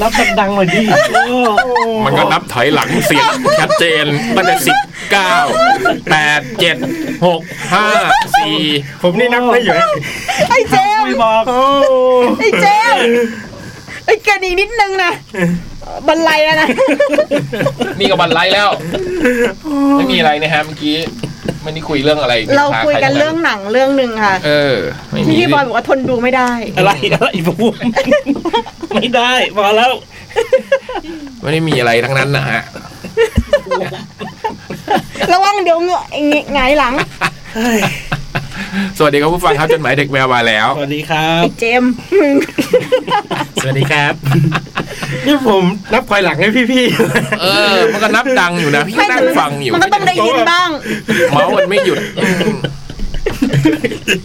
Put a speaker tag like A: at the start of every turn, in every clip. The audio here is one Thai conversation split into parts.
A: นับดังๆหน่อยดิโอ้
B: มันก็นับถอยหลังเสี ยงชัดเจนตั้งแต่สิบเก้าแปดเจ็ดหกห้าสี่
C: ผมนี่นับไม่อยู่นะ
D: ไอ้เจม
A: ไม่
D: ส์
A: บอก
D: ไอ้เจมส์ไอ้เกินอีกนิดนึงนะบันไลแล้วนะ
E: นี่ก็บันไลแล้ว ไม่มีอะไรนะฮะเมื่อกี้ไม่ได้คุยเรื่องอะไร
D: เราคุยกันเรื่องหนังเรื่องหนึ่งค่ะ
E: เออไม่มี
D: ที่พี่บอยบอกว่าทนดูไม่ได้
A: อะไรอะไรพูดไม่ได้พอแล้ว
E: ไม่ได้มีอะไรทั้งนั้นนะฮะ
D: ระวังเดี๋ยวเหงอหงายหลัง
E: สวัสดีครับผู้ฟังครับจดหมายเด็กแมวมาแล้ว
A: สวัสดีครั
D: ไอ้
A: บ
D: เจมส์
C: สวัสดีครับ นี่ผมนับถอยหลังให้พี่
E: เออ มันก็นับดังอยู่นะ พี่ก็นั่งฟังอยู่
D: มันก็ต้องได้ยินบ้าง
E: เมาส์มันไม่หยุดอืม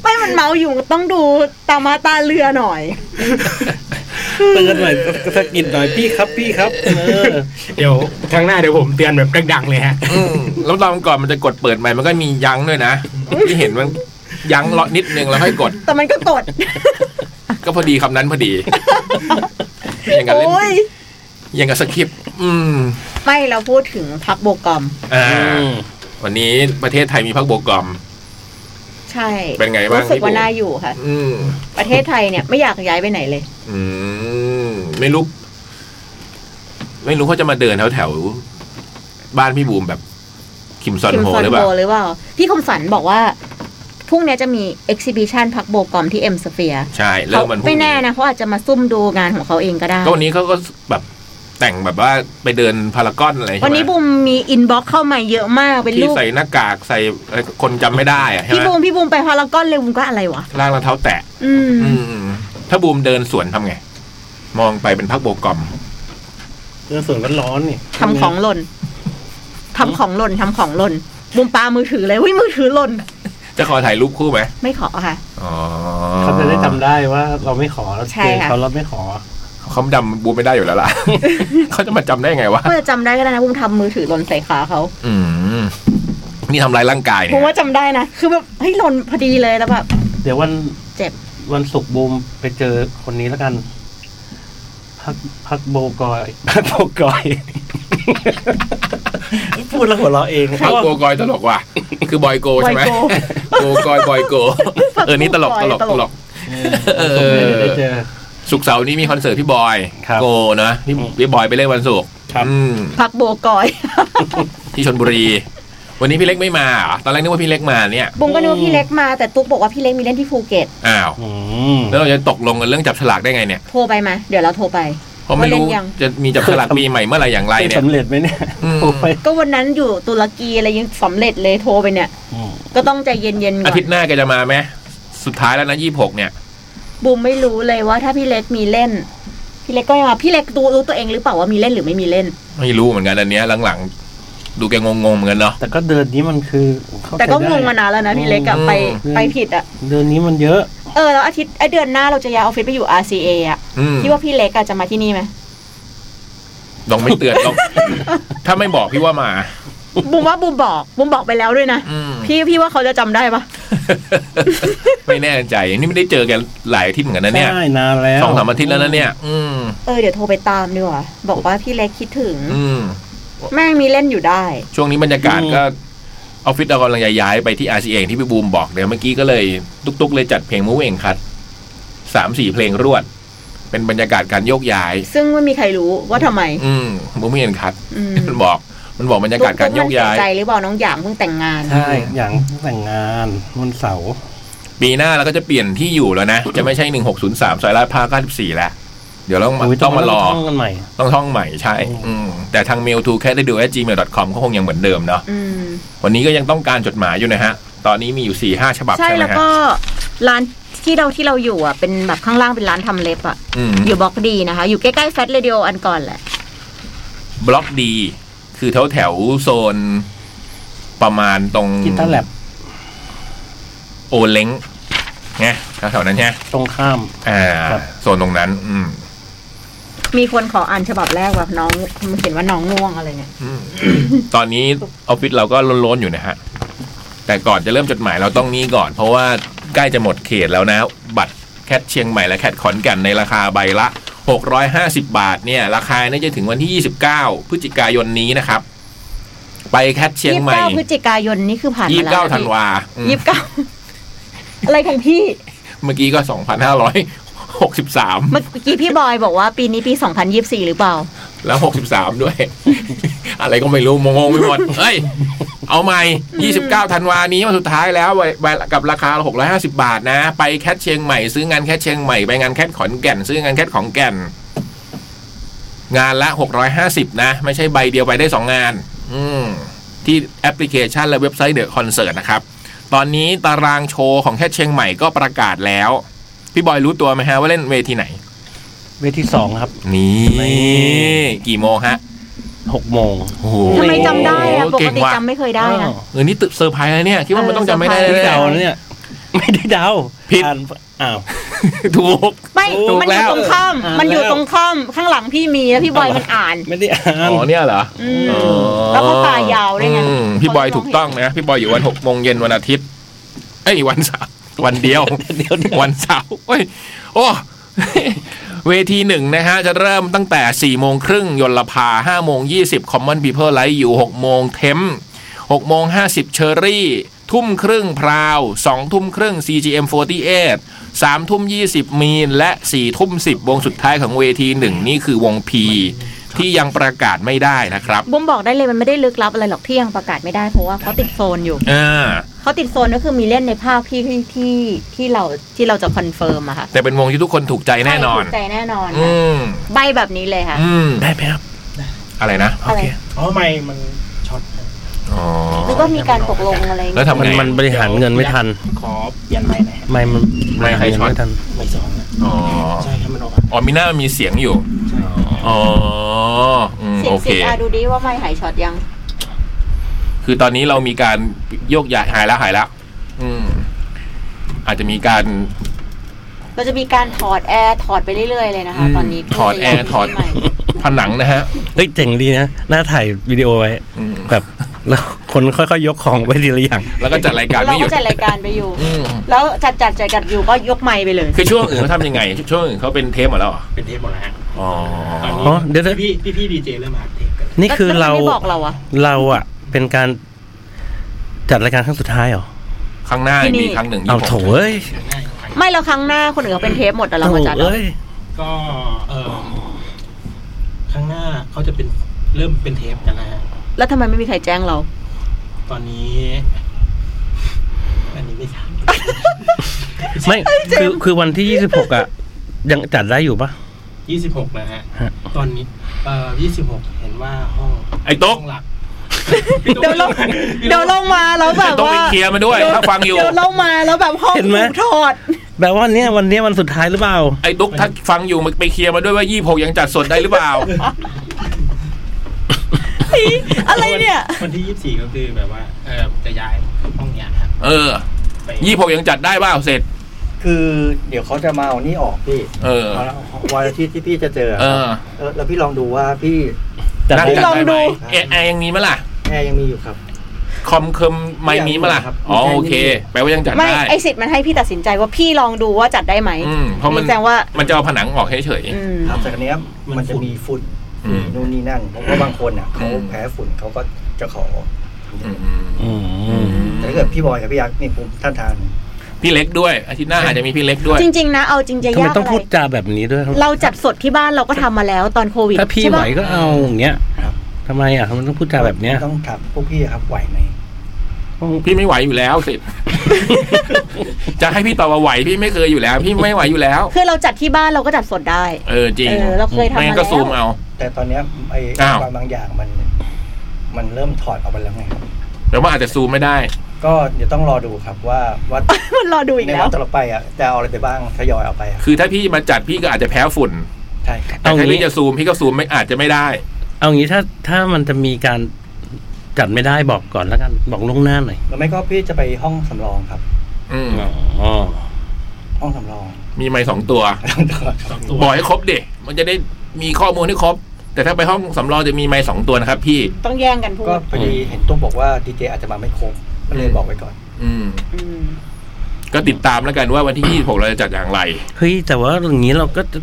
D: ไม่มันเมาอยู่มันต้องดูตามาตาเรือหน่อย
A: เตือนหน่อยสะกิดหน่อยพี่ครับพี่ครับ เออ
C: ๆ เดี๋ยวครั้งหน้าเดี๋ยวผมเตือนแบบดังๆเลยฮะ
E: อืมแล้วตอนก่อนมันจะกดเปิดใหม่มันก็มียั้งด้วยนะที่เห็นมันยั้งเลาะนิดนึงแล้วค่อยกด
D: แต่มันก็กด
E: ก็พอดีคำนั้นพอดีอย่างกับเล่น
D: โอ้ย
E: อย่างกับสคริปต์อืม
D: ไม่เราพูดถึงพักโบกอม
E: อ่า
A: อืม
E: วันนี้ประเทศไทยมีพักโบกอม
D: ใช่
E: เป็นไงบ้าง
D: รู้สึก
E: พี่
D: ว่า
E: ปู
D: น่าอยู่ค่ะ
E: อืม
D: ประเทศไทยเนี่ยไม่อยากย้ายไปไหนเลย
E: อืมไม่รู้ ไม่รู้เขาจะมาเดินแถวแถวๆบ้านพี่บูมแบบ คิมซอน
D: คิม
E: โฮ
D: ซอน
E: หรือเป
D: โฮ
E: ล่า
D: หรือเปล่า พี่คมสันบอกว่าพรุ่งเนี้ยจะมีเอ็กซิบิชันพักโบกอมที่เอ็มสเฟีย
E: ใช่เริ่มมันพรุ่ง
D: ไม่แน่นะเขาอาจจะมาซุ่มดูงานของเขาเองก็ได้
E: ก็วันนี้เขาก็แบบแต่งแบบว่าไปเดินพารากอนอะไรใช่ไหม
D: วันนี้บูมมีอินบ็อกเข้ามาเยอะมากเป็น
E: ที่
D: รูป
E: ใส่หน้ากากใส่อะไรคนจำไม่ได้อะใช่
D: พี่
E: ไหม
D: บูมพี่บูมไปพารากอนเลยบูมก็อะไรวะ
E: ล่างรองเท้าแตะ
D: อืม
E: อืมถ้าบูมเดินสวนทำไง มองไปเป็นพักโบกอม
A: เรื่องส่วนร้อนๆนี่
D: ทำของหล่น ทำของหล่น ทำของหล่น บุมปามือถือเลยวิมือถือหล่น
E: จะขอถ่ายรูปคู่ไหม
D: ไม่ขอค่ะ
E: อ๋อ
A: เขาจะได้จำได้ว่าเราไม่ขอแล้ว
D: ใช่ค่ะ
A: เขาเราไม่ขอ
E: เขาจำบูมไม่ได้อยู่แล้วล่ะ เขาจะมาจำได้ไงวะ
D: ก็จะจำได้ก็ได้นะบุมทำมือถือหล่นใส่ขาเขา
E: อืมนี่ทำลายร่างกายเนี่
D: บุม
E: ย
D: ว่าจำได้นะ คือแบบเฮ้ยหล่นพอดีเลยแล้วแบบ
A: เดี๋ยววัน
D: เจ็บ
A: วันศุกร์บูมไปเจอคนนี้แล้วกัน พักพักโบกอย พักโบกอย พูดแล้วหัวเราะเอง
D: ใคร
E: บอยโกกอยตลกว่ะ คือบอยโกใช่ไหม
D: บอยโก
E: โกกอยบอย โก เออนี่ตลกตลกตลก เออ
A: เออได้เจอ
E: สุกร์เสาร์นี้มีคอนเสิร์ตพี่บอย
A: ครับ
E: โกนะพี่
A: อืม
E: พี่บอยไปเล่นวันศุกร์
A: ครับ
E: อืม
D: พักโบกอย
E: ที่ชนบุรี วันนี้พี่เล็กไม่มาเหรอตอนแรกนึกว่าพี่เล็กมาเนี่ย
D: บุมก็นึกว่าพี่เล็กมาแต่ตุ๊กบอกว่าพี่เล็กมีเล่นที่ภูเก็ต
E: อ้าว
A: อืม
E: แล้วเราจะตกลงกันเรื่องจับฉลากได้ไงเนี่ย
D: โทรไปมา เดี๋ยวเราโทรไป
E: เพราะไม่รู้
D: ว่าเล่นยัง
E: จะมีจับฉลากปีใหม่เมื่อไหร่อย่างไร
A: จะ
E: เนี่ย
A: สำเร็จไหมเนี่ย
E: อืม
A: โอ้ย
D: ก็วันนั้นอยู่ตุรกีอะไรยังสำเร็จเลยโทรไปเนี่ย
A: อืม
D: ก็ต้องใจเย็นๆก่
E: อา
D: อ
E: ทิต
D: น
E: ย์หน้าแกจะมาไหมสุดท้ายแล้วนะยี่หกเนี่ย
D: บุมไม่รู้เลยว่าถ้าพี่เล็กมีเล่น พี่เล็กก็ยังมาพี่เล็กดูรู้ตัวเองหรือเปล่าว่ามีเล่นหรือไม่มีเล่น
E: ไม่รู้เหมือนกันอันเนี้ยหลังๆ ดูแกงงงๆเหมือนกันเนาะ
A: แต่ก็เดือนนี้มันคือเข้าใจ
D: แต่ก็งง
A: ได้
D: มานานแล้วนะพี่เล็กกับ
E: อืม
D: ไป
A: อืม
D: ไปผิดอ่ะ
A: เดือนนี้มันเยอะ
D: เออแล้วอาทิตย์ไอเดือนหน้าเราจะย้ายออฟฟิศไปอยู่ RCA อ่ะ
E: อืม
D: คิดว่าพี่เล็กอะจะมาที่นี่ไหม
E: ลองไม่เตือนลอง ถ้าไม่บอกพี่ว่ามา
D: บุมว่าบุมบอกบุมบอกไปแล้วด้วยนะ
E: อืม
D: พี่พี่ว่าเขาจะจำได้ปะ
E: ไม่แน่ใจ นี่ไม่ได้เจอกันหลายอาทิตย์เหมือนกันนะเนี่ย
A: ใช่นานแล้ว
E: สองสามอาทิตย์แล้วนะเนี่ย อืม
D: เออเดี๋ยวโทรไปตามดีกว่าบอกว่าพี่เล็กคิดถึง
E: อืม
D: แม่งมีเล่นอยู่ได้
E: ช่วงนี้บรรยากาศก็ออฟฟิศเรากำลังจะย้ายไปที่ RCA ที่พี่บูมบอกเดี๋ยวเมื่อกี้ก็เลย ตุกๆเลยจัดเพลงมูเองคัดสามสี่เพลงรวด เป็นบรรยากาศการโยกย้าย
D: ซึ่งไม่มีใครรู้ว่าทำไม
E: อืมมูเองคัด
D: อืม
E: มันบอก มันบอกบรรยากาศการโยกย้าย
D: ตุ๊ตุ๊มันเสีใจหรือเปล่าน้องหยางเพิ่งแต่งงาน
A: ใช่อย่างแต่งงานวันเสาร์
E: ปีหน้าเราก็จะเปลี่ยนที่อยู่แล้วนะ จะไม่ใช่หนึ่งหกศูนย์สามซอยลาดพร้าวเก้าสิบสี่แล้วเดี๋ยวเราต้องมา
A: โย
E: ต้องมารอ
A: ต้องกันใหม่
E: ต้องท่องใหม่ใช่ อืมแต่ทาง mail to cat radio gmail com ก็คงยังเหมือนเดิมเนาะ
D: อืม
E: วันนี้ก็ยังต้องการจดหมายอยู่นะฮะ ตอนนี้มีอยู่4ี่ห้าฉบับ
D: ใช่
E: ใช่ไหม
D: แล้ว
E: ฮะ
D: ก็ร้านที่เราที่เราอยู่อ่ะเป็นแบบข้างล่างเป็นร้านทำเล็บอ่ะ
E: อืม
D: อยู่บล็อกดีนะคะ อยู่ใกล้ๆแฟตเรดิโออันก่อนแหละ
E: บล็อกดี คือแถวแถวๆโซน ประมาณตรง
A: กิตาร์แลบ
E: โอเล้งไงแถวๆนั้นใช่ไหม
A: ตรงข้าม
E: อ่า
A: ครับ
E: โซนตรงนั้น อืม
D: มีคนขออ่านฉบับแรกแบบน้องมันเขียนว่าน้องง่วงอะไรเนี่ย
E: อืมตอนนี้ออฟฟิศเราก็ล้นๆอยู่นะฮะ แต่ก่อนจะเริ่มจดหมายเราต้องนี้ก่อน เพราะว่าใกล้จะหมดเขตแล้วนะ บัตรแคทเชียงใหม่และแคทขอนแก่นในราคาใบละ 650 บาทเนี่ย ราคาน่าจะถึงวันที่ 29 พฤศจิกายนนี้นะครับ ไปแคทเชียง
D: ยี่สิ
E: ให
D: บ
E: ม่
D: เก้าพฤศจิกายนนี่คือผ่านมาแล้ว
E: 29ธันวาอืม
D: ยี่สิบเก้า อะไรของพี่
E: เมื่อกี้ก็ 2,563
D: เมื่อกี้พี่บอยบอกว่าปีนี้ปี 2024 หรือเปล่า
E: แล้ว 63 ด้วย อะไรก็ไม่รู้งงๆไปหมด เฮ้ย เอาใหม่ 29 ธันวานี้วันสุดท้ายแล้วไว้ไว้กับราคา 650 บาทนะ ไปแคทเชียงใหม่ซื้องานแคทเชียงใหม่ไปงานแคทขอนแก่น ซื้องานแคทของแก่น งานละ 650 นะ ไม่ใช่ใบเดียวไปได้สองงาน อืม ที่แอปพลิเคชันและเว็บไซต์เดอะคอนเสิร์ตนะครับ ตอนนี้ตารางโชว์ของแคทเชียงใหม่ก็ประกาศแล้ว พี่บอยรู้ตัวไหมฮะว่าเล่นเวทีไหน
A: เวทีสองครับ
E: นี
A: นี่
E: ่ กี่โมงฮะ
A: หกโมง
E: โอ้โห
D: ทำไมจำได้อะปก
E: เง
D: ติ
E: ว่ะ
D: จำไม่เคยได้นะ
A: อ้าว
E: เออนี่ตึกเซอร์ไพรส์นะเนี่ย คิดว่า
D: เออ
E: มันต้องจำไม่ได้
D: ม่
E: แน่
A: เดานะเนี่ย ไม่ได้เดา
E: ผิด
A: อ่านอ้าว
E: ๆถูก
D: ไม่
E: ถูก
D: มันอยู่
E: แล้ว
D: ตรงข้าม
A: อ่ามั
D: มันอยู่
A: แล้ว
D: ตรงข้ามข้างหลังพี่มีแล้วพี่บอยมันอ่าน
A: ไม่ได้อ่าน
E: อ๋อเนี่ยเหรอ
D: อืม
E: อ๋อ
D: แล้วเขาตายาวด้วยไง
E: อืมพี่บอยถูกต้องนะ พี่บอยอยู่วันหกโมงเย็นวันอาทิตย์ เอ้ยวันเสาร์วันเดียว
A: เดี๋ยวเดี๋ยว
E: วันเสาร์เอ้ยโอ้ เวทีหนึ่งนะฮะ จะเริ่มตั้งแต่4ี่โมงครึ่งยนลภา5้าโมงยี่สิบคอมมอนพีเพิลไลท์อยู่6โมงเทม6โมง50 เชอรี่ ทุ่มครึ่งพราว2ทุ่มครึ่ง CGM48 3ทุ่ม20 มีน และ4ทุ่ม10 วงสุดท้ายของเวทีหนึ่งนี่คือวงพีที่ยังประกาศไม่ได้นะครับ
D: บุ้มบอกได้เลยมันไม่ได้ลึกลับอะไรหรอกที่ยังประกาศไม่ได้เพราะว่าเขาติดโซนอยู่
E: อ่า
D: เขาติดโซนก็คือมีเล่นในภาคที่ที่ที่ที่เราที่เราจะคอนเฟิร์มอะค่ะ
E: แต่เป็นวงที่ทุกคนถูกใจแน่นอน
D: ใช่ถูกใจแน่นอน
E: อืม
D: ใบแบบนี้เลยค่ะ
E: อืม
C: ได้ไหมครับ
E: อะไรนะ
D: โอเค
C: อ๋อไม่มันช็อตครับ
E: อ๋อ
D: หรือว่ามีการตกลงอะไร
E: แล้วทำ
A: มัน
E: ไง
A: มันบริหารเงินไม่ทัน
C: ขอเปลี่ยนไม้หน่อยฮะ
A: ไม่มันบ
E: ไม่
A: ริหา
E: ใคร
A: รเงิ
E: ช็
A: น
E: อต
A: ไม่ทัน
C: ไม่สองนะ
E: อ๋อ
C: ใช่ครับมันออกอะ
E: อ๋อมีหน้ามีเสียงอยู่
C: ใช่
E: อ๋ออืม
D: เสีย
E: โอง เค
D: เสียงอาดูดิว่าไม่หายช็อตยัง
E: คือตอนนี้เรามีการโยกย้ายหายแล้วหายแล้ว อืม อาจจะมีการ
D: เราจะมีการถอดแอร์ถอดไปเรื่อยๆเลยนะคะ
E: อืม
D: ตอนนี้
E: ถอดแอร์ถอด
D: ใหม่
E: ผนังนะฮะ
A: เฮ้ยเจ๋งดีนะ น่าถ่ายวิดีโอไว้
E: อืม
A: แบบแล้วคนค่อยๆยกของไปทีละอย่าง
E: แล้วก็จัดรายการ
D: เรา
E: ไม่หยุ
D: ก็
E: ด
D: จัดรายการไปอยู่
E: อืม
D: แล้วจัดจัดจัดกันอยู่ก็ยกไม้ไปเลย
E: คือช่วงอื่นเขาทำยังไง ช่วงอื่นเขาเป็นเทปหมดแล้วเหรอ
C: เป็นเทปหมดแล้วฮะ
E: อ๋อ
A: อ๋อเดี๋ยวๆ
C: พี่พี่พี่ดีเจเริ่มหาเทปกัน
A: นี่คือเรา
D: แล้วทำไมไม่บอกเราอะ
A: เราอ่ะ เป็นการจัดรายการครั้งสุดท้ายเหรอ
E: ข้างหน้า
D: ที่นี่
E: มีครั้งหนึ่ง
A: เอา
E: 26
A: โถเอ้ย
C: ง่ายกว่า
D: ไม่เราครั้งหน้าคนอื่นเขาเป็นเทปหมดแต่เรา
A: โถ
D: มาจัดเอา
A: เอ้ย
C: ก็เออข้างหน้าเขาจะเป็นเริ่มเป็นเทปกันนะฮะ
D: แล้วทำไมไม่มีใครแจ้งเรา
C: ตอนนี้ อันนี้ไม่ทราบ
A: ไม่คือคือวันที่ยี่สิบหกอ่ะ ยังจัดได้อยู่ปะ
C: ยี่สิบหกนะฮะ
A: ฮะ
C: ตอนนี้ เอ่อยี่สิบหกเห็นว่าห้อง
E: ไอ้โต๊ก
C: ห้องหลัก
D: เดี๋ยวลงเดี๋ยวลงมาแล้วแบ
E: ไอ้
D: บ
E: โต๊ก
D: ว่า
E: ไปเคลียร์มาด้วย ถ้าฟังอยู่
D: เดี๋ยวลงมาแล้วแบบห้อง
A: เห็นไหม
D: ถูกถอด
A: แปลว่าวันเนี้ยวันเนี้ยวันสุดท้ายหรือเปล่า
E: ไอ้ตุ๊กถ้าฟังอยู่มันไปเคลียร์มาด้วยว่ายี่หกยังจัดสดได้หรือเปล่า
D: อะไรเนี่ย
C: วันที่ยี่สิบสี่ก็คือแบบว่า เออจะย้ายห้องเนี้ยครับ
E: เออ
C: ไป
E: ยี่หกยังจัดได้เปล่าเสร็จ
F: คือเดี๋ยวเขาจะมาเอานี่ออกพี่
E: เออ
F: เอาละวันอาทิตย์ที่พี่จะเจอ
E: เออ
F: เออแล้วพี่ลองดูว่าพี่
A: จัด
E: นั่ง
A: ได้
E: จัดได้ไหม
D: ลองดู
E: เอ๊ะแอร์ยังมีไหมล่ะ
F: แอร์ยังมีอยู่ครับ
E: คอมเคมไมค์มีมาล่ะ
F: ครับ
E: อ๋อ
F: มีแค่นี้
E: โอเค แปลว่ายังจัด
D: ไม่
E: ได้
D: ไอสิทธิ์มันให้พี่ตัดสินใจว่าพี่ลองดูว่าจัดได้ไหม
E: อืมเพราะมัน
D: แสดงว่า
E: มันจะเอาผนังออกเฉย
D: อืม
F: ครับแต่อันเนี้ยมันจะมีฝุ่น
E: อืม
F: นู่นนี่นั่นเพราะว่าบางคนอ่ะเขา
E: อืม
F: แพ้ฝุ่นเขาก็จะขอ
E: ๆอืม
A: อืม
F: แต่ถ้าเกิดพี่บอยกับพี่ยักษ์นี่ภูมิท่านทาน
E: พี่เล็กด้วย อาทิตย์หน้าอาจจะมีพี่เล็กด้วย
D: จริง ๆ นะเอาจริงจะ
A: ทำไม
D: ยาก
A: ต้อง
D: อะไร
A: พูดจาแบบนี้ด้วย
D: เราจัดสดที่บ้านเราก็ทำมาแล้วตอนโควิด
A: ถ้าพี่
D: ใช่
A: ไหว
D: ปะ
A: ก็เอาอย่างเงี้ย
F: ครับ
A: ทำไมอ่ะทำไมต้องพูดจาแบบเนี้ย
F: ต้องถามพวกพี่ครับไหวไหม
E: พี่ไม่ไหวอยู่แล้วสิ จะให้พี่ตอบว่าไหวพี่ไม่เคยอยู่แล้ว พี่ไม่ไหวอยู่แล้ว
D: คือเราจัดที่บ้านเราก็จัดสด ได้
E: เออจริง
D: เออเราเคยทำมา
E: แม่งก็
D: แล้ว
E: ซูมเอา
F: แต่ตอนเนี้ยไอ้
E: อ้าว
F: บางบางอย่างมัน มันเริ่มถอดออกไปแล้วไงครับ
E: แต่ว่าอาจจะซูมไม่ได้
F: ก็เดี๋ยวต้องรอดูครับว่าว่า
D: มันรอดูอีก
F: ใน
D: แล้ว
F: วันต่อไปอ่ะจะเอาอะไรไปบ้างทยอยเอาไปอะ
E: คือถ้าพี่มาจัดพี่ก็อาจจะแพ้ฝุ่น
F: ใช่ครับ
E: แต่ถ้าพี่จะซูมพี่ก็ซูมไม่อาจจะไม่ได้
A: เอางี้ถ้าถ้ามันจะมีการจัดไม่ได้บอกก่อนแล้วกัน บอกล่วงหน้าหน่อย
F: หรือไม่ก็พี่จะไปห้องสำรองครับ
E: อืม
A: อ๋อ
F: ห้องสำรอง
E: มีไม้สองตัว
F: ห้องสำรองครับ
C: ตัว
E: บอกให้ครบเด็มันจะได้มีข้อมูลให้ครบ แต่ถ้าไปห้องสำรองจะมีไม้สองตัวนะครับ พี่
D: ต้องแย่งกันพูด
F: ก็พอดีเห็นตุ้มบอกว่าดีเจอาจจะมาไม่ครบก็เลยบอกไว้ก่อน
E: อืม
D: อืม
E: ก็ติดตามแล้วกันว่าวันที่ 26 เราจะจัดอย่างไร
A: เฮ้ยแต่ว่าอย่างนี้เราก็จะ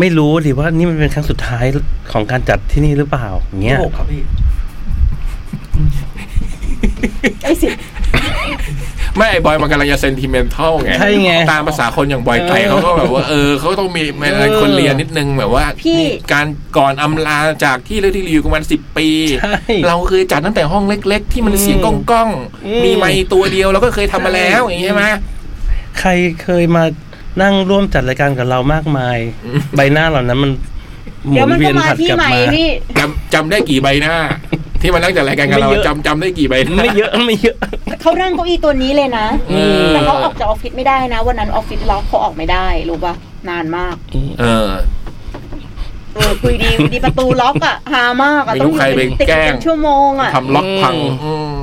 A: ไม่รู้ดิว่านี่มันเป็นครั้งสุดท้ายของการจัดที่นี่หรือเปล่าอย่างเงี้ย
F: โกหกครับพี่
D: ไอ้สิ
E: ไม่ไอ้บอยมันกำลังจะเซนติเมนทัลไง
A: ใช่ไง
E: ตามภาษาคนอย่างบอยไทยเขาก็แบบว่าเออเขาต้องมีอะไรคนเรียนนิดนึงแบบว่า
D: พี่
E: นี่การก่อนอำลาจากที่เลือกที่อยู่กันมาสิบปี
A: ใช่
E: เราเคยจัดตั้งแต่ห้องเล็ก ๆ ที่มันเสียงก้องก้องๆ
A: อืม
E: มีไม้ตัวเดียวเราก็เคยทำมาแล้วอย่างนี้ใช่ไหม
A: ใครเคยมานั่งร่วมจัดรายการกับเรามากมาย ใบหน้าเหล่านั้นมันหมุ
D: เดี๋ยวน มัน
A: เวี
D: ก็
A: ยน
D: มา
A: ผัด
D: ที่
A: กลับ
D: ใหม่
A: มา
D: พี่
E: จำจำได้กี่ใบหน้า ที่มานั่งจัดรายการกับเรา
A: ไม่เยอะ
E: จำจำได้กี่ใบหน้า
A: ไม่เยอะ ไม่เยอะ
D: เขานั่งเก้าอี้ตัวนี้เลยนะ
E: เออ
D: แต่เขาออกจากออฟฟิศไม่ได้นะ วันนั้นออฟฟิศล็อกเขาออกไม่ได้ รู้ปะนานมาก
E: เออ
D: เออ คุยดีดีประตูล็อกอะฮามากอะ
E: ไม่
D: ต้
E: รู้
D: องอยู่
E: ใครไป
D: เป็นติด
E: แกล้ง
D: เป็นชั่วโมงอะ
E: ทำล็อกพังอืม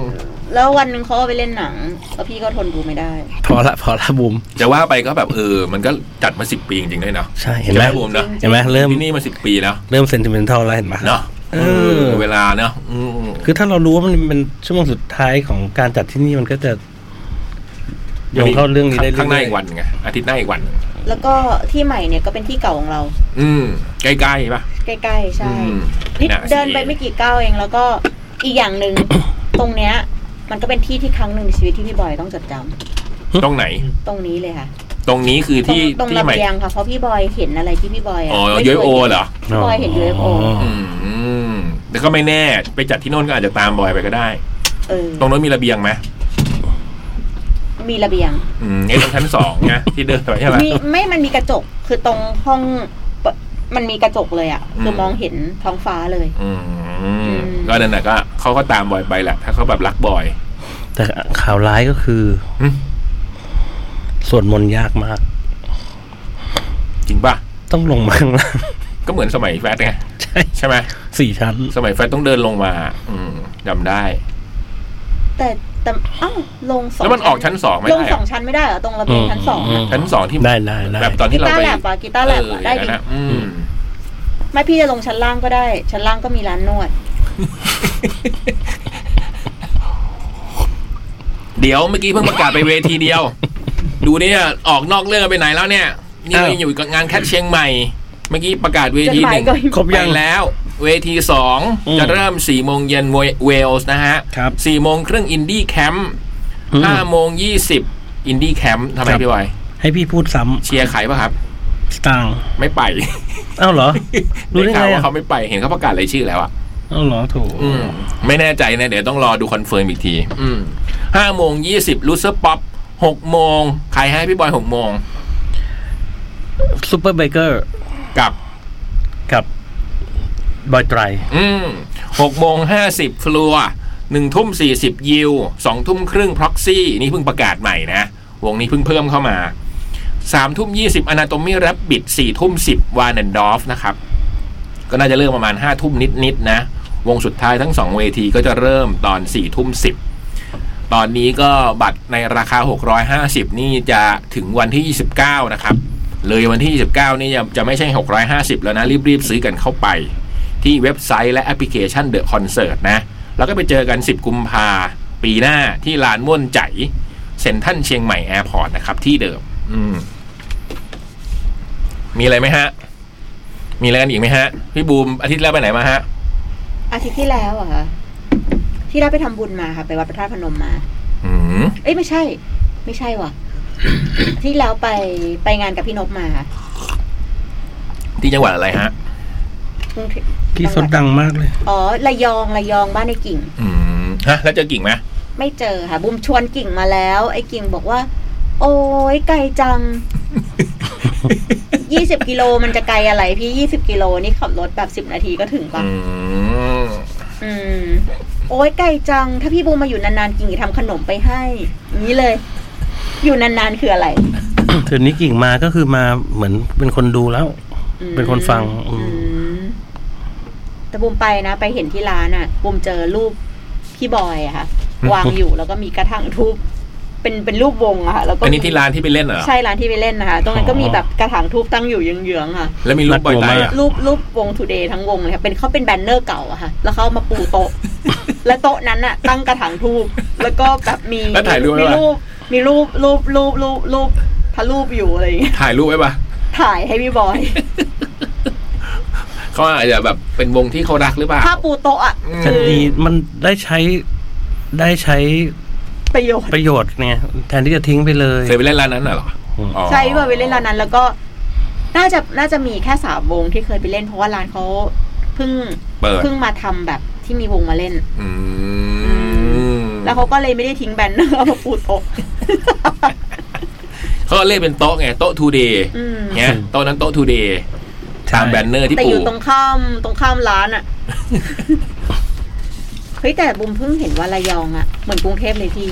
D: แล้ววันหนึงเขาก็ไปเล่นหนังแล้วพี่ก็ทนดูไม่ได้
A: พอละพอละบุม
E: จะว่าไปก็แบบเออ มันก็จัดมาสิบปีจริงๆด้วยเนาะ
A: ใช่เห็นไหม
E: ใช่บูมเนาะ
A: เห็นไหมเริ่ม
E: ที่นี่มาสิบปีแล้ว
A: เริ่มเซนติเมนทัลแล้วเห็นไหม
E: เนาะ
A: เออ
E: เวลาเนาะอืม
A: คือถ้าเรารู้ว่ามันเป็นชั่วโมงสุดท้ายของการจัดที่นี่มันก็จะโยงเข้าเรื่องนี้ได้เรื่อยๆ
E: ข้างหน้าอีกวันไงอาทิตย์หน้าอีกวัน
D: แล้วก็ที่ใหม่เนี่ยก็เป็นที่เก่าของเรา
E: อืมใกล้ๆป่ะ
D: ใกล้ๆ ใช่
E: อืม
D: นิด
E: ะ
D: เดินไปไม่กี่ก้าวเองแล้วก็อีกอย่างหนึ่ง ตรงเนี้ย มันก็เป็นที่ที่ครั้งหนึ่งในชีวิตที่พี่บอยต้องจดจำ
E: ตรงไหน
D: ตรงนี้เลยค่ะ
E: ตรงนี้คือ
D: ตรง
E: ที่
D: ตรง
E: ที่
D: ระ
E: ใหม่
D: เบียงค่ะเพราะพี่บอยเห็นอะไรที่พี่บอยอะ
E: อ๋อ
D: ไม่
E: ยู
D: เค
E: โอเหรอ
D: พี่บอยเห็นยูเอฟโอ
E: อืมแต่ก็ไม่แน่ไปจัดที่โน่นก็อาจจะตามบอยไปก็ได้
D: เออ
E: ตรงนั้นมีระเบียงไหม
D: มีระเบียง
E: อืมไอ้ตรงชั้นสองนะที่เดินไปใช่ไหม
D: มีไม่มันมีกระจกคือตรงห้องปะมันมีกระจกเลยอ่ะ
E: อืม
D: คือมองเห็นท้องฟ้าเลย
E: อืมก็นั่นแหละก็เขาก็ตามบอยไปแหละถ้าเขาแบบรักบอย
A: แต่ข่าวร้ายก็คืออ
E: ม
A: สวดมนต์ยากมาก
E: จริงป่ะ
A: ต้องลงมาข้างล่ าง
E: ก็เหมือนสมัยแฟตไง
A: ใช่
E: ใช่ไหม
A: สี่ชั้น
E: สมัยแฟตต้องเดินลงมา อืมจำได้
D: แต่แต่เอ้าลงสอง
E: แล้วมันออกชั้นสองไม่
D: ลง
E: ได้
D: ส
E: อะ
D: องชั้นไม่ได้เหรอตรงระเบียงชั้นสอง
A: อื
D: อะ
A: ม
E: ชั้นสองที่
A: ได้ได้ได้
E: แบบตอน
D: กี
E: ที่เรา
D: ตาร์
E: ไป
D: แลบอะกีตาร์แลบอะได้
E: อย่าง
D: ดิ
E: นั้นนะอืม
D: ไม่พี่จะลงชั้นล่างก็ได้ ชั้นล่างก็มีร้านนวด
E: เดี๋ยวเมื่อกี้เพิ่งประกาศไปเวที เดียว ดูเนี่ยออกนอกเรื่องกันไปไหนแล้วเนี่ย นี่เรายังอยู่กับงานแคทเชียงใหม่ เมื่อกี้ประกาศเวทีหนึ่ง
A: ครบยัง
E: ไปแล้ว เวทีสอง
A: อืม
E: จะเริ่ม4ี่โมงเย็นเวเวลส์นะฮะ
A: ครับ
E: สี่โมงครึ่งอินดี้แคมป์
A: อืม
E: ห้าโมงยี่สิบอินดี้แคมป์ทำไม
A: ครับ
E: พี่บอย
A: ให้พี่พูดซ้
E: เชียร์ใครปะครับ
A: ำสตางค์
E: ไม่ไป
A: เอ้าเหรอ รู้ได้
E: ข่า
A: ไง
E: วว่า
A: อ่ะ
E: เขาไม่ไปเห็นเขาประกาศรายชื่อแล้วอ่ะ
A: เอ้าเหรอโถูก
E: อืมไม่แน่ใจนะ เดี๋ยวต้องรอดูคอนเฟิร์มอีกทีอืมห้าโมงยี่สิบลูเซอร์ป๊อปหกโมงใครให้พี่บอยหกโมง
A: ซูเปอร์เบเกอร์
E: กับ
A: กับ บอยไตร
E: อืมหกโมงห้าสิบฟลัวหนึ่งทุ่มสี่สิบยิวสองทุ่มครึ่งพ็อกซี่ นี่เพิ่งประกาศใหม่นะ วงนี้เพิ่งเพิ่มเข้ามาสามทุ่มยี่สิบอนาโตมี่แรบบิดสี่ทุ่มสิบวานันดอฟนะครับ ก็น่าจะเริ่มประมาณห้าทุ่มนิดๆนนะ วงสุดท้ายทั้งสองเวทีก็จะเริ่มตอนสี่ทุ่มสิบตอนนี้ก็บัตรในราคา 650 นี่จะถึงวันที่ 29 นะครับ เลยวันที่ 29 นี่จะจะไม่ใช่ 650 แล้วนะ รีบๆซื้อกันเข้าไป ที่เว็บไซต์และแอปพลิเคชันเดอะคอนเสิร์ตนะ แล้วก็ไปเจอกัน 10 กุมภาปีหน้าที่ลานม่วนใจเซ็นทรัลเชียงใหม่แอร์พอร์ตนะครับ ที่เดิม อืม มีอะไรไหมฮะ มีอะไรกันอีกไหมฮะ พี่บูมอาทิตย์แล้วไปไหนมาฮะ
D: อาทิตย์ที่แล้วอะค่ะที่ได้ไปทำบุญมาค่ะไปวัดพระธาตุพนมมา
E: อืม
D: เอ้ยไม่ใช่ ไม่ใช่ว่ะ ที่แล้วไปไปงานกับพี่นพมาค่ะ
E: ที่จังหวัดอะไรฮะ
D: กรุงเทพ
A: พี่สดดังมากเลย
D: อ๋อระยองระยองบ้านไอ้กิ่ง
E: อืมฮะ แล้วเจอกิ่งไหม
D: ไม่เจอค่ะบุมชวนกิ่งมาแล้ว ไอ้กิ่งบอกว่า โอ้ยไกลจั งยี่สิบกิโลมันจะไกลอะไร พี่ยี่สิบกิโลนี่ขับรถแบบสิบนาทีก็ถึงปะ
E: อืม
D: อืม โอ้ยไกลจัง ถ้าพี่บูมมาอยู่นานๆกิ่งจะทำขนมไปให้อย่างนี้เลย อยู่นานๆคืออะไร
A: ถึงนี้กิ่งมาก็คือมาเหมือนเป็นคนดูแล้ว
D: อืม
A: เป็นคนฟังอื
D: อื
A: ม
D: มแต่บูมไปนะ ไปเห็นที่ร้านอ่ะบูมเจอรูปพี่บอยอะค่ะ วางอยู่แล้วก็มีกระถางทูบเป็นเป็นรูปวงอะค่ะแล้วก็
E: อัน
D: มี
E: นี้ที่ลานที่ไปเล่นเหรอ
D: ใช่ร้านที่ไปเล่นนะคะ ตรงนั้นก็
A: อ๋อ
D: มีแบบกระถางทูบตั้งอยู่เยื้องๆค่ะ
E: แล้วมีรูปบอยไตรอ่ะ
D: รูปรูปวงทูเดย์ทั้งวงเลยค่ะเป็นเขาเป็นแบนเนอร์เก่าอะค่ะ แล้วเขาเอามาปูโต๊ะ และโต๊ะนั้นอะตั้งกระถางทูบแล้วก็แบบมี
E: แล้วถ่ายรูปไว้
D: มี
E: ปะ
D: รูปมีรูปรูปรูปรูปรูปพระรูปอยู่อะไรอย่างเงี้ย
E: ถ่ายรูปไว้ปะ
D: ถ่ายให้พี่บอย
E: เขาอาจจะแบบเป็นวงที่เขารักหรือเปล่า
D: ถ้าปูโต๊ะอะ
A: จะดีมันได้ใช้ได้ใช้
D: ประโยชน์
A: ประโยชน์ไงแทนที่จะทิ้งไปเลย
E: เคยไปเล่นร้านนั้นน่ะเหรออ๋อ
D: ใช่ว่าไปเล่นร้านนั้น แล้วก็ น่าจะน่าจะมีแค่สามวงที่เคยไปเล่นเพราะว่าร้านเขาเพิ่ง
E: เปิด
D: เพิ่งมาทำแบบที่มีวงมาเล่น
E: อืม
D: แล้วเขาก็เลยไม่ได้ทิ้งแบนเนอร์ มาปูโต๊ะ
E: เขาเล่นเป็นโต๊ะไงโต๊ะทูเดย์
D: อืม
E: เนี้ยโต๊ะนั้นโต๊ะทูเดย์ตามแบนเนอร์ที่
D: แต่อ
E: ปู
D: ยู่ตรงข้ามตรงข้ามร้านอะ เฮ้ยแต่บุมเพิ่งเห็นว่าระยองอะเหมือนกรุงเทพเลยพี่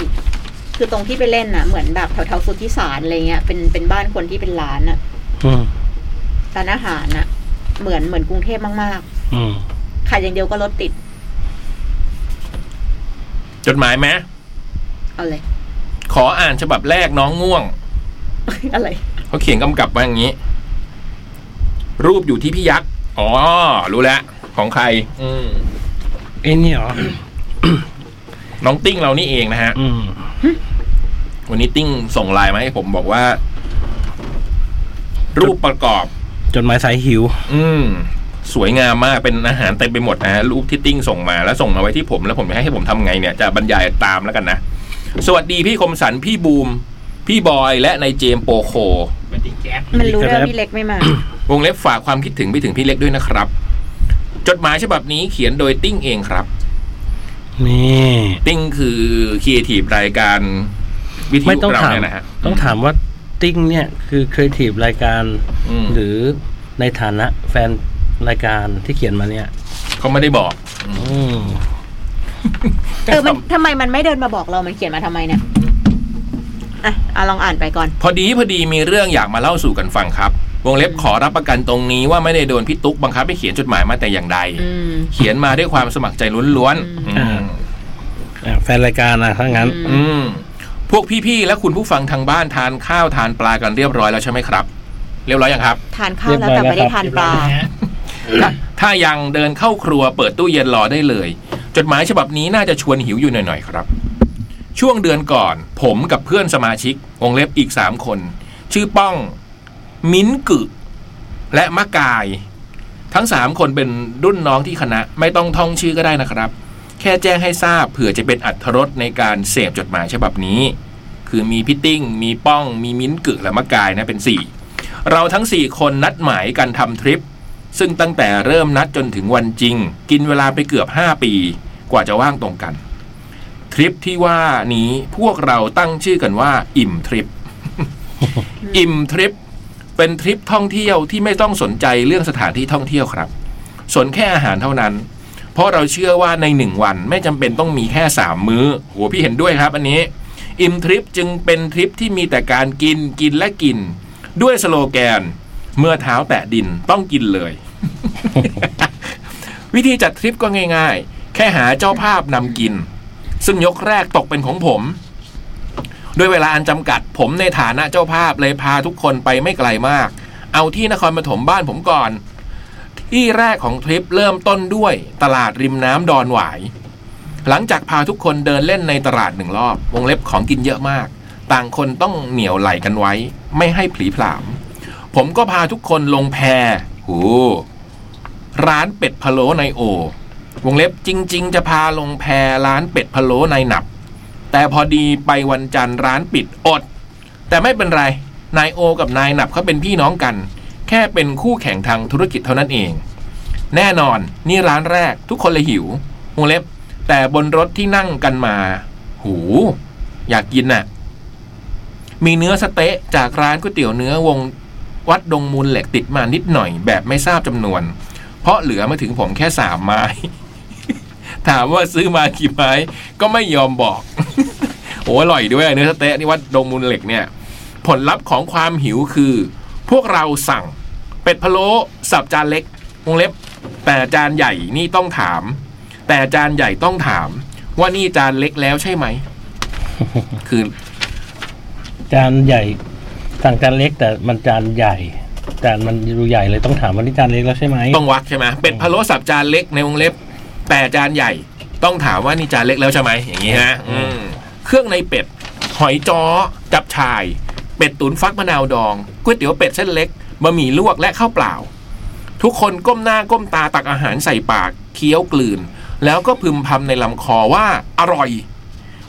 D: คือตรงที่ไปเล่นอะเหมือนแบบแถวๆสุทธิสารอะไรเงี้ยเป็นเป็นบ้านคนที่เป็นร้านอะ
A: อืม
D: ร้านอาหารอะเหมือนเหมือนกรุงเทพมาก
A: อืม
D: ๆขาดอย่างเดียวก็รถติด
E: จดหมายไหม
D: เอาเลย
E: ขออ่านฉบับแรกน้องง่วง
D: อะไร
E: เขาเขียนกำกับว่าอย่างนี้ รูปอยู่ที่พี่ยักษ์ อ๋อ รู้แล้ว ของใคร อืม
A: ไอ้นี่เหรอ
E: น้องติ้งเรานี่เองนะฮะ
A: อืม
E: วันนี้ติ้งส่งไลน์มาให้ผมบอกว่า รูปประกอบ
A: จดหมายสายหิว
E: อืม สวยงามมากเป็นอาหารเต็มไปหมดนะฮะรูปที่ติ้งส่งมาแล้วส่งมาไว้ที่ผมแล้วผมจะให้ผมทำไงเนี่ยจะบรรยายตามแล้วกันนะ สวัสดีพี่คมสันพี่บูม พี่บอยและนายเจมส์โปโค
C: เป็นดีแก๊ป
D: มันรู้ได้ว่าพี่เล็ก ไม่มา
E: วงเล็บฝากความคิดถึงไปถึงพี่เล็กด้วยนะครับ จดหมายฉบับนี้เขียนโดยติ้งเองครับ
A: นี่
E: ติ้งคือครีเอทีฟรายการวิท
A: ไม่
E: ยุ
A: ต้อง
E: เรา
A: ถาม
E: เนี่ยนะฮะ
A: ต้องถามว่าติ้งเนี่ยคือครีเอทีฟรายการ
E: ม
A: หรือในฐานะแฟนรายการที่เขียนมาเนี่ย
E: เขาไม่ได้บอก
A: อืม
D: เออมันทำไมมันไม่เดินมาบอกเรา มันเขียนมาทำไมเนี่ย อ่ะเอาลองอ่านไปก่อน
E: พอดีพอดีมีเรื่องอยากมาเล่าสู่กันฟังครับ วงเล็บขอรับประกันตรงนี้ว่าไม่ได้โดนพี่ตุ๊กบังคับให้เขียนจดหมายมาแต่อย่างใด
D: อืม
E: เขียนมาด้วยความสมัครใจล้วนๆอืม
A: อ่ะแฟนรายการนะถ้างั้น
D: อืม
E: อืม พวกพี่ๆและคุณผู้ฟังทางบ้านทานข้าวทานปลากันเรียบร้อยแล้วใช่ไหมครับ เรียบร้อยยังครับ
D: ทานข้าวแล้วแต่ไม่ได้ทานปลา
E: ถ้าถ้ายังเดินเข้าครัวเปิดตู้เย็นรอได้เลย จดหมายฉบับนี้น่าจะชวนหิวอยู่หน่อยๆครับ ช่วงเดือนก่อน ผมกับเพื่อนสมาชิกวงเล็บอีกสามคน ชื่อป้อง มิ้นกึ และมะกาย ทั้งสามคนเป็นรุ่นน้องที่คณะ ไม่ต้องท่องชื่อก็ได้นะครับ แค่แจ้งให้ทราบเผื่อจะเป็นอัธรสในการเสพจดหมายฉบับนี้ คือมีพี่ติ้ง มีป้อง มีมิ้นกึและมะกายนะเป็นสี่เราทั้งสี่คนนัดหมายกันทำทริป ซึ่งตั้งแต่เริ่มนัดจนถึงวันจริง กินเวลาไปเกือบ 5 ปี กว่าจะว่างตรงกัน ทริปที่ว่านี้พวกเราตั้งชื่อกันว่า อิ่มทริป อิ่มทริป เป็นทริปท่องเที่ยวที่ไม่ต้องสนใจเรื่องสถานที่ท่องเที่ยวครับ สนแค่อาหารเท่านั้น เพราะเราเชื่อว่าในหนึ่งวันไม่จำเป็นต้องมีแค่สามมือ้อโหพี่เห็นด้วยครับ อันนี้ อิ่มทริปจึงเป็นทริปที่มีแต่การกินกินและกิน ด้วยสโลแกน เมื่อเท้าแตะดินต้องกินเลย วิธีจัดทริปก็ง่ายๆ แค่หาเจ้าภาพนำกิน ซึ่งยกแรกตกเป็นของผม ด้วยเวลาอันจำกัด ผมในฐานะเจ้าภาพเลยพาทุกคนไปไม่ไกลมาก เอาที่นครปฐมบ้านผมก่อน ที่แรกของทริปเริ่มต้นด้วยตลาดริมน้ำดอนหวาย หลังจากพาทุกคนเดินเล่นในตลาดหนึ่งรอบ วงเล็บของกินเยอะมาก ต่างคนต้องเหนียวไหลกันไว้ ไม่ให้ผลีผลาม ผมก็พาทุกคนลงแพโหร้านเป็ดพะโล้ในโอ วงเล็บจริง ๆ จะพาลงแพร้านเป็ดพะโล้ในหนับ แต่พอดีไปวันจันทร์ร้านปิดอด แต่ไม่เป็นไร นายโอกับนายหนับเขาเป็นพี่น้องกัน แค่เป็นคู่แข่งทางธุรกิจเท่านั้นเอง แน่นอนนี่ร้านแรกทุกคนเลยหิววงเล็บ แต่บนรถที่นั่งกันมา หู อยากกินน่ะ มีเนื้อสะเต๊ะจากร้านก๋วยเตี๋ยวเนื้อวงวัดดงมูลเหล็กติดมานิดหน่อยแบบไม่ทราบจำนวน เพราะเหลือมาถึงผมแค่สามไม้ ถามว่าซื้อมากี่ไม้ ก็ไม่ยอมบอก โอ้อร่อยด้วยเนื้อสะเต๊ะนี่วัดดงมูลเหล็กเนี่ย ผลลัพธ์ของความหิวคือ พวกเราสั่ง เป็ดพะโล้สับจานเล็กวงเล็บ แต่จานใหญ่นี่ต้องถาม แต่จานใหญ่ต้องถาม ว่านี่จานเล็กแล้วใช่ไหม คือ
A: จานใหญ่ สั่งจานเล็กแต่มันจานใหญ่ จานมันดูใหญ่เลยต้องถามว่านี่จานเล็กแล้วใช่ไหม
E: ต้องวักใช่ไหมเป็ดพะโล้สับจานเล็กในวงเล็บ แต่จานใหญ่ ต้องถามว่านี่จานเล็กแล้วใช่ไหมอย่างนี้ฮะอืมเครื่องในเป็ด หอยจ้อจับชาย เป็ดตุ๋นฟักมะนาวดองก๋วยเตี๋ยวเป็ดเส้นเล็กบะหมี่ลวกและข้าวเปล่า ทุกคนก้มหน้าก้มตาตักอาหารใส่ปากเคี้ยวกลืน แล้วก็พึมพำในลำคอว่าอร่อย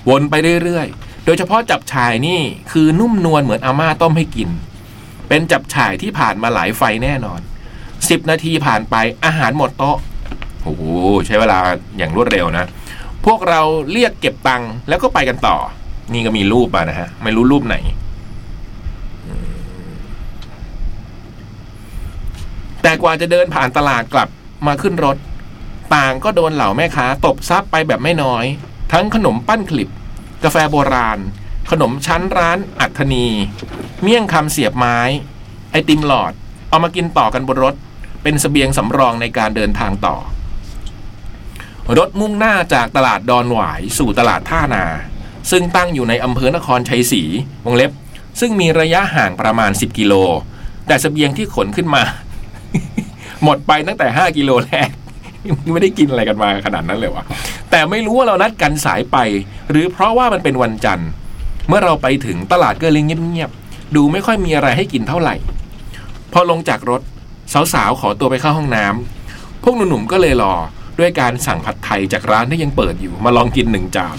E: วนไปเรื่อยๆ โดยเฉพาะจับฉ่ายนี่คือนุ่มนวลเหมือนอาม่าต้มให้กิน เป็นจับฉ่ายที่ผ่านมาหลายไฟแน่นอน 10 นาทีผ่านไปอาหารหมดโต๊ะ โอ้โหใช้เวลาอย่างรวดเร็วนะ พวกเราเรียกเก็บตังค์แล้วก็ไปกันต่อ นี่ก็มีรูปมานะฮะ ไม่รู้รูปไหนอืมแต่กว่าจะเดินผ่านตลาดกลับมาขึ้นรถ ต่างก็โดนเหล่าแม่ค้า ตบซับไปแบบไม่น้อย ทั้งขนมปั้นคลิป กาแฟโบราณ ขนมชั้นร้านอัคนี เมี่ยงคำเสียบไม้ ไอติมหลอด เอามากินต่อกันบนรถ เป็นเสบียงสำรองในการเดินทางต่อ รถมุ่งหน้าจากตลาดดอนหวายสู่ตลาดท่านา ซึ่งตั้งอยู่ในอำเภอนครชัยศรีวงเล็บ ซึ่งมีระยะห่างประมาณ 10 กิโล แต่เสบียงที่ขนขึ้นมา หมดไปตั้งแต่ 5 กิโลแรก ไม่ได้กินอะไรกันมาขนาดนั้นเลยวะแต่ไม่รู้ว่าเรานัดกันสายไป หรือเพราะว่ามันเป็นวันจันทร์ เมื่อเราไปถึงตลาดก็เลยเงียบๆดูไม่ค่อยมีอะไรให้กินเท่าไหร่ พอลงจากรถสาวๆขอตัวไปเข้าห้องน้ำ พวกหนุ่มๆก็เลยรอด้วยการสั่งผัดไทยจากร้านที่ยังเปิดอยู่มาลองกินหนึ่งจาน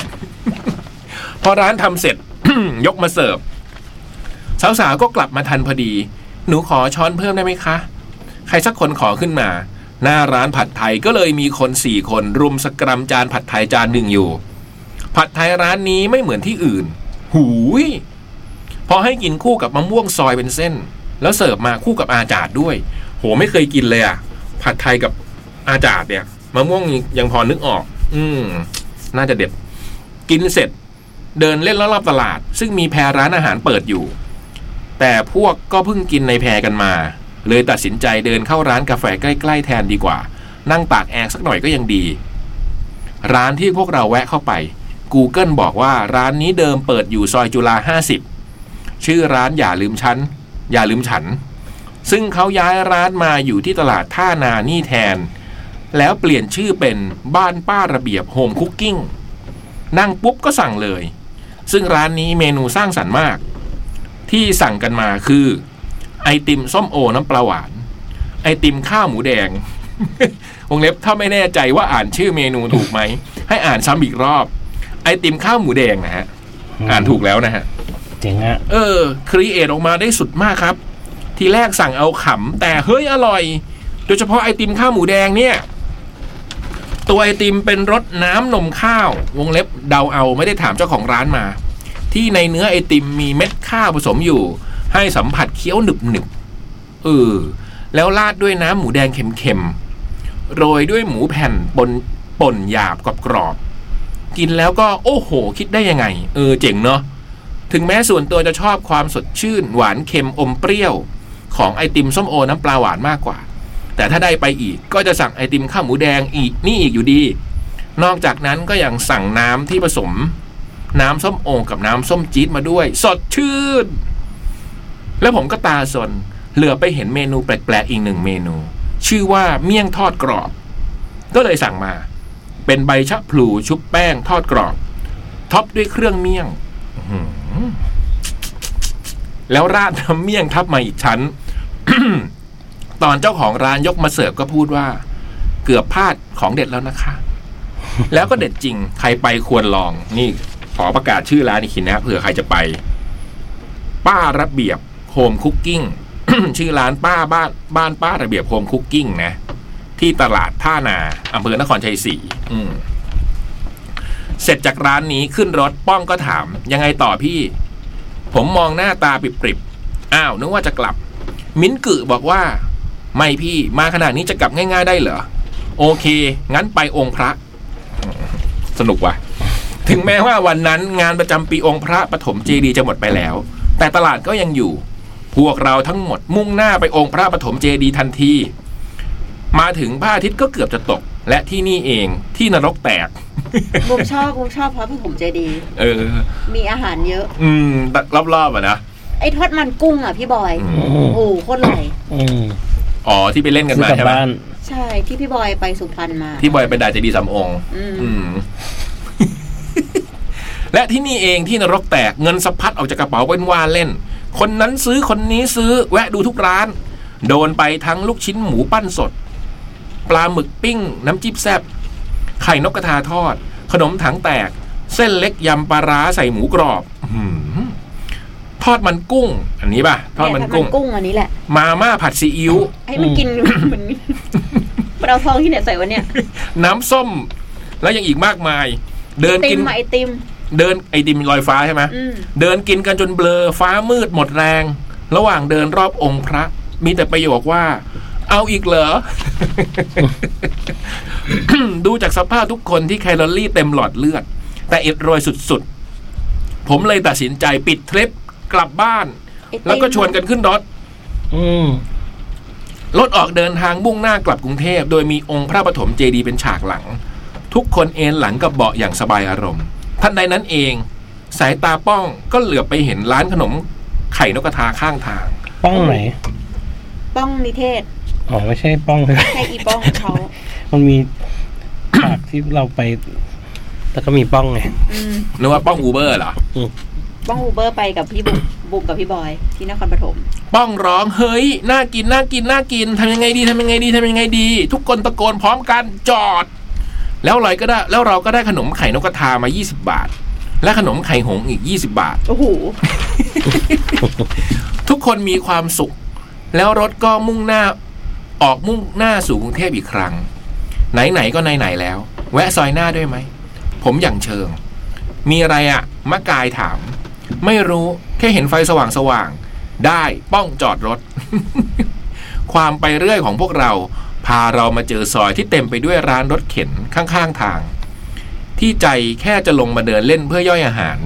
E: พอร้านทำเสร็จ ยกมาเสิร์ฟ สาวๆก็กลับมาทันพอดี หนูขอช้อนเพิ่มได้ไหมคะ ใครสักคนขอขึ้นมา หน้าร้านผัดไทยก็เลยมีคนสี่คนรุมสกรัมจานผัดไทยจานหนึ่งอยู่ ผัดไทยร้านนี้ไม่เหมือนที่อื่น หูย พอให้กินคู่กับมะม่วงซอยเป็นเส้น แล้วเสิร์ฟมาคู่กับอาจาดด้วย โหไม่เคยกินเลยอะผัดไทยกับอาจาดเนี่ยมะม่วงยังพอนึกออก อืมน่าจะเด็ด กินเสร็จ เดินเล่นรอบๆตลาด ซึ่งมีแพรร้านอาหารเปิดอยู่ แต่พวกก็เพิ่งกินในแพรกันมา เลยตัดสินใจเดินเข้าร้านกาแฟใกล้ๆแทนดีกว่า นั่งตากแอร์สักหน่อยก็ยังดี ร้านที่พวกเราแวะเข้าไป Google บอกว่าร้านนี้เดิมเปิดอยู่ซอยจุฬา50 ชื่อร้านอย่าลืมฉัน อย่าลืมฉัน ซึ่งเขาย้ายร้านมาอยู่ที่ตลาดท่านานี่แทน แล้วเปลี่ยนชื่อเป็นบ้านป้าระเบียบโฮมคุกกิ้งนั่งปุ๊บก็สั่งเลย ซึ่งร้านนี้เมนูสร้างสรรค์มาก ที่สั่งกันมาคือ ไอติมส้มโอน้ำปลาหวาน ไอติมข้าวหมูแดง วงเล็บถ้าไม่แน่ใจว่าอ่านชื่อเมนูถูกไหม ให้อ่านซ้ำอีกรอบ ไอติมข้าวหมูแดงนะฮะอ่านถูกแล้วนะฮะ
A: เจ๋งอะ
E: เออครีเอทออกมาได้สุดมากครับ ทีแรกสั่งเอาขำ แต่เฮ้ยอร่อย โดยเฉพาะไอติมข้าวหมูแดงเนี่ย ตัวไอติมเป็นรสน้ำนมข้าว วงเล็บเดาเอาไม่ได้ถามเจ้าของร้านมา ที่ในเนื้อไอติมมีเม็ดข้าวผสมอยู่ ให้สัมผัสเคี้ยวหนึบหนึบๆเออ แล้วราดด้วยน้ำหมูแดงเค็มๆโรยด้วยหมูแผ่นปนป่นหยาบกรอบๆกินแล้วก็โอ้โห คิดได้ยังไง เออเจ๋งเนาะ ถึงแม้ส่วนตัวจะชอบความสดชื่น หวานเค็มอมเปรี้ยว ของไอติมส้มโอน้ำปลาหวานมากกว่า แต่ถ้าได้ไปอีกก็จะสั่งไอติมข้าวหมูแดงอีกนี่อีกอยู่ดี นอกจากนั้นก็ยังสั่งน้ำที่ผสม น้ำส้มโอกับน้ำส้มจี๊ดมาด้วย สดชื่น แล้วผมก็ตาสน เหลือไปเห็นเมนูแปลกๆอีกหนึ่งเมนู ชื่อว่าเมี่ยงทอดกรอบ ก็เลยสั่งมา เป็นใบชะพลูชุบแป้งทอดกรอบท็อปด้วยเครื่องเมี่ยง อื้อหือแล้วราดน้ำเมี่ยงทับมาอีกชั้น ตอนเจ้าของร้านยกมาเสิร์ฟก็พูดว่า เกือบพลาดของเด็ดแล้วนะคะ แล้วก็เด็ดจริง ใครไปควรลอง นี่ขอประกาศชื่อร้านอีกทีนะเผื่อใครจะไป ป้าระเบียบโฮมคุกกิ้ง ชื่อร้านป้าบ้านบ้านป้าระเบียบโฮมคุกกิ้งนะ ที่ตลาดท่านาอำเภอนครชัยศรีอืม เสร็จจากร้านนี้ขึ้นรถป้องก็ถาม ยังไงต่อพี่ ผมมองหน้าตาปริบๆอ้าวนึกว่าจะกลับ มิ้นกึบอกว่า ไม่พี่มาขนาดนี้จะกลับง่าย ๆ ได้เหรอ โอเค งั้นไปองค์พระ สนุกว่ะ ถึงแม้ว่าวันนั้นงานประจำปีองค์พระปฐมเจดีย์จะหมดไปแล้ว แต่ตลาดก็ยังอยู่ พวกเราทั้งหมดมุ่งหน้าไปองค์พระปฐมเจดีย์ทันที มาถึงพระอาทิตย์ก็เกือบจะตก และที่นี่เองที่นรกแตก
D: บุมชอบบุมชอบเพราะพี่ผมใจดี
E: เออ
D: มีอาหารเยอะ
E: อืมรอบๆอ่ะนะ
D: ไอ้ทอดมันกุ้งอ่ะพี่บอย
E: อื
A: อืม
D: โอ้โหโคตรอร่อย
A: อืม
E: อ๋อ ที่ไปเล่นกัน
A: ซื้อ
E: มา
A: ลับ
E: กใช่ไหม
A: บ้าน
D: ใช่ที่พี่บอยไปสุพรรณมา
E: ที่บอยไปด่าเจดีย์สามองค์
D: อืม
E: อืม และที่นี่เองที่นรกแตกเงินสะพัดออกจากกระเป๋าเป็นว่าเล่น คนนั้นซื้อคนนี้ซื้อแวะดูทุกร้าน โดนไปทั้งลูกชิ้นหมูปั้นสด ปลาหมึกปิ้ง น้ำจิ้มแซบไข่นกกระทาทอด ขนมถังแตก เส้นเล็กยำปลาร้าใส่หมูกรอบอื้อหือทอดมันกุ้ง อันนี้ป่ะ ทอดมันกุ้ง
D: กุ้งอันนี้แหละ
E: มาม่าผัดซีอิ๊ว
D: ให้มันกินเหมือนมันเอาทองที่ไหนใส่วะเนี่ย
E: น้ำส้ม และยังอีกมากมาย เดิน
D: ติ
E: กิ
D: ม
E: น
D: มาไอติม
E: เดินไอติมลอยฟ้าใช่ไหม
D: อืม
E: เดินกินกันจนเบลอฟ้ามืดหมดแรง ระหว่างเดินรอบองค์พระ มีแต่ประโยคว่า เอาอีกเหรอ ดูจากสภาพทุกคนที่แคลอรี่เต็มหลอดเลือด แต่เอ็ดโรยสุดๆ ผมเลยตัดสินใจปิดทริปกลับบ้าน
D: ไอติม
E: แล้วก็ชวนกันขึ้นรถ
A: อืม
E: รถออกเดินทางมุ่งหน้ากลับกรุงเทพ โดยมีองค์พระปฐมเจดีย์เป็นฉากหลัง ทุกคนเอนหลังกับเบาะอย่างสบายอารมณ์ ท่านใดนั้นเอง สายตาป้องก็เหลือบไปเห็นร้านขนมไข่นกกระทาข้างทาง
A: ป้องไหน
D: ป้องนิเทศ
A: อ๋อไม่ใช่ป้องเลย
D: ให้อีป้องเขา
A: มันมีฉากที่เราไป แต่ก็มีป้องไง
D: อืม
E: นึกว่าป้องอูเบอร์เหรอ
D: ป้องอูเบอร์ไปกับพี่บุ๋มบุ๋มกับพี่บอยที่นครปฐม
E: ป้องร้องเฮ้ย น่ากินน่ากินน่ากินทำยังไงดีทำยังไงดีทำยังไงดี ทุกคนตะโกนพร้อมกันจอด แล้วเราก็ได้แล้วเราก็ได้ขนมไข่นกกระทามา 20 บาท และขนมไข่หงส์อีก 20 บาท
D: โอ้โห
E: ทุกคนมีความสุข แล้วรถก็มุ่งหน้าออกมุ่งหน้าสู่กรุงเทพอีกครั้ง ไหน ๆ ก็ไหน ๆ แล้ว แวะซอยหน้าด้วยไหม ผมอย่างเชิง มีอะไรอะมะกายถาม ไม่รู้แค่เห็นไฟสว่างๆ ได้ป้องจอดรถ ความไปเรื่อยของพวกเรา พาเรามาเจอซอยที่เต็มไปด้วยร้านรถเข็นข้างๆทาง ที่ใจแค่จะลงมาเดินเล่นเพื่อย่อยอาหาร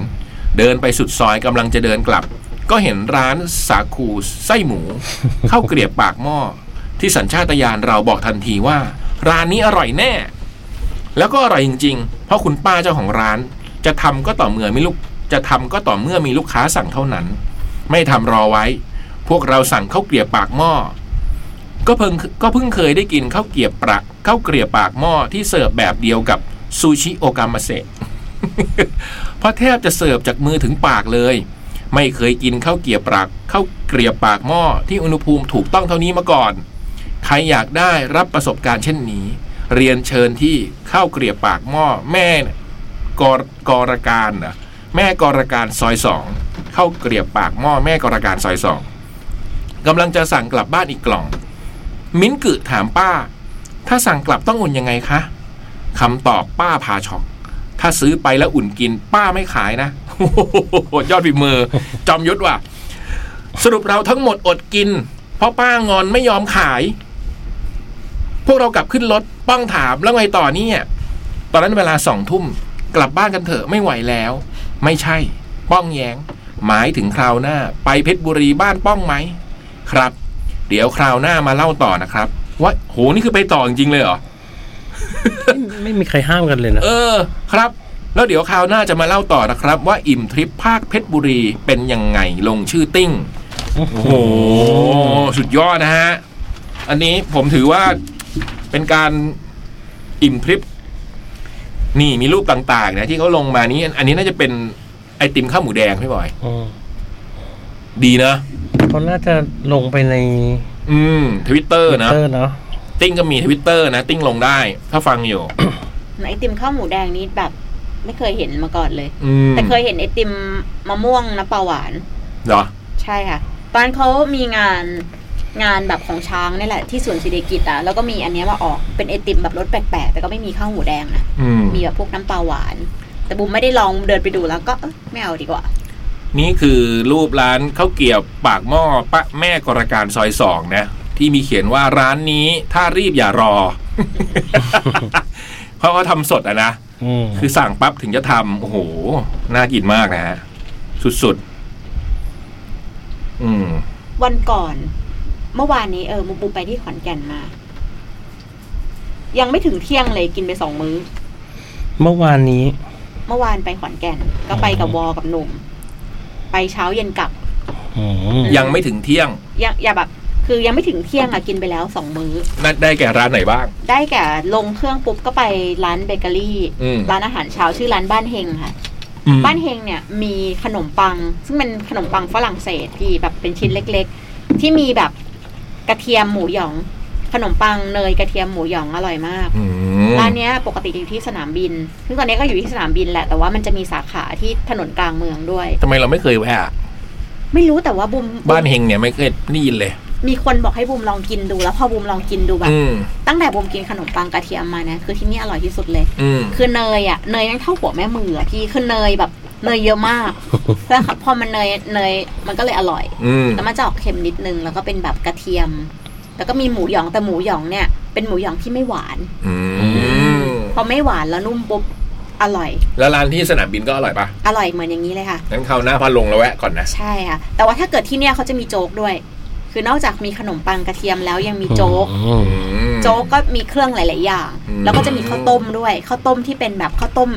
E: เดินไปสุดซอยกำลังจะเดินกลับ ก็เห็นร้านสาคูไส้หมู ข้าวเกรียบปากหม้อ ที่สัญชาตญาณเราบอกทันทีว่า ร้านนี้อร่อยแน่ แล้วก็อร่อยจริงๆ เพราะคุณป้าเจ้าของร้าน จะทำก็ต่อเมื่อมีลูกจะทำก็ต่อเมื่อมีลูกค้าสั่งเท่านั้น ไม่ทำรอไว้ พวกเราสั่งข้าวเกรียบปากหม้อก็เพิ่งก็เพิ่งเคยได้กินข้าวเกรียบปากข้าวเกรียบปากหม้อที่เสิร์ฟแบบเดียวกับซูชิโอกามาเซะ เพราะแทบจะเสิร์ฟจากมือถึงปากเลย ไม่เคยกินข้าวเกรียบปากข้าวเกรียบปากหม้อที่อุณหภูมิถูกต้องเท่านี้มาก่อน ใครอยากได้รับประสบการณ์เช่นนี้ เรียนเชิญที่ข้าวเกรียบปากหม้อแม่กรกรการนะแม่กรการซอยสองข้าวเกรียบปากหม้อแม่กรการซอยสองกำลังจะสั่งกลับบ้านอีกกล่อง มิ้นกึถามป้า ถ้าสั่งกลับต้องอุ่นยังไงคะคำตอบป้าพาช็อก ถ้าซื้อไปแล้วอุ่นกิน ป้าไม่ขายนะ โอ้โหยอดฝีมือ จอมยุทธว่ะ สรุปเราทั้งหมดอดกิน เพราะป้างอนไม่ยอมขาย พวกเรากลับขึ้นรถป้องถามแล้วไงต่อเนี่ยตอนนั้นเวลาสองทุ่ม กลับบ้านกันเถอะไม่ไหวแล้ว ไม่ใช่ ป้องแยง้ง หมายถึงคราวหน้า ไปเพชรบุรีบ้านป้องไหม ครับ เดี๋ยวคราวหน้ามาเล่าต่อนะครับว่าโหนี่คือไปต่อจริงๆเลยเหรอ
A: ไม่มีใครห้ามกันเลยนะ
E: เออครับ แล้วเดี๋ยวคราวหน้าจะมาเล่าต่อนะครับ ว่าอิ่มทริปภาคเพชรบุรีเป็นยังไงลงชื่อติ้ง
A: โอ้โห
E: โอ้โห สุดยอดนะฮะ อันนี้ผมถือว่าเป็นการอิ่มทริป นี่มีรูปต่างๆนะที่เขาลงมานี้ อันนี้น่าจะเป็นไอติมข้าวหมูแดงพี่บอย
A: อืม
E: ดีนะ
A: เขาน่าจะลงไปใน
E: อืมทวิตเตอร์นะ
A: เตอร์เนาะ
E: ติ้งก็มีทวิตเตอร์นะ ติ้งลงได้ ถ้าฟังอยู่
D: ไอติมข้าวหมูแดงนี้แบบ ไม่เคยเห็นมาก่อนเลย
E: อืม
D: แต่เคยเห็นไอติมมะม่วงน้ำปลาหวาน
E: เหรอ
D: ใช่ค่ะตอนเขามีงานงานแบบของช้างนี่แหละ ที่สวนสิริกิตอ่ะ แล้วก็มีอันเนี้ยมาออกเป็นไอติมแบบรสแปลกๆ แต่ก็ไม่มีข้าวหมูแดงนะ
E: อืม
D: มีแบบพวกน้ำปลาหวาน แต่บุมไม่ได้ลองเดินไปดูแล้วก็เอ้ยไม่เอาดีกว่า
E: นี่คือรูปร้านข้าวเกรียบปากหม้อปะแม่กรการซอยสองนะ ที่มีเขียนว่าร้านนี้ถ้ารีบอย่ารอ เพราะเขาทำสดอะนะ
A: อืม
E: คือสั่งปั๊บถึงจะทำโอ้โห น่ากินมากนะฮะ สุดๆ อืม
D: วันก่อน เมื่อวานนี้เออบุมไปที่ขอนแก่นมา ยังไม่ถึงเที่ยงเลยกินไปสองมื้อ
A: เมื่อวานนี้
D: เมื่อวานไปขอนแก่น ก็ไปกับวอกับหนุ่ม ไปเช้าเย็นกลับ
A: อืม
E: ยังไม่ถึงเที่ยง
D: ยังอย่าแบบ คือยังไม่ถึงเที่ยงอะกินไปแล้วสองมื้อ
E: น่าได้แก่ร้านไหนบ้าง
D: ได้แก่ลงเครื่องปุ๊บก็ไปร้านเบเกอรี่
E: อืม
D: ร้านอาหารเช้าชื่อร้านบ้านเฮงค่ะ
E: อืม
D: บ้านเฮงเนี่ยมีขนมปัง ซึ่งเป็นขนมปังฝรั่งเศสที่แบบเป็นชิ้นเล็ก ๆ ที่มีแบบ กระเทียมหมูหยอง ขนมปังเนยกระเทียมหมูหยองอร่อยมาก
E: อืม
D: ร้านเนี้ยปกติอยู่ที่สนามบิน ซึ่งตอนนี้ก็อยู่ที่สนามบินแหละ แต่ว่ามันจะมีสาขาที่ถนนกลางเมืองด้วย
E: ทำไมเราไม่เคยแวะอะ
D: ไม่รู้แต่ว่าบุม
E: บ้านเฮงเนี่ยไม่เคยได้ยินเลย
D: มีคนบอกให้บุมลองกินดู แล้วพอบุมลองกินดูแบบ
E: อืม
D: ตั้งแต่บุมกินขนมปังกระเทียมมานะคือที่นี่อร่อยที่สุดเลย
E: อืม
D: คือเนยอ่ะเนยยังเท่าหัวแม่มืออ่ะพี่คือเนยแบบเนยเยอะมาก แล้วพอมันเนยเนยมันก็เลยอร่อย
E: อืม
D: แล้วมันจะออกเค็มนิดนึง แล้วก็เป็นแบบกระเทียม แล้วก็มีหมูหยองแต่หมูหยองเนี่ย เป็นหมูหยองที่ไม่หวาน
E: อืม
D: พอไม่หวานแล้วนุ่มปุ๊บอร่อย
E: แล้วร้านที่สนามบินก็อร่อยปะ
D: อร่อยเหมือนอย่างนี้เลยค่ะ
E: งั้นคราวหน้าพาลงแล้วแวะก่อนนะ
D: ใช่ค่ะ แต่ว่าถ้าเกิดที่เนี่ยเขาจะมีโจ๊กด้วย คือนอกจากมีขนมปังกระเทียมแล้วยังมีโจ๊ก
A: อืม
E: อืม
D: โจ๊กก็มีเครื่องหลาย ๆ อย่าง
E: อืม
D: แล้วก็จะมีข้าวต้มด้วย ข้าวต้มที่เป็นแบบข้าวต้ม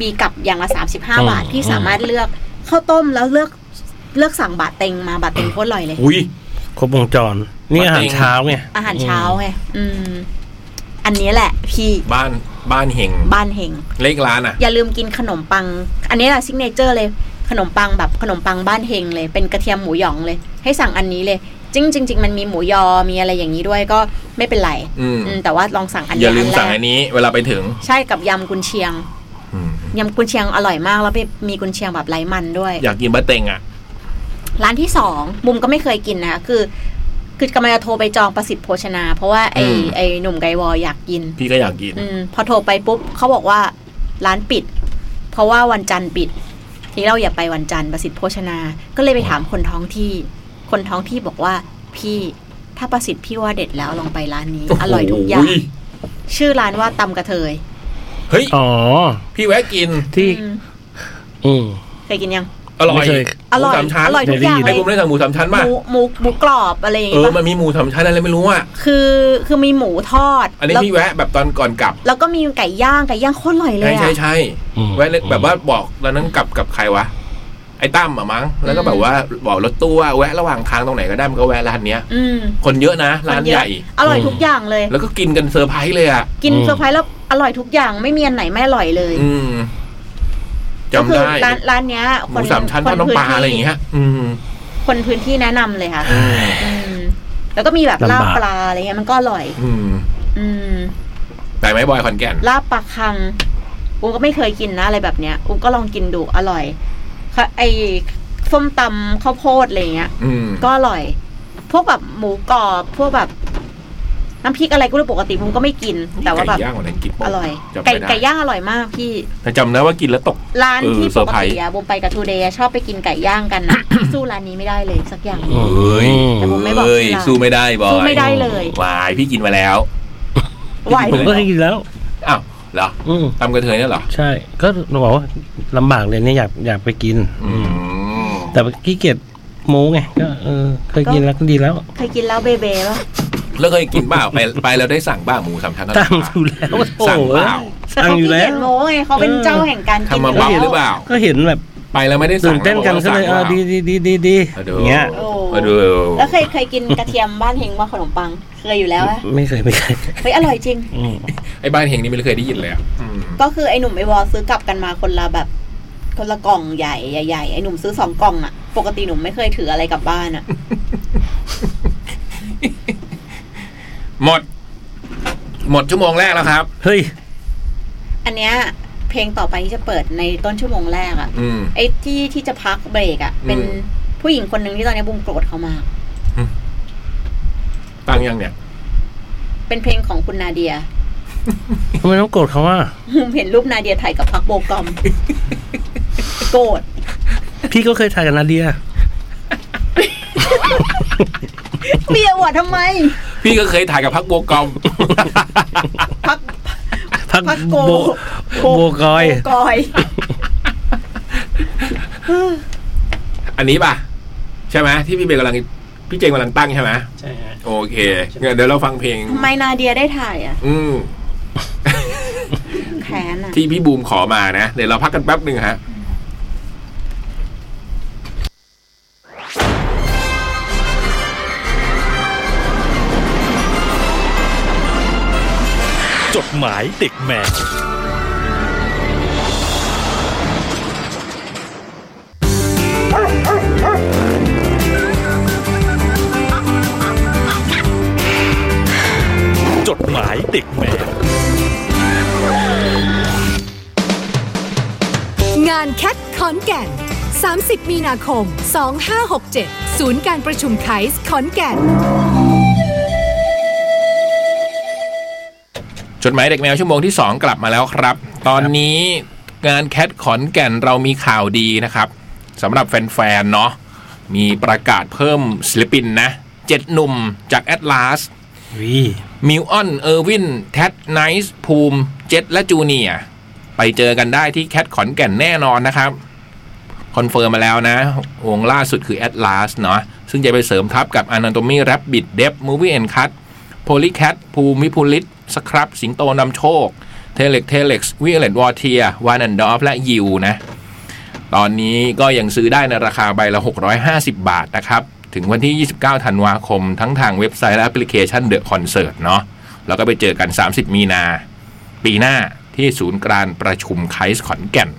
D: มีกับอย่างละ 35 บาท
A: อืม
D: ที่สามารถเลือกข้าวต้มแล้วเลือกเลือกสั่งบาทเต็งมาบาทเต็งโคตรอร่อยเลย
E: อุ้ย
A: ครบวงจร นี่อาหารเช้าไง
D: อาหารเช้าไงอืม อันนี้แหละ พี่
E: บ้านบ้านเฮง
D: บ้านเฮง
E: เลขร้านอ่ะ
D: อย่าลืมกินขนมปัง อันนี้แหละซิกเนเจอร์เลย ขนมปังแบบขนมปังบ้านเฮงเลย เป็นกระเทียมหมูหยองเลย ให้สั่งอันนี้เลย จริงจริงจริงมันมีหมูยอ มีอะไรอย่างนี้ด้วยก็ไม่เป็นไร
E: อืม
D: อืมแต่ว่าลองสั่งอัน
E: อ
D: เนี้
E: ย่าลืมสั่ง
D: แร
E: อั
D: ก
E: นนี้เวลาไปถึง
D: ใช่กับยำกุนเชียง
E: อืม
D: ยำกุนเชียงอร่อยมาก แล้วมีกุนเชียงแบบไร้มันด้วย
E: อยากกินบะเต็งอ่ะ
D: ร้านที่สองมุมก็ไม่เคยกินนะคะคือ คือกำลังจะโทรไปจองประสิทธิ์โภชนา เพราะว่าไอ้
E: อืม
D: ไอ้หนุ่มไกวออยากกิน
E: พี่ก็อยากกิน
D: อืมพอโทรไปปุ๊บเขาบอกว่าร้านปิด เพราะว่าวันจันทร์ปิด ทีนี้เราอย่าไปวันจันทร์ประสิทธิ์โภชนา ก็เลยไปถามคนท้องที่ คนท้องที่บอกว่าพี่ถ้าประสิทธิ์พี่ว่าเด็ดแล้วลองไปร้านนี้ อร่อยทุกอย่างชื่อร้านว่าตำกระเทย
E: เฮ้ย
A: อ๋อ
E: พี่แวะกิน
A: ที่
D: อืม
A: อืม
D: เคยกินยัง
E: อร่อย
A: ไม่เคย
D: อร่อย
E: หมูสามชั้น
D: อร่อยทุกอย่างเล
E: ไอ้
D: ย
E: บุ้มได้สั่งหมูสามชั้น
D: ห
E: ป่ะ
D: มูหมูหมูกรอบอะไรอย่าง
E: เอ
D: เงี้
E: อย มันมีหมูสามชั้นอะไรไม่รู้อ่ะ
D: คือคือมีหมูทอด
E: อันนี้
D: แล้ว
E: พี่แวะแบบตอนก่อนกลับ
D: แล้วก็มีไก่ย่างไก่ย่างโคตรอร่อยเล
E: ใช่
D: ย
E: ใช่
D: อะ
E: ใช่
A: อืม
E: แวะเลยแบบว่าบอกตอนนั้นกลับกับใครวะ ไอ้ตั้มอะมั้ง แล้วก็แบบว่าบอกรถตู้ว่าแวะระหว่างทางตรงไหนก็ได้มันก็แวะร้านเนี้ย
D: อืม
E: คนเยอะนะ ร้านใหญ่
D: อร่อยทุกอย่างเลย
E: แล้วก็กินกันเซอร์ไพรส์เลยอ่ะ
D: กิน
A: อืม
D: เซอร์ไพรส์แล้วอร่อยทุกอย่างไม่มีอันไหนไม่อร่อยเลย
E: อืม
D: ก็
E: จำ
D: คื
E: ได้
D: ร้านร้านเนี้ย
E: หมูสามชั้นทอดน้ำปลาอะไรอย่างเงี้ย อืม
D: คนพื้นที่แนะนำเลยค่ะ
E: อืม
D: อืมแล้วก็มีแบบ
A: ลำบาก
D: ลาบปลาอะไรเงี้ยมันก็อร่อย
E: อืม
D: อืม
E: แต่ไหม้บอยขอนแก่น
D: ลาบปลาคังอุ้มก็ไม่เคยกินนะอะไรแบบเนี้ยอุ้มก็ลองกินดูอร่อยค่ะไอส้มตำข้าวโพดอะไรเงี้ย
E: อืม
D: ก็อร่อย พวกแบบหมูกรอบพวกแบบน้ำพริกอะไรก็เลยปกติผมก็ไม่กิน แต่ว่าแบบ
E: ไก่ย่างวันนั้นกิน
D: อร่อย
E: จำ
D: ไก่
E: ไม่ได้
D: ไก่ย่างอร่อยมากพี่
E: แต่จำได้ว่ากินแล้วตก
D: ร้านที่
E: เออเซ
D: ป
E: อร์
D: ก
E: ไพรส์
D: ติอะบุมไปกับทูเดย์ชอบไปกินไก่ย่างกันนะ สู้ร้านนี้ไม่ได้เลยสักอย่าง
A: เอ้ย
D: แต่ผมไม่บอก
E: เอ้ย
D: ที่ร้าน
E: สู้ไม่ได้บอย
D: สู้ไม่ได้เลยว
E: ายพี่กินมาแล้ว
D: ไหวาย
A: ผมก็เคยกินแล้ว
E: อ้าวเหรอ
A: อืม
E: ตำกระเทยเนี่ยเหรอ
A: ใช่ ก็บอกว่าลำบากเลยเนี่ยอยากอยากไปกิน
E: อื
A: อืม
E: ม
A: แต่ขี้เกียจโม้ไง ก็เออเคยกินแล้วก็ดีแล้ว
D: เคยกินแล้วเบเบ้ปะ
E: แล้วเคยกินบ้าไปไปแล้วได้สั่งบ้าหมูสามชั้น
A: ตั้งอยู่
E: น
A: แล้วโถ
E: สั่งเปล่า
A: สั่งอยู่แล้ว
D: เขาขี้เกีจโม้ไงเขาเป็นเจ้าแห่งการกิน
E: ทำมา
D: อ
E: บ้า
D: ยู่แล้ว
E: หรือเปล่า
A: ก็เห็นแบบ
E: ไปแล้วไม่ได้
A: ตื่
E: สั่
A: น
E: ง
A: เต้นกันก็เลยเออดีดีดีดีดีอย่าง
E: เงี้
A: เงี้
E: ย
A: ย
E: มาดู
D: แล้วเคยเคยกินกระเทียมบ้านเฮงว่าขนมปัง เคยอยู่แล้วอะ
A: ไม่เคยไม่เคย
D: เฮ้ยอร่อยจริง
A: อืม
E: ไอ้บ้านเฮงนี่ไม่เคยได้ยินเลยอ่ะอืม
D: ก็คือไอ้หนุ่มไอ้วอลซื้อกลับกันมาคนละแบบ คนละกล่องใหญ่ใหญ่ๆไอ้หนุ่มซื้อสองกล่องอะปกติหนุ่มไม่เคยถืออะไรกลับบ้านอะ
E: หมด หมดชั่วโมงแรกแล้วครับ
A: เฮ้ย
D: อันเนี้ยเพลงต่อไปที่จะเปิดในต้นชั่วโมงแรกอะ
E: อืม
D: ไอ้ที่ที่จะพักเบรกอะ่ะ เป็น
E: อืม
D: ผู้หญิงคนหนึ่งที่ตอนนี้บุมโกรธเขามาก
E: ตั้งยังเนี่ย
D: เป็นเพลงของคุณนาเดีย
A: ทำไมต้องโกรธเขาว่า
D: บุมเห็นรูปนาเดียถ่ายกับพักโบกอม โกรธ
A: พี่ก็เคยถ่ายกับนาเดีย
D: เบียร์วะทำไม
E: พี่ก็เคยถ่ายกับพักโบวกอม
D: พัก
A: พัก
D: พักโก
A: โบโบกอย
D: โบกอย
E: อันนี้ป่ะ ใช่ไหมที่พี่เบลกำลังพี่เจงกำลังตั้งใช่ไหม
C: ใช่ฮะ
E: โอเคงั้นเดี๋ยวเราฟังเพลง
D: ทำไมนาเดียได้ถ่ายอะ่ะ
E: อืม
D: แขนอะ่ะ
E: ที่พี่บูมขอมานะ เดี๋ยวเราพักกันแป๊บหนึ่งฮะ
G: จดหมายเด็กแมว
H: Hãy subscribe cho kênh Ghiền Mì Gõ Để không bỏ lỡ
G: หมายเด็กแมว
H: งานแคทขอนแก่น 30 มีนาคม 2567 ศูนย์การประชุมไคส์ขอนแก่น
E: จดหมายเด็กแมวชั่วโมงที่ 2 กลับมาแล้วครับ ตอนนี้งานแคทขอนแก่นเรามีข่าวดีนะครับสำหรับแฟนๆเนาะมีประกาศเพิ่มศิลปินนะเจ็ดหนุ่มจากแอตลาส
A: วี
E: มิวออน เออร์วิน แท็ดไนส์ ภูมิ เจ็ดและจูเนียร์ไปเจอกันได้ที่แคทขอนแก่นแน่นอนนะครับ คอนเฟิร์มมาแล้วนะ วงล่าสุดคือ Atlas เนาะซึ่งจะไปเสริมทับกับ Anatomy Rabbit d e p Movie and Cut Polycat ภูมิภูริตสครับ สิงโตนำโชค เทเล็กเทเล็กวิเลตวอเทียวานันดอฟและยิวนะ ตอนนี้ก็ยังซื้อได้ในราคาใบละ 650 บาทนะครับ ถึงวันที่ 29 ธันวาคม ทั้งทางเว็บไซต์และแอปพลิเคชันเดอะคอนเสิร์ตเนาะแล้วก็ไปเจอกัน 30 มีนา ปีหน้าที่ศูนย์การประชุมไคส์ขอนแก่น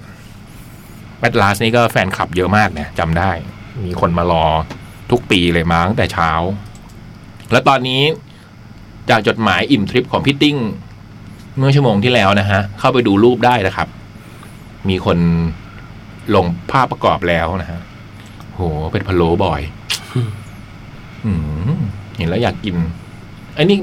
E: แบทลาสนี่ก็แฟนคลับเยอะมากนะจำได้ มีคนมารอทุกปีเลยมาตั้งแต่เช้า และตอนนี้จากจดหมายอิ่มทริปของพี่ติ้ง เมื่อชั่วโมงที่แล้วนะฮะ เข้าไปดูรูปได้นะครับ มีคน ลงภาพประกอบแล้วนะฮะ โห เป็นพะโล้บ่อย อืมเห็นแล้วอยากกิน ไอ้นี่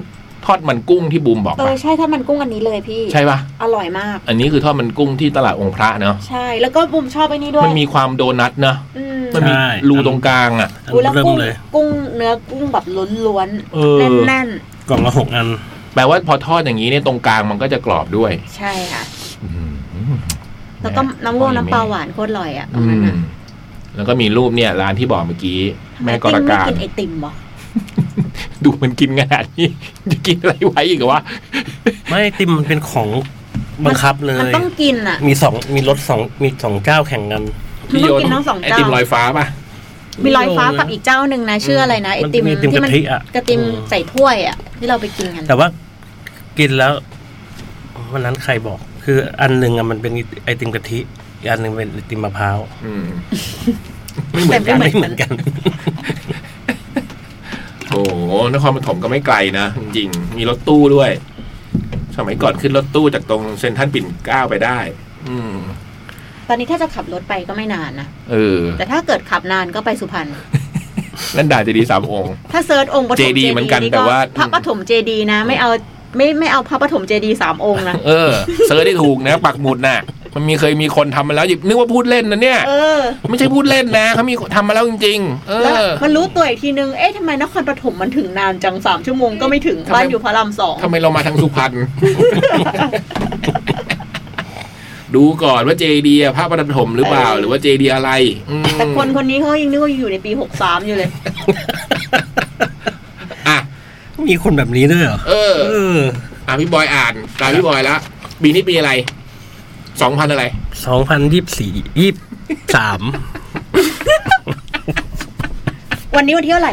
E: ทอดมันกุ้งที่บูมบอก
D: เออ
E: ปะ
D: ใช่ถ้ามันกุ้งอันนี้เลยพี่
E: ใช่ปะ
D: อร่อยมาก
E: อันนี้คือทอดมันกุ้งที่ตลาดองค์พระเนาะ
D: ใช่ แล้วก็บุมชอบไอ้นี่ด้วย
E: มันมีความโดนัทเนอะ
D: อืม
E: มันมีรูตรงกลางอ่ะ
D: อุ้ยแล้ว
A: เริ่ม
D: กุ้ง
A: เลย
D: กุ้งเนื้อกุ้งแบบล้วน
E: เอ
D: ๆ
E: อ
D: แน่น
A: กล่องละหกอัน
E: แปลว่าพอทอดอย่างนี้เนี่ยตรงกลางมันก็จะกรอบด้วย
D: ๆใช่ค่ะ
E: อืม
D: แล้วก็น้ำม่วงน้ำปลาหวานโคตรอร่อยอ่ะตร
E: อื
D: งนั้น
E: ม
D: อ่ะ
E: แล้วก็มีรูปเนี่ยร้านที่บอกเมื่อกี้
D: ทำไม
E: แม่กร
D: ติ้
E: ง
D: ไม่
E: การ
D: กินไอติมเหรอ
E: ดูมันกินขนาดนี้ จะกินอะไรไว้อีกเหรอวะ
A: ไม่ไอติมมันเป็นของบังคับเล
D: มัน
A: ย
D: ต้องกินอ่ะ
A: มีสองมีรถสองมีสองเจ้าแข่งกัน
D: มันต้องกินทั้งสอง
E: ไอ
D: เจ้า
E: ติมลอยฟ้าป่ะ
D: มีลอยฟ้ากับอีกเจ้าหนึ่งนะชื่ออะไรนะไอติม
A: มันมีไอติม
D: ที่มั
A: กะทิอะ
D: กระติม
A: อืม
D: ใส่ถ้วยอ่ะ ที่เราไปกินกัน
A: แต่ว่ากินแล้ววันนั้นใครบอก คืออันหนึ่งอะมันเป็นไอติมกะทิอีกอันหนึ่งเป็นไอติมมะพร้าว
E: อืม
D: แต่ไม่เหมื
A: ไม่
D: อน
A: เหมือ
D: กั
A: น นกัน
E: โอ้โหนครปฐมก็ไม่ไกลนะจริงๆมีรถตู้ด้วย สมัยก่อนขึ้นรถตู้จากตรงเซ็นทรัลปิ่นเกล้าไปได้ อืม
D: ตอนนี้ถ้าจะขับรถไปก็ไม่นานนะ
E: เออ
D: แต่ถ้าเกิดขับนานก็ไปสุพรรณ
E: นั่นด่าเจดีย์สามองค์
D: ถ้าเซิร์ชองค์ปฐม
E: JD เหมือนกันแต่ว่า
D: พระปฐมเจดีนะ ไม่เอาไม่ไม่เอาพระปฐมเจดีสามองค์ นะ
E: เออเซิร์ชได้ถูกนะปักหมุดน่ะ มันมีเคยมีคนทำมาแล้วหยิบนึกว่าพูดเล่นนะเนี่ย
D: เออ
E: ไม่ใช่พูดเล่นนะเขามีทำมาแล้วจริง ๆ เอ
D: แล้ว
E: อ
D: มันรู้ตัวอีกทีนึง เอ๊ะทำไมนครปฐมมันถึงนานจังสามชั่วโมงก็ไม่ถึงบ้านอยู่พระรามสอง
E: ทำไมเรามาทางสุพรรณ ดูก่อนว่าเจดีย์พระประถมหรือเปล่า หรือว่าเจดีย์อะไรอืม
D: แต่คนคนนี้เขายังนึกว่าอยู่ในปีหกสามอยู่เลย
E: อ่ะ
A: มีคนแบบนี้ด้วยเหรอ
E: เออ
A: เออ
E: อ่ะพี่บอยอ่านตามพี่บอยแล้วปีนี้ปีอะไรสองพันอะไร
A: สองพันยี่สี่ยี่สาม
D: วันนี้วันที่เท่าไหร่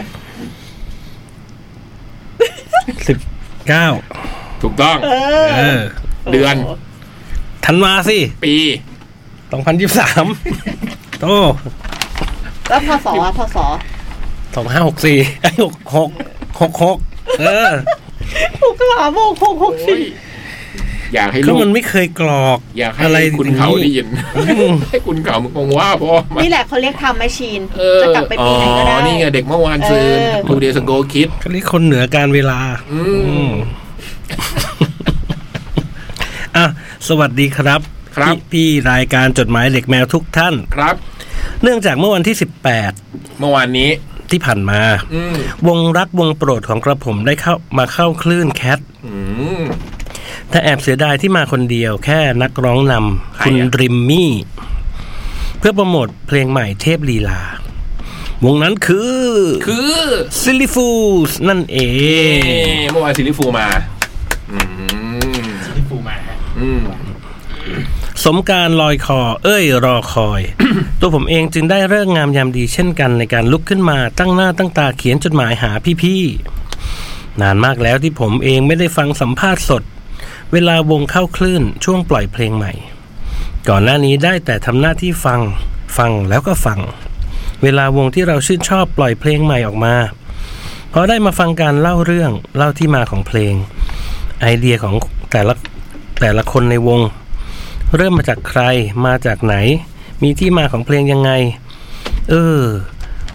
A: สิบเก้า
E: ถูกต้อง
D: เออ
A: เออ
E: เดือน
A: ธันวาสิ
E: ปี
A: สองพันยี่สามโต
D: แล้วพศอะพศ
A: สองห้าหกสี่ไอ้หกหกหกหกเออ
D: หกสามหกหกหก
E: โอ้
D: สี่
E: ยอยากให้
A: ก็
E: ลูก
A: มันไม่เคยกรอก
E: อยากให้
A: อะไร
E: คุณเขา
A: อย่างนี้
E: ได้ยิน ให้คุณเขามึงคงว่าพ่อมา
D: นี่แหละเขาเรียกทำแมชชีน
E: เออ
D: จะกลับไป
E: อ๋
D: ปีไหนก็ได้
E: อนี่ไงเด็กเมื่อวานซื้อ
D: เออ
E: ทูเดย์สโกคิด
A: เขาเรียกคนเหนือการเวลา
E: อื
A: อื
E: ม
A: มอ่ะ สวัสดีครับ
E: ครับ
A: พี่พี่รายการจดหมายเด็กแมวทุกท่าน
E: ครับ
A: เนื่องจากเมื่อวันที่
E: เมื่อวานนี้
A: 18 ที่ผ่านมา
E: อืม
A: วงรักวงโปรดของกระผมได้เข้ามาเข้าคลื่นแคท
E: อืม
A: แต่แอบเสียดายที่มาคนเดียวแค่นักร้องนำ
E: ใครอะ
A: คุณริมมี่ เพื่อโปรโมทเพลงใหม่เทพลีลา วงนั้นคือ
E: คือ
A: ซิลิฟูสนั่นเอ
E: เอง เมื่อวานซิลิฟูมา อืม
C: ที่ปูมาฮะ
E: อืม
A: สมการลอยคอ เอ้ย รอคอย ตัวผมเองจึงได้เลิกษ์งามยามดีเช่นกันในการลุกขึ้นมาตั้งหน้าตั้งตาเขียนจดหมายหาพี่ๆ นานมากแล้วที่ผมเองไม่ได้ฟังสัมภาษณ์สด เวลาวงเข้าคลื่นช่วงปล่อยเพลงใหม่ ก่อนหน้านี้ได้แต่ทำหน้าที่ฟัง ฟังแล้วก็ฟัง เวลาวงที่เราชื่นชอบปล่อยเพลงใหม่ออกมาพอได้มาฟังการเล่าเรื่องเล่าที่มาของเพลง ไอเดียของแต่ละแต่ละคนในวง เริ่มมาจากใครมาจากไหน มีที่มาของเพลงยังไง เออ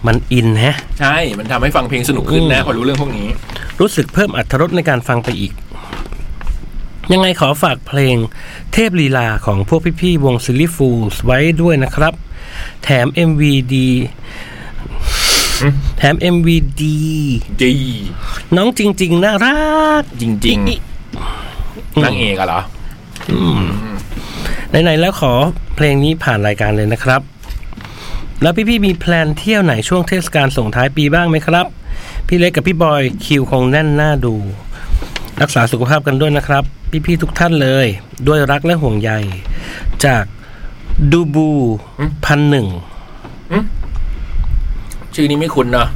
A: มันอินแฮะ
E: ใช่ มันทำให้ฟังเพลงสนุกขึ้นนะพอรู้เรื่องพวกนี้
A: รู้สึกเพิ่มอัตรรสในการฟังไปอีก ยังไงขอฝากเพลงเทพลีลาของพวกพี่ๆวงซิลลี่ฟูลส์ไว้ด้วยนะครับ แถม MV ดีแถม MV ดี
E: ดี
A: น้องจริง ๆ น่ารัก
E: จริง
A: อิ
E: ๆนางเอกอะเหรอ
A: ไหนๆแล้วขอเพลงนี้ผ่านรายการเลยนะครับ แล้วพี่ๆมีแพลนเที่ยวไหนช่วงเทศกาลส่งท้ายปีบ้างไหมครับ พี่เล็กกับพี่บอยคิวคงแน่นหน้าดู รักษาสุขภาพกันด้วยนะครับ พี่ๆทุกท่านเลย ด้วยรักและห่วงใย จากดูบูพันหนึ่ง
E: ชื่อนี้ไม่คุ้นเนาะ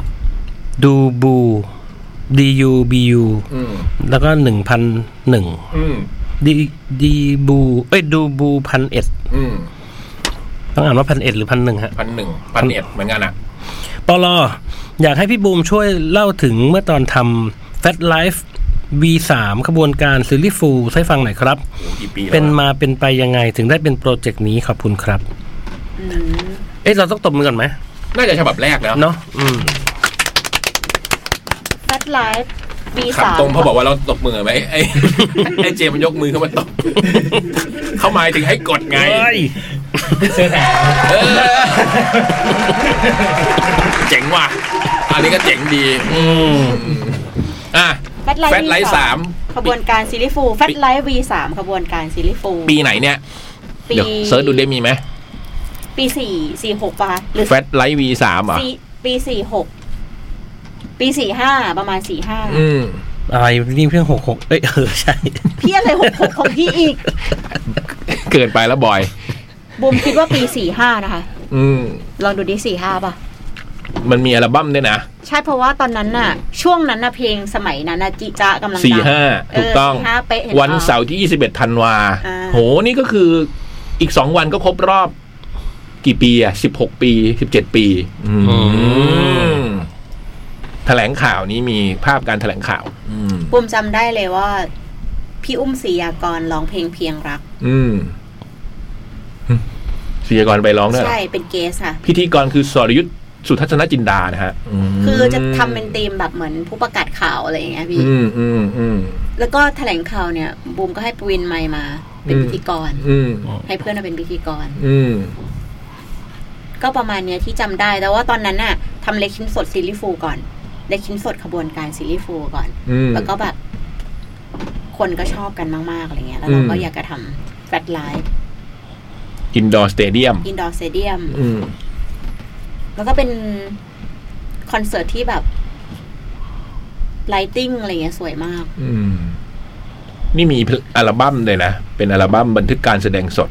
A: ดูบูดียูบียู
E: อืม
A: แล้วก็หนึ่งพันหนึ่ง
E: อืม
A: ดีดีบูเอ้ยดูบูพันเอ็ด
E: อืม
A: ต้องอ่านว่าพันเอ็ดหรือพันหนึ่งฮะ
E: พันหนึ่งพันเอ็ดเหมือนกันอะ
A: ปลออยากให้พี่บูมช่วยเล่าถึงเมื่อตอนทำ Fat Life V3 ขบวนการซิลลี่ฟูลให้ฟังหน่อยครับ
E: โอ้กี่ปีแล้ว
A: เป็น
E: อะ
A: มาเป็นไปยังไงถึงได้เป็นโปรเจกต์นี้ขอบคุณครับ เอ๊ะ เราต้องตบมือก่อนไหม
E: น่าจะฉบับแรกแล้ว
A: เนาะอืม
D: แฟตไลฟ์บีสาม
E: คำตรงเขาบอกว่าเราตบมือไหมไอ้ ไอ้เจมันยกมือเข้ามาตบ เขาหมายถึงให้กดไง
C: เสื้อแถม
E: เออเจ๋งว่ะ อันนี้ก็เจ๋งดี อืมอ่ะ
D: แฟตไลฟ์
E: Fat Life สาม
D: ขบวนการซีรีส์ฟูแฟตไลฟ์วีสามขบวนการซีรีส์ฟู
E: ปีไหนเนี่ย
D: ปี
E: เดี๋ยวเซิร์ชดูได้มีไหม
D: ปีสี่สี่หกป่ะคะหรือ
E: แฟตไลท์วีสามอ่ะ
D: ปีปีสี่หกปีสี่ห้าประมาณสี่ห้า
E: อืม
A: อะไรนี่เพิ่งหกหกเอ้ย เออ ใช่
D: พี่อะไรหกหกของพี่อีก
E: เกินไปแล้วบอย
D: บูมคิดว่าปีสี่ห้านะคะ
E: อืม
D: ลองดูดิสี่ห้าป่ะ
E: มันมีอัลบั้มด้วยนะ
D: ใช่เพราะว่าตอนนั้นน่ะ ช่วงนั้นน่ะเพลงสมัยนั้นน่ะจิจ๊ะกำลังดัง
E: สี่ห้า
D: เ
E: ถูกต้อง
D: สี่ห้าเป๊ะห็ปะ
E: วันเสาร์ที่ 21ธันวา
D: อ่า
E: โห นี่ก็คืออีกสองวันก็ครบรอบ กี่ปีอ่ะสิบหกปีสิบเจ็ดปี อืม
A: อื
E: แถลงข่าวนี้มีภาพการแถลงข่าว อืม
D: บูมจำได้เลยว่า พี่อุ้มศรียากรร้องเพลงเพียงรัก
E: อืมศิยากรไปร้องด้วยเหรอ
D: ใช่เป็นเกสค่ะ
E: พิธีกรคือสรยุทธสุทัศนจินดานะฮะม
D: คือจะทำเป็นธีมแบบเหมือนผู้ประกาศข่าวอะไรอย่างเงี้ยพี่
E: อืมอืมอืม
D: แล้วก็แถลงข่าวเนี่ยบูมก็ให้ปวินไมค์มา เป็น
E: อืม
D: พิธีกร
E: อืม
D: ให้เพื่อนมาเป็นพิธีกร
E: อืม
D: ก็ประมาณเนี้ยที่จำได้แต่ว่าตอนนั้นน่ะทำเล็กชิ้นสดซีรีส์ฟูลก่อน เล็กชิ้นสดขบวนการซีรีส์ฟูลก่อน
E: อืม
D: แล้วก็แบบ คนก็ชอบกันมาก ๆ อะไรเงี้ย แล้วเราก็
E: อืม
D: อยากจะทำแฟลตไลฟ์
E: อินดอร์สเตเดียม
D: อินดอร์สเตเดียม
E: อืม
D: แล้วก็เป็นคอนเสิร์ตที่แบบไลติ n งอะไรเงี้ยสวยมาก
E: อืม นี่มีอัลบั้มเลยนะ เป็นอัลบั้มบันทึกการแสดงสด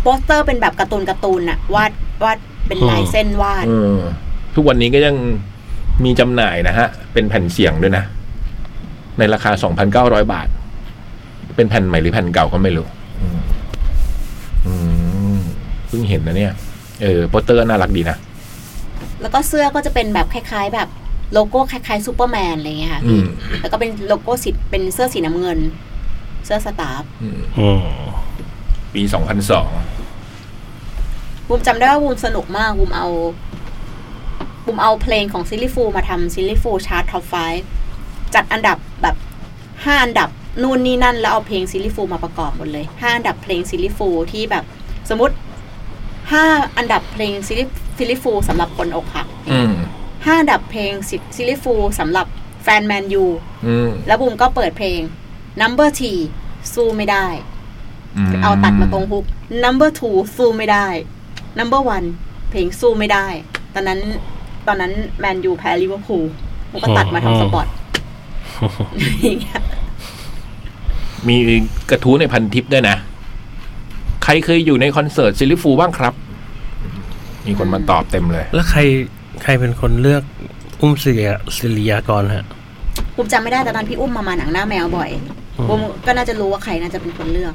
D: โปสเตอร์เป็นแบบการ์ตูนการ์ตูนน่ะ วาดวาดเป็น
A: อืม
D: ลายเส้นวาด
E: อืม ทุกวันนี้ก็ยังมีจำหน่ายนะฮะ เป็นแผ่นเสียงด้วยนะ ในราคา 2,900 บาท เป็นแผ่นใหม่หรือแผ่นเก่าก็ไม่รู้อืมอืมเพิ่งเห็นนะเนี่ย เออโปสเตอร์น่ารักดีนะ
D: แล้วก็เสื้อก็จะเป็นแบบคล้าย ๆ แบบโลโก้คล้ายๆซูเปอร์แมนอะไรเงี้ยค่ะ
E: อื
D: พี่
E: ม
D: แล้วก็เป็นโลโก้สีเป็นเสื้อสีน้ำเงิน เสื้อสตาฟ
A: อืม
E: ปี 2002
D: บูมจำได้ว่าบูมสนุกมากบูมเอาบูมเอาเพลงของซิลลี่ฟูมาทำซิลลี่ฟูชาร์ตท็อป5จัดอันดับแบบห้าอันดับนู่นนี่นั่น แล้วเอาเพลงซิลลี่ฟูมาประกอบหมดเลยห้าอันดับเพลงซิลลี่ฟูที่แบบ สมมติห้าอันดับเพลงซิลลี่ซิลลี่ฟูสำหรับคนอกหัก
E: อืม
D: ห้าอันดับเพลงซิลลี่ฟูสำหรับแฟนแมนยู
E: อืม
D: แล้วบูมก็เปิดเพลง number t สู้ไม่ได้
E: ม
D: เอาตัดมาตรงฮุก number two สู้ไม่ได้ number one เพลงสู้ไม่ได้ ตอนนั้นตอนนั้นแมนยูแพ้ลิเวอร์พูลบูมก็ตัดมาทำสป อตอย่างเงี้ย
E: มีกระทู้ในพันทิปด้วยนะ ใครเคยอยู่ในคอนเสิร์ตซิลลิฟูบ้างครับ มีคนมาตอบเต็มเลย
A: แล้วใครใครเป็นคนเลือกอุ้มศิริยาศิริยากรฮะ
D: บูมจำไม่ได้แต่ตอนพี่อุ้มมามาหนังหน้าแมวบ่อยบูมก็น่าจะรู้ว่าใครน่าจะเป็นคนเลือก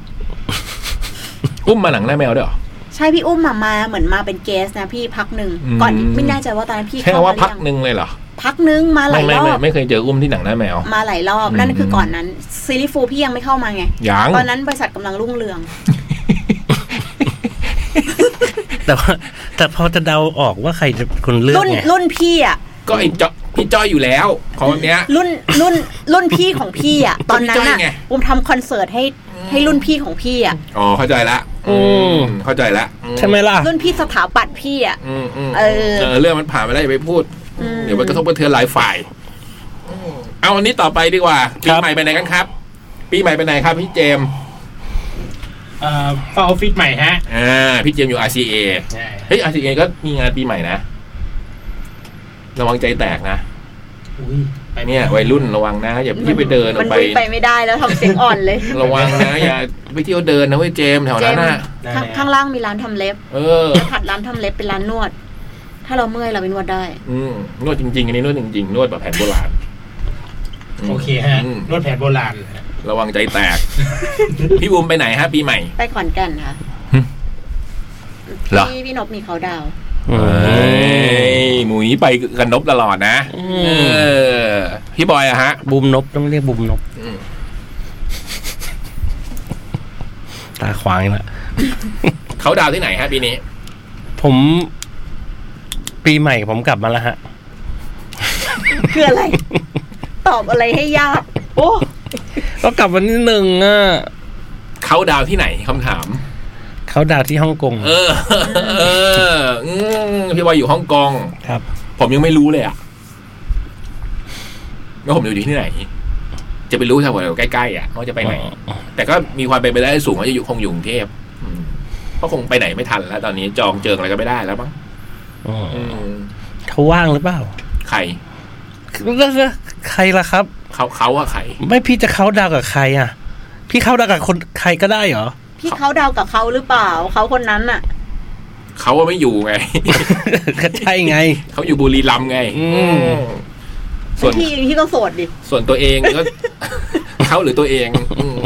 E: อุ้มมาหลังหน้าแมวด้วยเหรอ
D: ใช่พี่อุ้มมามาเหมือนมาเป็นเกสนะพี่พักหนึ่ง
E: อืม
D: ก่อนไม่แน่ใจว่าตอนนั้นพี่
E: ใช่
D: เข้ามา
E: ว่า
D: หรือ
E: พัก
D: ยัง
E: หนึ่งเลยเหรอ
D: พักนึงมาห
E: ไม่
D: ลาย
E: ไม่
D: รอ
E: ไม่
D: บ
E: ไม่เคยเจออุ้มที่หนังหน้าแมว
D: มาหลายรอบ
E: อืม
D: นั่นคือก่อนนั้นซีรีส์ฟูพี่ยังไม่เข้ามาไง
E: ยัง
D: ตอนนั้นบริษัทกำลังรุ่งเรือง
A: แต่ว่าแต่พอจะเดาออกว่าใครจะคนเลือก
D: รุ่น
A: ไง
D: รุ่นพี่อ่ะ
E: ก็ไอ้จอยพี่จ้อยอยู่แล้ว ของวันเนี้ย
D: รุ่นรุ่นรุ่นพี่ของพี่อ่ะ ตอนนั้น
E: พี่จ้อ
D: อ่ะ
E: ยไง
D: ผมทำคอนเสิร์ตให้ให้รุ่นพี่ของพี่อ่ะ
E: อ๋อเข้าใจละอืมเข้าใจละ
A: ใช่ไหมล่ะ
D: รุ่นพี่สถาปัตย์พี่อ่ะ
E: อืมอืม
D: เออ
E: เรื่องมันผ่านไปแล้วอย่าไปพูด
D: อืม
E: เดี๋ยวมันกระทบกระเทือนหลายฝ่ายเอาวันนี้ต่อไปดีกว่า
A: ค
E: ปี
A: รับ
E: ใหม่ไปไหนกันครับ ปีใหม่ไปไหนครับพี่เจมส์
C: เอ่อเฝ้าออฟฟิศใหม่ฮะ
E: อ่าพี่เจมส์อยู่ RCA เฮ้ย RCA ก็มีงานปีใหม่นะระวังใจแตกนะ
C: อุ้ยไปไม่
E: เนี่ย วัยรุ่นระวังนะ อย่าพี่ไปเดินอ
D: มั
E: อน กไป
D: วิ่งไปไม่ได้แล้วทำเสียงอ่อนเลย
E: ระวังนะ อย่าไปเที่ยวเดินนะเว้ยเจมส์แถวนั้นน่ะ
C: ได้
D: ข้างข้างล่างมีร้านทำเล็บ
E: เออ
D: ถัดร้านทำเล็บเป็นร้านนวด ถ้าเราเมื่อยเราไปนวดได้
E: อืมนวดจริงๆอันนี้นวดจริงๆนวดแบบแผนโบราณม
C: โอเคฮะ
E: อืม
C: รถแผนโบราณ
E: ระวังใจแตก พี่บูมไปไหนฮะ ปีใหม่
D: ไปขอนแก่นค่ะ
E: หึเหรอ
D: พี่พี่นบมีเขาดาวน์
A: อื
E: เอ้
A: ม
E: ยหมูนี้ไปกันนบตลอดนะเออพี่บอยอะฮะ
A: บุมนบต้องเรียกบุมนบ
E: อืม
A: ตาขวางอีกละ
E: เขาดาวที่ไหนฮะปีนี้
A: ผม ปีใหม่ผมกลับมาแล้วฮะ
D: คือ อะไร ตอบอะไรให้ยากโอ้
A: ก็กลับวันที่หนึ่งอ่ะ
E: เขาดาวที่ไหนคำถาม
A: เขาดาวน์ที่ฮ่องกง
E: เอ อ เอออืมพี่บอยอยู่ฮ่องกง
A: ครับ
E: ผมยังไม่รู้เลยอะแล้วผมอยู่ที่ไหน จะไปรู้ถ้าผมใกล้ๆอะว่าจะไปไหน แต่ก็มีความเป็นไปได้สูงว่าจะอยู่คงอยู่กรุงเทพอืมเพราะคงไปไหนไม่ทันแล้ว ตอนนี้จองเจิงอะไรก็ไม่ได้แล้วมั้ง
A: อืม
E: อืม
A: เขาว่างหรือเปล่า
E: ใคร
A: แล้วแล้วใครล่ะครับ
E: เขาเขาอะใคร
A: ไม่พี่จะเขาดาวน์กับใครอ่ะ พี่เขาดาวน์กับคนใครก็ได้เหรอ
D: พี่เขาดาวน์กับเขาหรือเปล่า เขาคนนั้นน่ะ
E: เขาอะไม่อยู่ไง
A: ก็ใช่ไง
E: เขาอยู่บุรีรัมย์ไง
A: อืม
E: อืมส่วน
D: พี่พี่ก็โสดดิ
E: ส่วนตัวเองก็ เขาหรือตัวเองอืม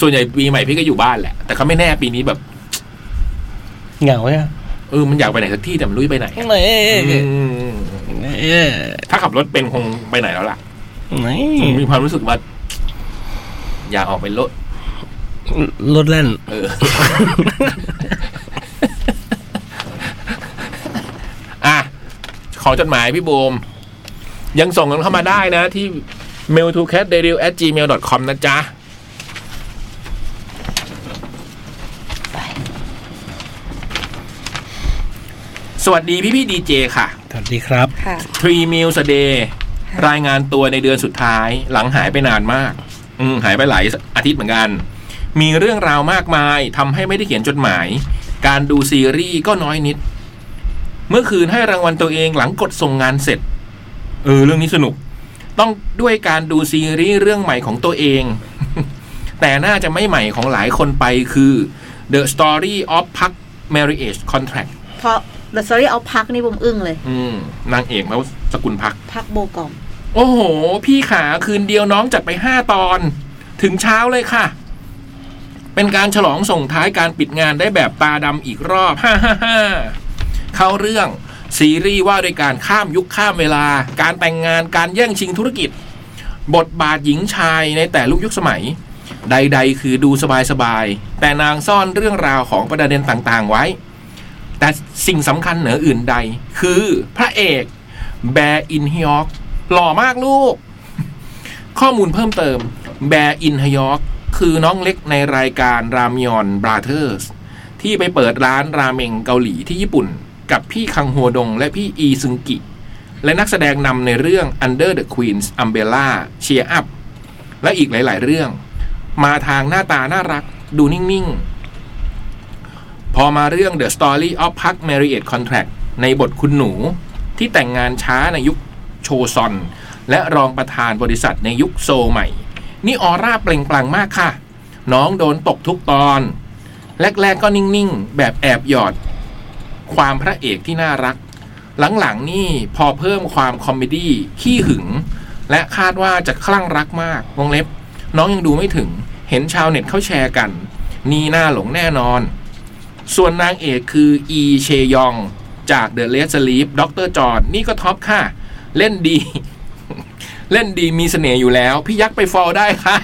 E: ส่วนใหญ่ปีใหม่พี่ก็อยู่บ้านแหละ แต่เขาไม่แน่ปีนี้แบบ
A: เหงาเนี่ย
E: เออมันอยากไปไหนสักที่แต่มันรู้จะไปไหน
A: ไหน
E: อืมถ้าขับรถเป็นคงไปไหนแล้วล่ะ
A: ไหน
E: มีความรู้สึกว่า อยากออกไปโลด
A: รถแล่น
E: เออ อ่ะ ขอจดหมายพี่บูมยังส่งกันเข้ามาได้นะ ที่ mail to cat d a i r y at gmail com นะจ๊ะ สวัสดีพี่พี่ดีเจค่ะ
A: สวัสดีครับ
D: ค่ะ
E: three meals a day รายงานตัวในเดือนสุดท้าย หลังหายไปนานมาก อืมหายไปหลายอาทิตย์เหมือนกัน มีเรื่องราวมากมายทำให้ไม่ได้เขียนจดหมาย การดูซีรีส์ก็น้อยนิด เมื่อคืนให้รางวัลตัวเองหลังกดส่งงานเสร็จ เออ เรื่องนี้สนุก ต้องด้วยการดูซีรีส์เรื่องใหม่ของตัวเอง แต่น่าจะไม่ใหม่ของหลายคนไปคือ The Story of Park Marriage Contract
D: เพราะ The Story of Park นี่ผมอึ้งเลย
E: อืมนางเอกแล้วสกุลพัก
D: พักโบกอม
E: โอ้โห พี่ขาคืนเดียวน้องจัดไปห้าตอน ถึงเช้าเลยค่ะ เป็นการฉลองส่งท้ายการปิดงานได้แบบตาดำอีกรอบ ฮ่าฮ่าฮ่าเข้าเรื่องซีรีส์ว่าด้วยการข้ามยุคข้ามเวลา การแต่งงานการแย่งชิงธุรกิจ บทบาทหญิงชายในแต่ลุกยุคสมัย ใดๆ คือดูสบายๆ แต่นางซ่อนเรื่องราวของประเด็นต่างๆไว้ แต่สิ่งสำคัญเหนืออื่นใด คือพระเอกแบร์อินฮยอก หล่อมากลูก ข้อมูลเพิ่มเติม แบร์อินฮยอก คือน้องเล็กในรายการรามยอนบราเธอร์สที่ไปเปิดร้านราเมงเกาหลีที่ญี่ปุ่น กับพี่คังโฮดงและพี่อีซึงกิ และนักแสดงนำในเรื่อง Under the Queen's Umbrella Cheer Up และอีกหลาย ๆ เรื่อง มาทางหน้าตาน่ารัก ดูนิ่ง ๆ พอมาเรื่อง The Story of Park Marriage Contract ในบทคุณหนูที่แต่งงานช้าในยุค โชซอน และรองประธานบริษัทในยุคโซใหม่ นี่ออร่าเปล่งปลั่งมากค่ะ น้องโดนตกทุกตอน แรก ๆ ก็นิ่ง ๆ แบบแอบหยอด ความพระเอกที่น่ารัก หลัง ๆ นี่พอเพิ่มความคอมเมดี้ขี้หึง และคาดว่าจะคลั่งรักมาก วงเล็บ น้องยังดูไม่ถึง เห็นชาวเน็ตเขาแชร์กัน นี่น่าหลงแน่นอน ส่วนนางเอกคืออีเชยอง จาก The Last Sleep ด็อกเตอร์จอนนี่ก็ท็อปค่ะ เล่นดี เล่นดีมีเสน่ห์อยู่แล้ว พี่ยักษ์ไปฟอลได้ค่ะ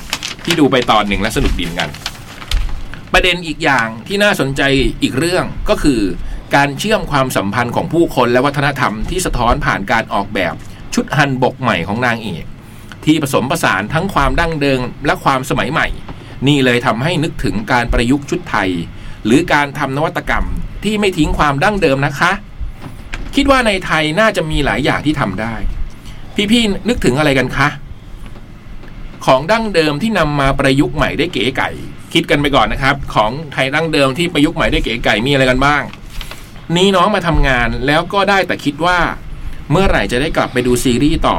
E: ที่ดูไปตอนหนึ่งแล้วสนุกดีเหมือนกัน ประเด็นอีกอย่างที่น่าสนใจอีกเรื่องก็คือ การเชื่อมความสัมพันธ์ของผู้คนและวัฒนธรรมที่สะท้อนผ่านการออกแบบชุดฮันบกใหม่ของนางเอกที่ผสมผสานทั้งความดั้งเดิมและความสมัยใหม่ นี่เลยทำให้นึกถึงการประยุกต์ชุดไทย หรือการทำนวัตกรรมที่ไม่ทิ้งความดั้งเดิมนะคะ คิดว่าในไทยน่าจะมีหลายอย่างที่ทำได้ พี่ๆนึกถึงอะไรกันคะ ของดั้งเดิมที่นำมาประยุกต์ใหม่ได้เก๋ไก่ คิดกันไปก่อนนะครับ ของไทยดั้งเดิมที่ประยุกต์ใหม่ได้เก๋ไก่มีอะไรกันบ้าง นี้น้องมาทำงานแล้วก็ได้แต่คิดว่า เมื่อไหร่จะได้กลับไปดูซีรีส์ต่อ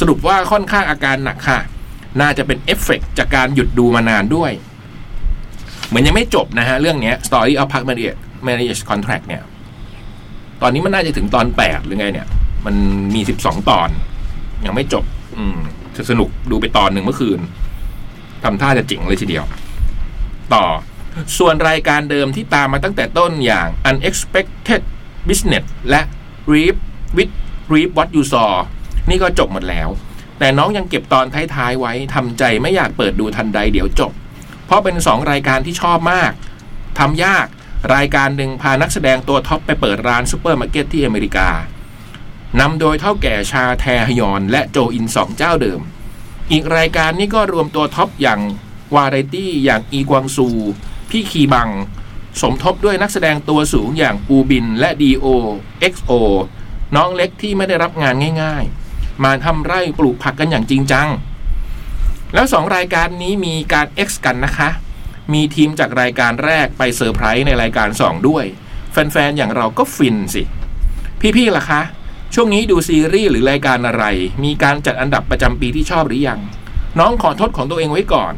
E: สรุปว่าค่อนข้างอาการหนักค่ะ น่าจะเป็นเอฟเฟกต์จากการหยุดดูมานานด้วย เหมือนยังไม่จบนะฮะ เรื่องเนี้ย Story of Park Marriage Marriage Contract เนี่ย ตอนนี้มันน่าจะถึงตอน 8 หรือไงเนี่ย มันมี 12 ตอน ยังไม่จบ อืมสนุกดูไปตอนหนึ่งเมื่อคืนทำท่าจะเจ๋งเลยทีเดียว ต่อ ส่วนรายการเดิมที่ตามมาตั้งแต่ต้นอย่าง unexpected business และ reap with reap what you saw นี่ก็จบหมดแล้ว แต่น้องยังเก็บตอนท้าย ๆ ไว้ทำใจไม่อยากเปิดดูทันใดเดี๋ยวจบ เพราะเป็นสองรายการที่ชอบมาก ทำยาก รายการหนึ่งพานักแสดงตัวท็อปไปเปิดร้านซูเปอร์มาร์เก็ตที่อเมริกา นำโดยเท่าแก่ชาแทฮยอนและโจอินสองเจ้าเดิม อีกรายการนี้ก็รวมตัวท็อปอย่างวาไรตี้อย่างอีกวางซู พี่คีบัง สมทบด้วยนักแสดงตัวสูงอย่างปูบินและดีโอเอ็กโอน้องเล็กที่ไม่ได้รับงานง่ายๆ มาทำไร่ปลูกผักกันอย่างจริงจัง แล้วสองรายการนี้มีการ X กันนะคะ มีทีมจากรายการแรกไปเซอร์ไพรส์ในรายการ 2 ด้วย แฟนๆ อย่างเราก็ฟินสิ พี่ๆ ล่ะคะ ช่วงนี้ดูซีรีส์หรือรายการอะไร มีการจัดอันดับประจำปีที่ชอบหรือยัง น้องขอโทษของตัวเองไว้ก่อน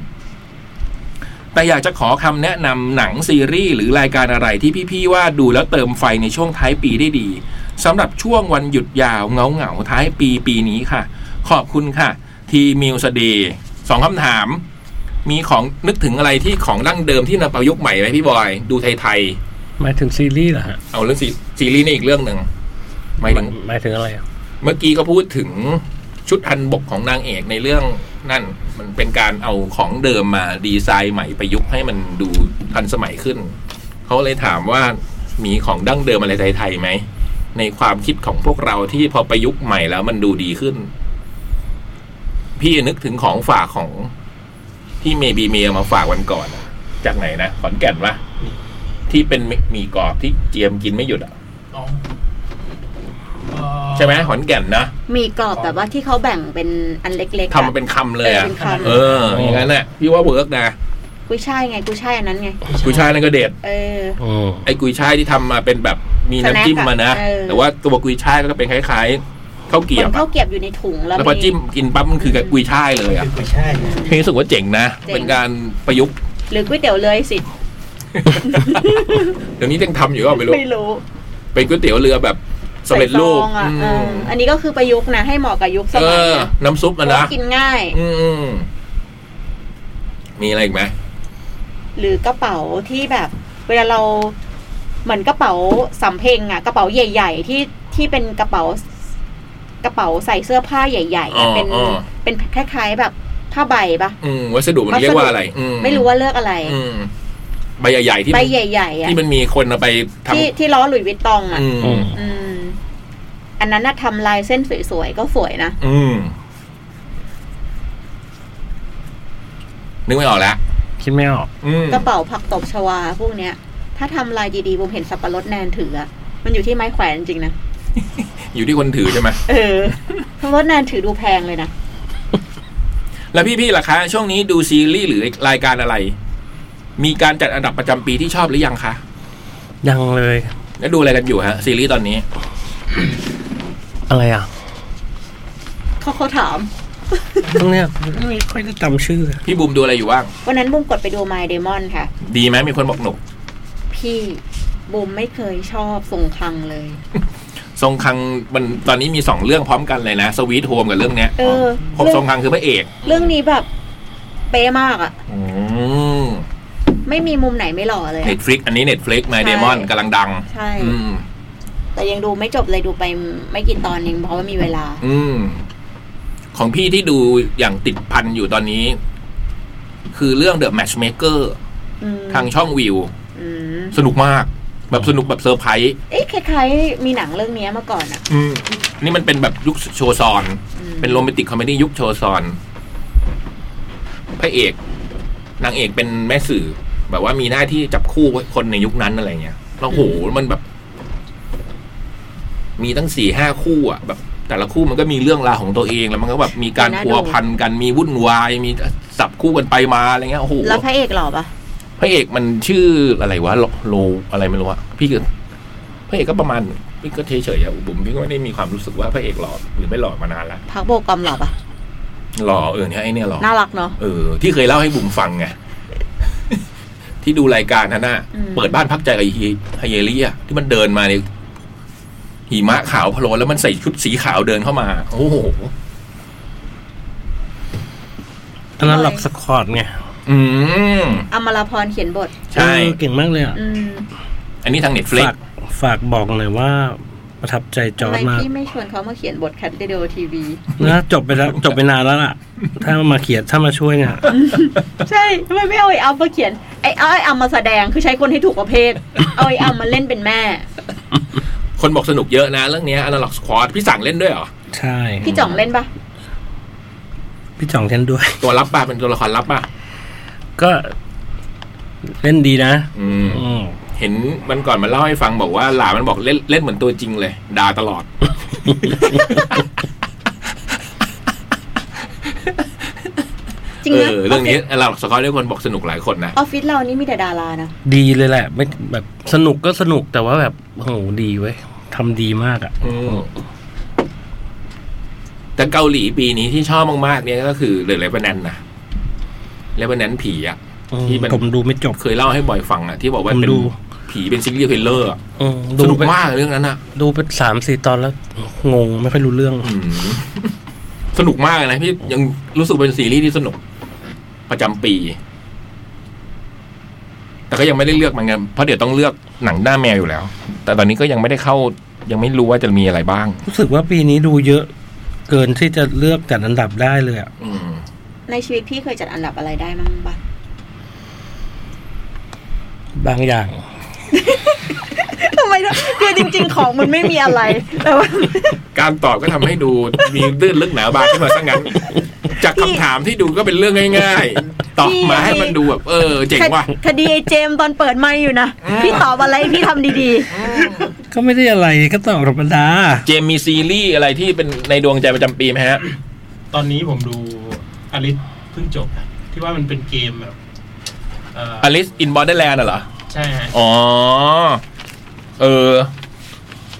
E: แต่อยากจะขอคำแนะนำหนังซีรีส์หรือรายการอะไรที่พี่ๆ ว่าดูแล้วเติมไฟในช่วงท้ายปีได้ดีสำหรับช่วงวันหยุดยาวเงาเงาๆท้ายปีปีนี้ค่ะ ขอบคุณค่ะ ทีมิวสเดย์สองคำถาม มีของนึกถึงอะไรที่ของดั้งเดิมที่นำประยุกต์ใหม่ไหมพี่บอย ดูไทย
A: หมายถึงซีรีส์เหรอฮะ
E: ๆเอาเรื่องซีซีรีส์นี่อีกเรื่องหนึ่งหมายถึง
A: หมายถึงอะไรอะ
E: เมื่อกี้ก็พูดถึงชุดฮันบกของนางเอกในเรื่องนั่น มันเป็นการเอาของเดิมมาดีไซน์ใหม่ประยุกต์ให้มันดูทันสมัยขึ้น เขาเลยถามว่ามีของดั้งเดิมอะไรไทยๆไหม ในความคิดของพวกเราที่พอประยุกต์ใหม่แล้วมันดูดีขึ้น พี่นึกถึงของฝากของที่เมบีเมียมาฝากวันก่อนอะจากไหนนะขอนแก่นวะที่เป็นหมีกรอบที่เจียมกินไม่หยุดอะ
C: อ๋อ
E: ใช่ไหมขอนแก่นนะ
D: มีกรอบแบบว่าที่เขาแบ่งเป็นอันเล็กๆ
E: ทำมาเป็นคำเลยอะ
D: เป็นคำ
E: เออ อย่างนั้นแหละพี่ว่าเวิร์กนะ
D: กุยช่ายไงกุยช่ายอันนั้นไง
E: กุยช่ายนั่นก็เด็ด
D: เออ
A: อืม
E: ไอ้กุยช่ายที่ทำมาเป็นแบบมีน้ำจิ้มมานะ
D: สแน็คอะเออ
E: แต่ว่าตัวกุยช่ายก็เป็นคล้ายๆข้าวเกรี
D: เห
E: ย
D: มือบ น
E: อะ
D: ข้าวเกรียบอยู่ในถุงแล้ว
E: แล้วพอ
D: มี
E: จิ้มกินปั๊บมันคือกับกุยช่ายเลยอ่ะ
F: ไม่ใช่
E: พี่รู้สึกว่าเจ๋งนะ
D: เจ๋ง
E: เป็นการประยุกต์
D: หรือก๋วยเตี๋ยวเรือสิ
E: เดี๋ยวนี้ยังทำอยู่ก็ไม่รู้
D: ไม่รู้
E: เป็นก๋วยเตี๋ยวเรือแบบสำเร็จรูป
D: ใซองอะเอ
E: อื
D: อ
E: ม
D: อันนี้ก็คือประยุกต์นะให้เหมาะกับยุคส
E: เอ
D: มัย
E: อ
D: นะ
E: น้ำซุปมัน
D: เพ
E: นะ
D: ราะกินง่าย
E: อืมมีอะไรอีกไหม
D: หรือกระเป๋าที่แบบ เวลาเราเหมือนกระเป๋าสำเพ็งอะกระเป๋าใหญ่ ๆ ที่ที่เป็นกระเป๋ากระเป๋าใส่เสื้อผ้าใหญ่ๆ
E: อ๋อ
D: อะเป็น
E: อ๋อ
D: เป็นคล้ายๆแบบผ้าใบปะ
E: อืมวัสดุมันเรียกว่าอะไรอื
D: ไม่รู้ว่าเลือกอะไร
E: อืมใบใหญ่ๆที่
D: ใบ
E: มัน
D: ใหญ่ๆอะ
E: ที่มันมีคนเอาไปท
D: ที่ที่ล้อหลุยส์วิตตอง
E: ำ
D: อะ
E: อื
A: อื
E: ม
A: ม
D: อืม อันนั้นน่ะทำลายเส้นสวยๆก็สวยนะ
E: อืม นึกไม่ออกแล้ว
A: คิดไม่ออก
E: อืม
D: กระเป๋าผักตบชวาพวกเนี้ย ถ้าทำลายดีๆผมเห็นสับปะรดแนนถืออะมันอยู่ที่ไม้แขวนจริงๆนะ
E: อยู่ที่คนถือใช่ไหม
D: เออ สับปะรดแนนถือดูแพงเลยนะ
E: แล้วพี่ๆล่ะคะ ช่วงนี้ดูซีรีส์หรือรายการอะไร มีการจัดอันดับประจำปีที่ชอบหรือยังคะ
A: ยังเลย
E: แล้วดูอะไรกันอยู่ฮะ ซีรีส์ตอนนี้
A: อะไรอ่ะ
D: เขาเขาถาม
A: ต้องเนี่ยไม่ค่อยได้จำชื่อ
E: พี่บูมดูอะไรอยู่บ้าง
D: วันนั้นบุมกดไปดูไมเดมอนค่ะ
E: ดีไหมมีคนบอกหนุก
D: พี่บุมไม่เคยชอบทรงคลังเลย
E: ทรงคังมันตอนนี้มีสองเรื่องพร้อมกันเลยนะ สวีทโฮมกับเรื่องเนี้ย
D: เออ
E: ผม
D: เรื่อง
E: ทรงคังคือพระเอก
D: เรื่องนี้แบบเป๊ะมากอะ
E: อืม
D: ไม่มีมุมไหนไม่หล่อเลย
E: เน็
D: อะ
E: ตฟลิกอันนี้เน็ตฟลิกไมเดมอน
D: ใช่
E: กำลังดัง
D: ใช่
E: อืม
D: แต่ยังดูไม่จบเลยดูไปไม่กี่ตอนเองเพราะว่ามีเวลา
E: อืม ของพี่ที่ดูอย่างติดพันอยู่ตอนนี้ คือเรื่อง The Matchmaker
D: อืม
E: ทางช่องวิว
D: อืม
E: สนุกมาก แบบสนุกแบบเซอร์ไพรส์
D: เอ๊ะคล้ายๆมีหนังเรื่องเนี้ยมาก่อนอะ
E: อืมนี่มันเป็นแบบยุคโชซอน
D: อืม
E: เป็นโรแมนติกคอมเมดี้ยุคโชซอนพระเอก นางเอกเป็นแม่สื่อ แบบว่ามีหน้าที่จับคู่คนในยุคนั้นอะไรเงี้ยแล้วโหมันแบบ มีตั้งสี่ห้าคู่อ่ะแบบ แต่ละคู่มันก็มีเรื่องราวของตัวเองแล้วมันก็แบบมีการพัวพันกันมีวุ่นวาย มีสับคู่กันไปมาอะไรเงี้ยโอ้โห
D: แล้วพระเอกหล่อปะ
E: พระเอกมันชื่ออะไรวะโลโลอะไรไม่รู้อะพี่ก็พระเอกก็ประมาณพี่ก็เฉยๆอะบุ๋มพี่ก็ไม่ได้มีความรู้สึกว่าพระเอกหล่อหรือไม่หล่อมานานละ
D: พักโบกอมหล่อปะ
E: หล่อเออเนี่ยไอเนี่ยหล่อ
D: น่ารักเนาะ
E: เออ ที่เคยเล่าให้บุ๋มฟัง ไง ที่ดูรายการนั้นน่ะ
D: อืม
E: เปิดบ้านพักใจกับไอ้เฮไฮเยลี่อะที่มันเดินมาในหิมะขาวพะโลนแล้วมันใส่ชุดสีขาวเดินเข้ามา โอ้โห
A: อันนั้นหลับสคอร์ดไง
E: อืม
D: อมรพรเขียนบท
E: ใช่
A: เออเก่งมากเลยอ่ะ
D: อืม
E: อันนี้ทางเน็ตฟลิก
A: ฝากฝากบอกหน่อยว่าประทับใจจ
D: ทำ
A: อร์
D: ไม
A: ดมาก
D: พี่ไม่ชวนเขามาเขียนบทแคทเดโอทีวี
A: นะจบไปแล้วจบไปนานแล้วล่ะ ถ้ามาเขียนถ้ามาช่วยเนี่ย
D: ใช่ทำไมไม่เอาไอ้อัมมาเขียนไอ้เอาไอ้อัมมาแสดงคือใช้คนให้ถูกประเภ ท เอาไอ้อัมมาเล่นเป็นแม่
E: คนบอกสนุกเยอะนะ เรื่องเนี้อนาล็อกสควอตพี่สั่งเล่นด้วยเหรอ
A: ใช่
D: พี่จ่องเล่นปะ
A: พี่จ่องเล่นด้วย
E: ตัวรับป่ะ เป็นตัวละครรับป่ะ
A: ก็เล่นดีนะ
E: อืม
A: อืม
E: เห็นมันก่อนมันเล่าให้ฟังบอกว่าหลานมันบอกเล่นเล่นเหมือนตัวจริงเลยด่าตลอด
D: จริง
E: เอ
D: นะ
E: อ เรื่องนี้เราสกอตด้วยคนบอกสนุกหลายคนนะ
D: ออฟฟิศเรานี่มีแต่ดารานะ
A: ดีเลยแหละ ไม่แบบสนุกก็สนุกแต่ว่าแบบโอ้โหดีเว้ยทำดีมากอ่ะ
E: อืมแต่เกาหลีปีนี้ที่ชอบมากๆ เนี่ยก็คือเรื่องเลบานันนะเลบานันผีอะ ที่มัน
A: ผมดูไม่จบ
E: เคยเล่าให้บ่อยฟังอะที่บอกว่า
A: ผม
E: เป็น
A: ดู
E: ผีเป็นซิกเรียลเพลเลอร์อะ
A: อืม
E: ส
A: ดู
E: นุก
A: ไป
E: มากเรื่องนั้นอะ
A: ดูไปสามสี่ตอนแล้ว งงไม่ค่อยรู้เรื่อง
E: อืม สนุกมากเลยนะพี่ยังรู้สึกเป็นซีรีส์ที่สนุก ประจำปี แต่ก็ยังไม่ได้เลือกเหมือนกันเพราะเดี๋ยวต้องเลือกหนังหน้าแมวอยู่แล้ว แต่ตอนนี้ก็ยังไม่ได้เข้า ยังไม่รู้ว่าจะมีอะไรบ้าง
A: รู้สึกว่าปีนี้ดูเยอะ เกินที่จะเลือกจัดอันดับได้เลยอะ
E: อืม
D: ในชีวิตพี่เคยจัดอันดับอะไรได้มั้งปะ
A: บางอย่าง
D: ทำไมนะคือจริง ๆ ของมันไม่มีอะไร แต่ว่า
E: การตอบก็ทำให้ดู มีตื้นลึกหนาบางขึ้นมาซะงั้น จากคำถามที่ดูก็เป็นเรื่องง่ายๆ ตอบมาให้มันดูแบบ เออ เจ๋งว่ะ
D: คคดีไอ้เจมส์ตอนเปิดไม่อยู่นะ พี่ตอบอะไรพี่ทำดี
A: ก็ไม่ได้อะไรก็ตอบธรรมดา
E: เจมมีซีรีส์อะไรที่เป็นในดวงใจประจำปีไหมฮะ
C: ตอนนี้ผมดูอลิสเพิ่งจบนะที่ว่ามันเป็นเกมแบบเอ่อ
E: อลิสอินบอ r d เด l a แลนด์เหรอ
C: ใช่ฮะ
E: อ๋อ เออ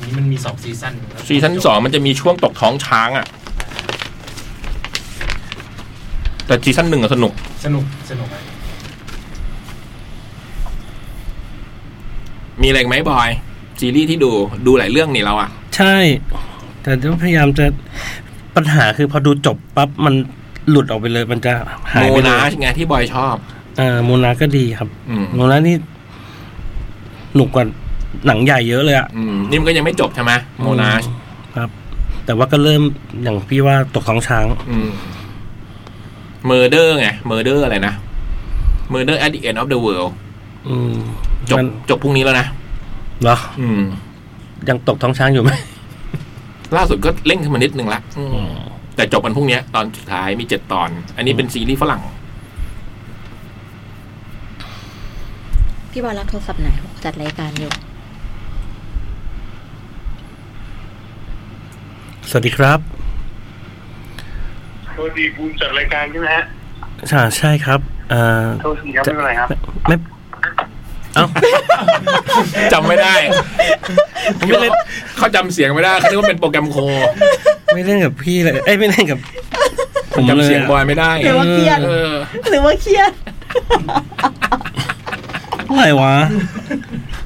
C: อันนี้มันมีสองซีซั่นแล้ว
E: ซีซั่นสองมันจะมีช่วงตกท้องช้างอะแต่ซีซั่นหนึ่งอะสนุก
C: สนุกสนุกอะ
E: มีอะไรอีกไหมบอย ซีรีส์ที่ดูดูหลายเรื่องนี่เราอะ
A: ใช่ แต่ก็พยายามจะปัญหาคือพอดูจบปั๊บมันหลุดออกไปเลยมันจะหาย
E: โม
A: ไปเล
E: นาย ชไงที่บอยชอบ
A: เออโมนาก็ดีครับ
E: อืม
A: โมนานี่หนุกกว่าหนังใหญ่เยอะเลยอะ
E: อืมนี่มันก็ยังไม่จบใช่ไหมโมนาช
A: ครับ แต่ว่าก็เริ่มอย่างพี่ว่าตกท้องช้าง
E: เมอร์เดอร์ไงเมอร์เดอร์อะไรนะเมอร์เดอร์ at the end of the world
A: อืม
E: จบ
A: มัน
E: จบพรุ่งนี้แล้วนะ
A: เหรอ
E: อืม
A: ยังตกท้องช้างอยู่ไหม
E: ล่าสุดก็เล่งขึ้นมานิดนึงละอืมแต่จบวันพรุ่งนี้ตอนสุดท้ายมีเจ็ดตอน อันนี้เป็นซีรีส์ฝรั่ง
D: ๆ พี่บอลรักโทรศัพท์ไหนบอกจัดรายการอยู่
A: สวัสดีครับ
I: โทษดีบูมจัดรายการใช่ไหมฮะ
A: อ่าใช่ครับเอ่อ
I: โทษทีครับไม่เป็นไรครับ
A: ไม่เอ้า
E: จำไม่ได้ ผมไม่เล่นเขาจำเสียงไม่ได้เขาคิดว่าเป็นโปรแกรมโค
A: ไม่เล่นกับพี่เลย เอ้ยไม่เล่นกับ ผม
E: จำเสียงบ
A: เล
E: อย ย
A: อะ
E: ไม่ได้
D: เดี๋ยวว่าเครียด
E: เออ
D: หรือว่าเครียด
A: อะไรวะ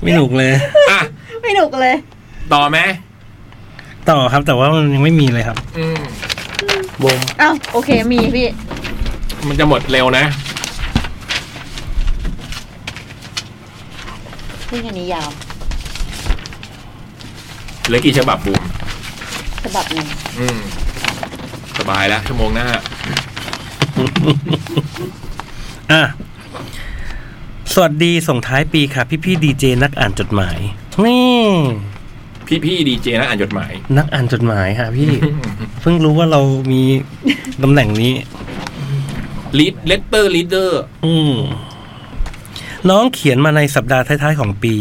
A: ไม่หนุกเลย
E: อ่ะ
D: ไม่หนุกเลย
E: ต่อไหม
A: ต่อครับ แต่ว่ามันยังไม่มีเลยครับ
E: อืม
D: อ้าวโอเคมีพี่
E: มันจะหมดเร็วนะ
D: เรื่องอันนี้ยาว
E: เหลือกี่ฉบับบูม
D: ฉบับหนึ่ง
E: อืม สบายแล้วชั่วโมงหน้า
A: อ่ะ สวัสดีส่งท้ายปีค่ะ พี่พี่ดีเจนักอ่านจดหมาย นี่
E: พี่พี่ดีเจนะอ่านจดหมาย
A: นักอ่านจดหมายค่ะ พี่ เพิ่งรู้ว่าเรามีตำแหน่งนี้
E: ลีดเลตเตอร์ลีดเดอร์
A: อืม น้องเขียนมาในสัปดาห์ท้าย ๆ ของปี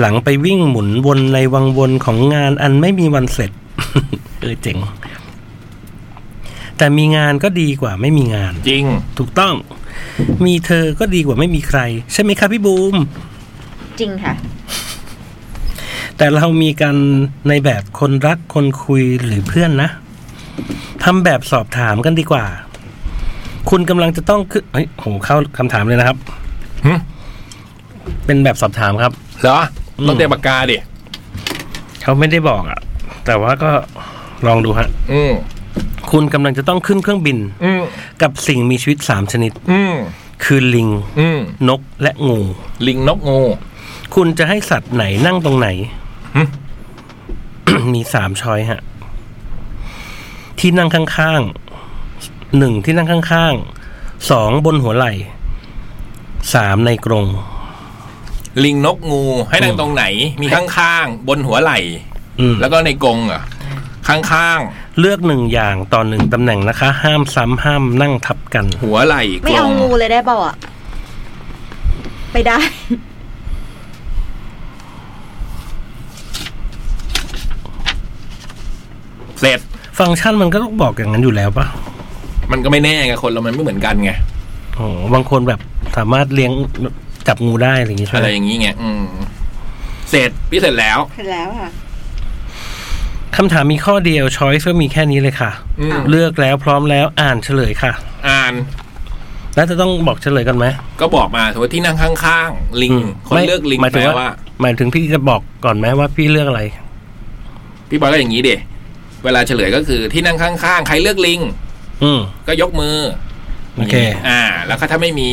A: หลังไปวิ่งหมุนวนในวังวนของงานอันไม่มีวันเสร็จ เออเจ๋ง แต่มีงานก็ดีกว่าไม่มีงาน
E: จริง
A: ถูกต้อง มีเธอก็ดีกว่าไม่มีใคร ใช่ไหมครับพี่บูม
D: จริงค่ะ
A: แต่เรามีกันในแบบคนรักคนคุยหรือเพื่อนนะทำแบบสอบถามกันดีกว่า คุณกำลังจะต้องขึ้นเฮ้ยโหเข้าคำถามเลยนะครับ
E: หึ
A: เป็นแบบสอบถามครับ
E: เหรอ
A: อืม
E: ต้องเตรียมปากกาดิ
A: เขาไม่ได้บอกอะแต่ว่าก็ลองดูฮะ
E: อืม
A: คุณกำลังจะต้องขึ้นเครื่องบิน
E: อืม
A: กับสิ่งมีชีวิตสามชนิด
E: อืม
A: คือลิง
E: อืม
A: นกและงู
E: ลิงนกงู
A: คุณจะให้สัตว์ไหนนั่งตรงไหน
E: หึ
A: มีสามช้อยฮะ ที่นั่งข้างๆ หนึ่งที่นั่งข้างๆ สองบนหัวไหล่ สามในกรง
E: ลิงนกงูให้นั่งตรงไหน มีข้างๆ บนหัวไหล่
A: อืม
E: แล้วก็ในกรงเหรอ่ะ ข้าง
A: เลือกหนึ่งอย่างต่อหนึ่งตำแหน่งนะคะ ห้ามซ้ำห้ามนั่งทับกัน
E: ๆ หัวไหล่
D: ไม่
E: กร
D: เอา
E: ง
D: งูเลยได้เปล่าอ่ะไม่ได้
E: เสร็จ
A: ฟังก์ชันมันก็ต้องบอกอย่างนั้นอยู่แล้วปะ
E: มันก็ไม่แน่ไงคนเรามันไม่เหมือนกันไง
A: โอ้บางคนแบบสามารถเลี้ยงจับงูได้อะไรอย่างงี้ใช่
E: อะ
A: ไห
E: ไร
A: ม
E: อย่างนี้ไงอืมเสร็จพี่เสร็จแล้ว
D: เสร็จแล้วค่ะ
A: คำถามมีข้อเดียวช้อยส์ก็มีแค่นี้เลยค่ะ
E: อืม
A: เลือกแล้วพร้อมแล้วอ่านเฉลยค่ะ
E: อ่าน
A: แล้วจะต้องบอกเฉลยกันไหม
E: ก็บอกมาถือว่าที่นั่งข้างๆ ลิง คน
A: ไม่
E: เลือกลิง
A: หมาย
E: แป
A: ถึ
E: ล
A: งว่า
E: ว่า
A: หมายถึงพี่จะบอกก่อนไหมว่าพี่เลือกอะไร
E: พี่บอยก็อย่างนี้เดเวลาเฉลยก็คือที่นั่งข้างๆ ใครเลือกลิง
A: อืม
E: ก็ยกมือ
A: โอเค
E: อ่า แล้วก็ถ้าไม่มี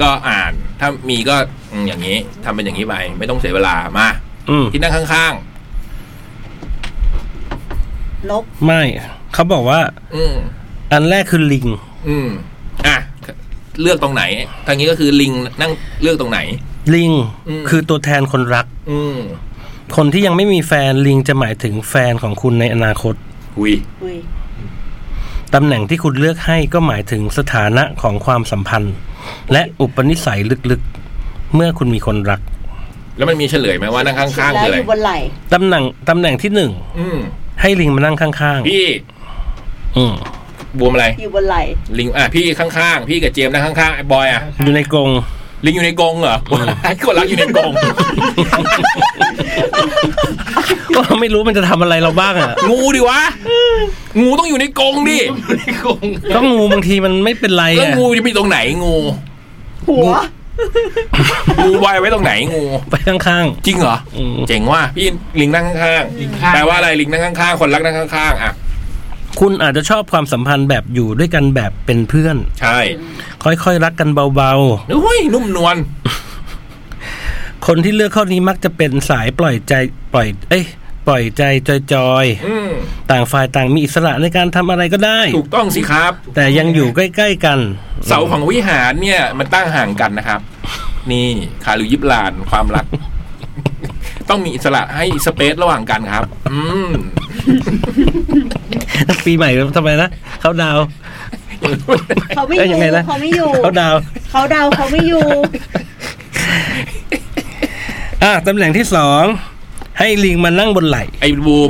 E: ก็อ่าน ถ้ามีก็อืมอย่างนี้ทำเป็นอย่างนี้ไปไม่ต้องเสียเวลามา
A: อืม
E: ที่นั่งข้าง
D: นก
A: ไม่ เขาบอกว่า
E: ๆ อืม
A: อันแรกคือลิง
E: อืม อ่ะ เลือกตรงไหน ทางนี้ก็คือลิงนั่งเลือกตรงไหน
A: ลิง
E: อืม
A: คือตัวแทนคนรัก
E: อืม
A: คนที่ยังไม่มีแฟนลิงจะหมายถึงแฟนของคุณในอนาคต
E: หุย
D: อุ้ย
A: ตำแหน่งที่คุณเลือกให้ก็หมายถึงสถานะของความสัมพันธ์ และอุปนิสัยลึกๆ เมื่อคุณมีคนรัก
E: แล้วมันมีเฉลยไหมว่านั่งข้างๆคืออะ
D: แล้ว
E: ไร
D: อยู่บนไหล่
A: ตำแหน่งตำแหน่งที่หนึ่ง
E: อืม
A: ให้ลิงมานั่งข้าง
E: พี่
A: ๆ อืม
E: บวมอะไร
D: อยู่บนไหล่
E: ลิง อ่ะ พี่ข้างๆ พี่กับเจมส์นั่งข้างๆไอ้บอยอ่ะ
A: อยู่ในกรง
E: ลิงอยู่ในกรงเหรอไอ้คนรักอยู่ในกรง
A: ก็ไม่รู้มันจะทำอะไรเราบ้างอ่ะ
E: งูดิวะ งูต้องอยู่ในกรงดิ
A: ก็งูบางทีมันไม่เป็นไร
E: แล้ว
A: อ่ะ
E: งูจะไปตรงไหนงู
D: หัว
E: งูบอยไว้ตรงไหนงู
A: ไปข้าง
E: จริงเหรอ
A: ๆอืม
E: เจ๋งว่ะพี่ลิงนั่งข้างๆแปลว่าอะไรลิงนั่งข้างๆ คนรักนั่งข้างๆ อ่ะ
A: คุณอาจจะชอบความสัมพันธ์แบบอยู่ด้วยกันแบบเป็นเพื่อน
E: ใช่
A: ค่อยๆรักกันเบา
E: อุ้ยนุ่มนวล
A: ๆ คนที่เลือกข้อนี้มักจะเป็นสายปล่อยใจปล่อย เอ้ยปล่อยใจจอย
E: อืม
A: ๆ ต่างฝ่ายต่างมีอิสระในการทำอะไรก็ได้
E: ถูกต้องสิครับ
A: แต่ยังอยู่ใกล้ๆกัน
E: เสาของวิหารเนี่ย มันตั้งห่างกันนะครับ นี่คารุยิบลานความรัก ต้องมีอิสระให้สเปซระหว่างกันครับ อืม
A: ปีใหม่ทำไมนะเขาดาวน์
D: เขาไม่อ
A: เอ้ยยั
D: ยู่
A: งไงนะ
D: เขาไม่อยู่
A: เขาดาวน์
D: เขาเดาเขาไม่อยู่
A: อ่ะตำแหน่งที่สองให้ลิงมานั่งบนไหล่
E: ไอ้บูม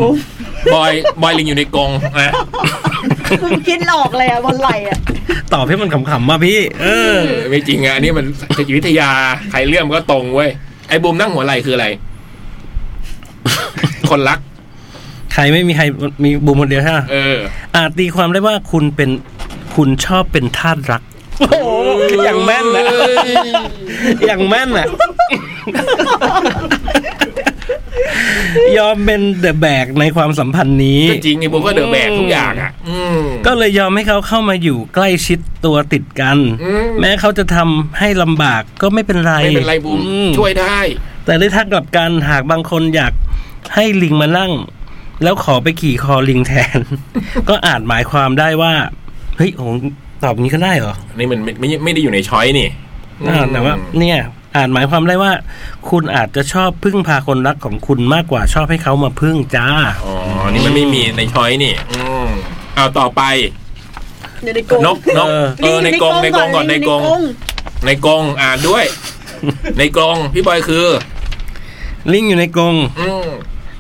E: บอยบอยลิงอยู่ในกรงนะ
D: คุณคิดออกเลยอ่ะบนไหล่อ่ะ
A: ตอบให้มันขำๆมาพี่ เออ
E: เออไม่จริงอ่ะอันนี่มันจิตวิทยาใครเลื่อมก็ตรงเว้ยไอ้บูมนั่งหัวไหล่คืออะไร คนรัก
A: ใครไม่มีใครมีบูมคนเดียวใช่ไหม
E: เออ
A: อาจตีความได้ว่าคุณเป็นคุณชอบเป็นทาส รัก โอ้โหอย่างแม่นนะ อย่างแม่นน่ะ ยอมเป็นเดอะแบกในความสัมพันธ์นี้
E: ก็จริงไอ้บูมก็เดือะแบกทุกอย่างอ่ะ อืม
A: ก็เลยยอมให้เขาเข้ามาอยู่ใกล้ชิดตัวติดกัน
E: อืม
A: แม้เขาจะทำให้ลำบากก็ไม่เป็นไร
E: ไม่เป็นไรบูม
A: อื
E: ช่วยได้
A: แต่ได้ทักกลับกันหากบางคนอยากให้ลิงมานั่ง แล้วขอไปขี่คอลิงแทน ก็อาจหมายความได้ว่า เฮ้ยโอ้โหตอบนี้ก็ได้เหรอ
E: นี่มันไม่ไม่ไม่ได้อยู่ในช้อยนี่
A: อ่าแต่ว่า
E: อืม
A: เนี่ย อาจหมายความได้ว่า คุณอาจจะชอบพึ่งพาคนรักของคุณมากกว่าชอบให้เขามาพึ่งจ้า
E: อ๋อ นี่มันไม่มีในช้อยนี่ อืมเอาต่อไป
D: อยู่ในกรง
E: นกนก
A: เออ
E: เออในกรงในกรงก่อนในกรง
D: ง
E: ในกรงอ่านด้วย ในกรงพี่บอยคือ
A: ลิงอยู่ในกรง
E: อืม